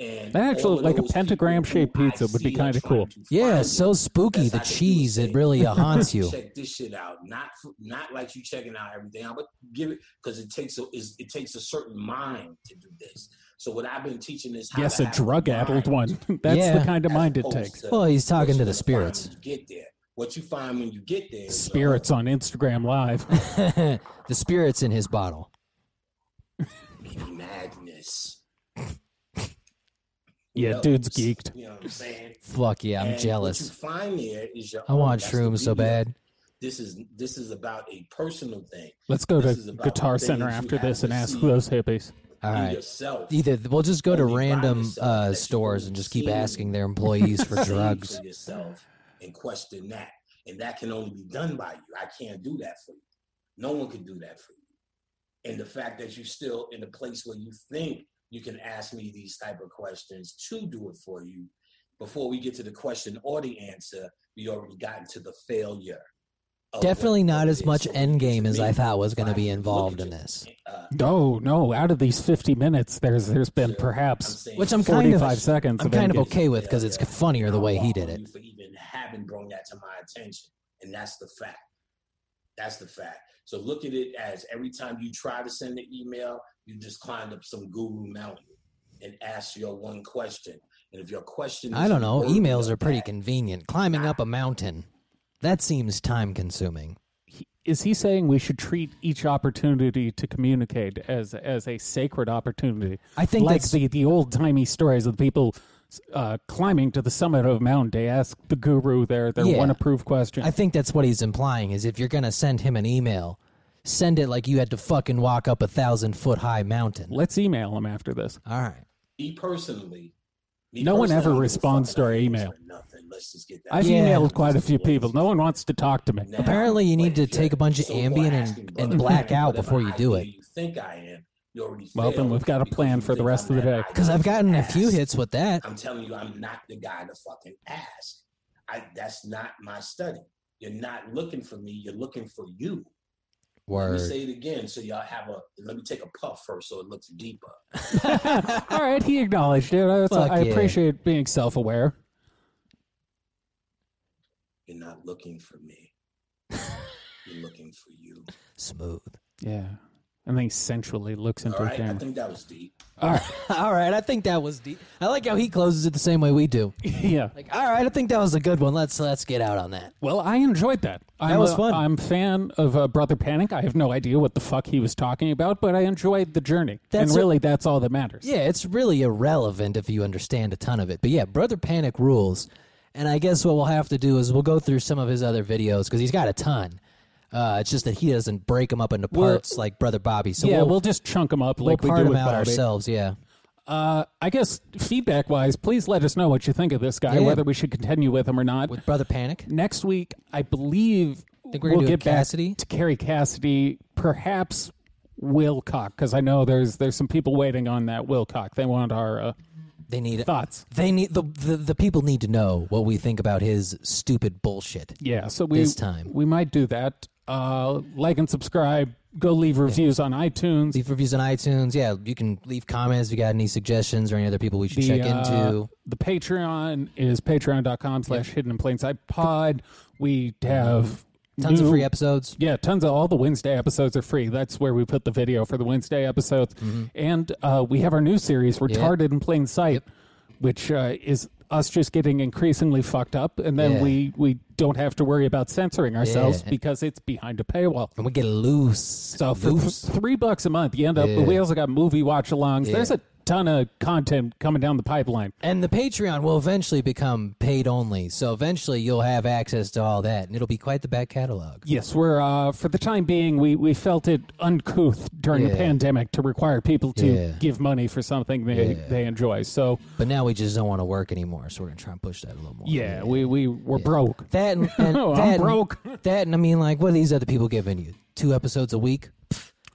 Speaker 3: And
Speaker 2: That actually
Speaker 3: all
Speaker 2: looked
Speaker 3: of
Speaker 2: like a
Speaker 3: those
Speaker 2: pentagram-shaped
Speaker 3: people who I
Speaker 2: pizza would be
Speaker 3: see are
Speaker 2: kinda
Speaker 3: trying
Speaker 2: cool.
Speaker 3: to
Speaker 1: Yeah,
Speaker 3: find
Speaker 1: it's so
Speaker 3: me,
Speaker 1: spooky.
Speaker 3: that's
Speaker 1: The
Speaker 3: how they do
Speaker 1: cheese,
Speaker 3: thing.
Speaker 1: it really uh, haunts you.
Speaker 3: Check this shit out. Not f- not like you checking out everything. I would give it because it takes a is it takes a certain mind to do this. So what I've been teaching is how
Speaker 2: Yes,
Speaker 3: to
Speaker 2: a
Speaker 3: have the
Speaker 2: drug-addled
Speaker 3: mind
Speaker 2: one. That's
Speaker 1: Yeah.
Speaker 2: the kind of
Speaker 3: as
Speaker 2: mind it
Speaker 3: opposed
Speaker 2: takes.
Speaker 3: to
Speaker 1: Well, he's
Speaker 3: what
Speaker 1: talking
Speaker 3: you're
Speaker 1: to the
Speaker 3: gonna find
Speaker 1: spirits.
Speaker 3: when you get there, what you find when you get there, is, uh,
Speaker 2: Spirits on Instagram Live.
Speaker 1: the spirits in his bottle.
Speaker 3: Mickey madness.
Speaker 2: Yeah,
Speaker 3: Who
Speaker 2: dude's
Speaker 3: knows?
Speaker 2: geeked.
Speaker 3: You know what I'm saying?
Speaker 1: Fuck yeah, I'm
Speaker 3: And What you
Speaker 1: jealous.
Speaker 3: find there is your
Speaker 1: I want
Speaker 3: own- that's the
Speaker 1: shrooms so
Speaker 3: beauty of it.
Speaker 1: bad.
Speaker 3: This is this is about a personal thing.
Speaker 2: Let's go
Speaker 3: This
Speaker 2: to
Speaker 3: is about
Speaker 2: Guitar
Speaker 3: things
Speaker 2: Center
Speaker 3: you
Speaker 2: after
Speaker 3: have
Speaker 2: this
Speaker 3: to
Speaker 2: and ask
Speaker 3: see.
Speaker 2: those hippies.
Speaker 1: All
Speaker 3: You
Speaker 1: right.
Speaker 3: Yourself.
Speaker 1: Either we'll just go to
Speaker 3: Only by
Speaker 1: random
Speaker 3: yourself that
Speaker 1: uh,
Speaker 3: you
Speaker 1: stores
Speaker 3: can
Speaker 1: and just keep
Speaker 3: see.
Speaker 1: asking their employees for
Speaker 3: Save
Speaker 1: drugs.
Speaker 3: for yourself and question that, and that can only be done by you. I can't do that for you. No one can do that for you. And the fact that you're still in a place where you think you can ask me these type of questions to do it for you, before we get to the question or the answer, we already gotten to the failure. of what-
Speaker 1: Definitely
Speaker 3: what
Speaker 1: not
Speaker 3: it
Speaker 1: as
Speaker 3: is.
Speaker 1: much
Speaker 3: So to
Speaker 1: endgame as
Speaker 3: me,
Speaker 1: I thought was going to
Speaker 3: if I
Speaker 1: be
Speaker 3: look at
Speaker 1: involved
Speaker 3: you,
Speaker 1: in this.
Speaker 3: uh,
Speaker 2: No, Oh, no. Out of these 50 minutes, there's there's been
Speaker 3: Sure. I'm
Speaker 2: perhaps
Speaker 3: saying-
Speaker 1: Which I'm kind of
Speaker 2: 45 seconds.
Speaker 1: I'm
Speaker 2: of
Speaker 1: kind of
Speaker 2: engagement.
Speaker 1: okay with because it's funnier the way he did
Speaker 3: I'm
Speaker 1: it.
Speaker 3: wrong For even having brought that to my attention, and that's the fact. That's the fact. So look at it as every time you try to send an email, you just climbed up some guru mountain and asked your one question. And if your question,
Speaker 1: I
Speaker 3: is
Speaker 1: don't know.
Speaker 3: worthy
Speaker 1: Emails
Speaker 3: of
Speaker 1: are pretty
Speaker 3: that,
Speaker 1: convenient. Climbing up a mountain. That seems time consuming.
Speaker 2: Is he saying we should treat each opportunity to communicate as as a sacred opportunity?
Speaker 1: I think
Speaker 2: like
Speaker 1: that's-
Speaker 2: the, the old timey stories of people uh, climbing to the summit of a mountain. They ask the guru their their
Speaker 1: Yeah.
Speaker 2: one approved question.
Speaker 1: I think that's what he's implying is if you're going to send him an email, send it like you had to fucking walk up a thousand foot high mountain. All
Speaker 2: Let's email him after this.
Speaker 1: right.
Speaker 3: me personally. me
Speaker 2: No one
Speaker 3: personally, I
Speaker 2: ever
Speaker 3: don't give a
Speaker 2: responds
Speaker 3: fuck
Speaker 2: to our
Speaker 3: about
Speaker 2: email.
Speaker 3: answering Nothing. Let's just get that.
Speaker 2: I've
Speaker 1: Yeah.
Speaker 2: emailed quite a few people. No one wants to talk to me.
Speaker 3: Now,
Speaker 1: Apparently, you need
Speaker 3: like,
Speaker 1: to
Speaker 3: if
Speaker 1: take a
Speaker 3: you're
Speaker 1: bunch of
Speaker 3: so-called
Speaker 1: Ambien and-
Speaker 3: asking
Speaker 1: and
Speaker 3: whether
Speaker 1: black
Speaker 3: I am
Speaker 1: out before you
Speaker 3: whatever
Speaker 1: do
Speaker 3: I
Speaker 1: it.
Speaker 3: You think I am? You already
Speaker 2: Well, then
Speaker 3: failed
Speaker 2: we've got a
Speaker 3: because
Speaker 2: plan
Speaker 3: you
Speaker 2: for the
Speaker 3: think
Speaker 2: rest
Speaker 3: I'm
Speaker 2: of the
Speaker 3: that
Speaker 2: day.
Speaker 1: Because I've gotten a few
Speaker 3: ass.
Speaker 1: hits with that.
Speaker 3: I'm telling you, I'm not the guy to fucking ask. I that's not my study. You're not looking for me. You're looking for you. Let me
Speaker 1: Word.
Speaker 3: say it again, so y'all have a. Let me take a puff first, so it looks deeper.
Speaker 2: All right, he acknowledged it. That's-
Speaker 1: Fuck
Speaker 2: I
Speaker 1: yeah.
Speaker 2: appreciate being self aware.
Speaker 3: You're not looking for me. You're looking for you.
Speaker 1: Smooth.
Speaker 2: Yeah. And then he sensually looks into
Speaker 3: All
Speaker 2: a
Speaker 3: right, I
Speaker 2: camera.
Speaker 3: think that was deep.
Speaker 2: All right.
Speaker 1: All right. I think that was deep. I like how he closes it the same way we do.
Speaker 2: yeah.
Speaker 1: Like, all right, I think that was a good one. Let's let's get out on that.
Speaker 2: Well, I enjoyed that. I'm
Speaker 1: was
Speaker 2: a,
Speaker 1: fun.
Speaker 2: I'm fan of uh, Brother Panic. I have no idea what the fuck he was talking about, but I enjoyed the journey.
Speaker 1: That's
Speaker 2: and
Speaker 1: a-
Speaker 2: really, that's all that matters.
Speaker 1: Yeah, it's really irrelevant if you understand a ton of it. But yeah, Brother Panic rules. And I guess what we'll have to do is we'll go through some of his other videos because he's got a ton. Uh, it's just that he doesn't break them up into parts like Brother Bobby. So
Speaker 2: yeah,
Speaker 1: we'll,
Speaker 2: we'll, just chunk them up like
Speaker 1: we'll part
Speaker 2: we do
Speaker 1: them
Speaker 2: with
Speaker 1: out
Speaker 2: Bobby.
Speaker 1: ourselves. Yeah.
Speaker 2: Uh, I guess feedback wise, please let us know what you think of this guy,
Speaker 1: Yeah.
Speaker 2: whether we should continue with him or not.
Speaker 1: With Brother Panic.
Speaker 2: Next week, I believe
Speaker 1: Think we're
Speaker 2: we'll
Speaker 1: gonna do
Speaker 2: get back
Speaker 1: Cassidy?
Speaker 2: to Carrie Cassidy, perhaps Wilcock, because I know there's there's some people waiting on that Wilcock. They want our uh,
Speaker 1: They need
Speaker 2: thoughts.
Speaker 1: They need the, the the people need to know what we think about his stupid bullshit.
Speaker 2: Yeah, so we
Speaker 1: This time.
Speaker 2: we might do that. Uh, like and subscribe. Go leave reviews on iTunes.
Speaker 1: Leave reviews on iTunes. Yeah, you can leave comments if you got any suggestions or any other people we should check
Speaker 2: uh,
Speaker 1: into.
Speaker 2: the Patreon is patreon.com slash hidden in plain sight pod. We have
Speaker 1: Tons
Speaker 2: new-
Speaker 1: of free episodes.
Speaker 2: Yeah, tons of all the Wednesday episodes are free. That's where we put the video for the Wednesday episodes.
Speaker 1: Mm-hmm.
Speaker 2: And uh, we have our new series, Retarded in Plain Sight, which uh, is us just getting increasingly fucked up. And then
Speaker 1: Yeah.
Speaker 2: we, we don't have to worry about censoring ourselves
Speaker 1: Yeah.
Speaker 2: because it's behind a paywall.
Speaker 1: And we get loose.
Speaker 2: So for th-
Speaker 1: loose.
Speaker 2: three bucks a month, you end up.
Speaker 1: Yeah.
Speaker 2: We also got movie watch alongs. There's
Speaker 1: Yeah.
Speaker 2: a ton of content coming down the pipeline.
Speaker 1: And the Patreon will eventually become paid only. So eventually you'll have access to all that and it'll be quite the back catalog.
Speaker 2: Yes, we're uh, for the time being, we, we felt it uncouth during the
Speaker 1: Yeah.
Speaker 2: pandemic to require people to
Speaker 1: Yeah.
Speaker 2: give money for something they
Speaker 1: Yeah.
Speaker 2: they enjoy. So
Speaker 1: But now we just don't want to work anymore, so we're gonna try and push that a little more.
Speaker 2: yeah, we we were broke.
Speaker 1: that and, and
Speaker 2: Oh, I'm
Speaker 1: that and-
Speaker 2: broke.
Speaker 1: that and I mean like what are these other people giving you? Two episodes a week?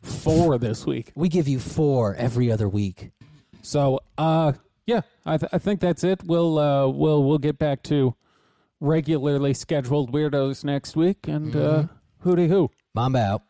Speaker 2: Four this week.
Speaker 1: We give you four every other week.
Speaker 2: So uh, Yeah, I, th- I think that's it. We'll uh, we'll we'll get back to
Speaker 1: Mm-hmm.
Speaker 2: regularly scheduled weirdos next week, and uh, hooty hoo.
Speaker 1: Mamba out.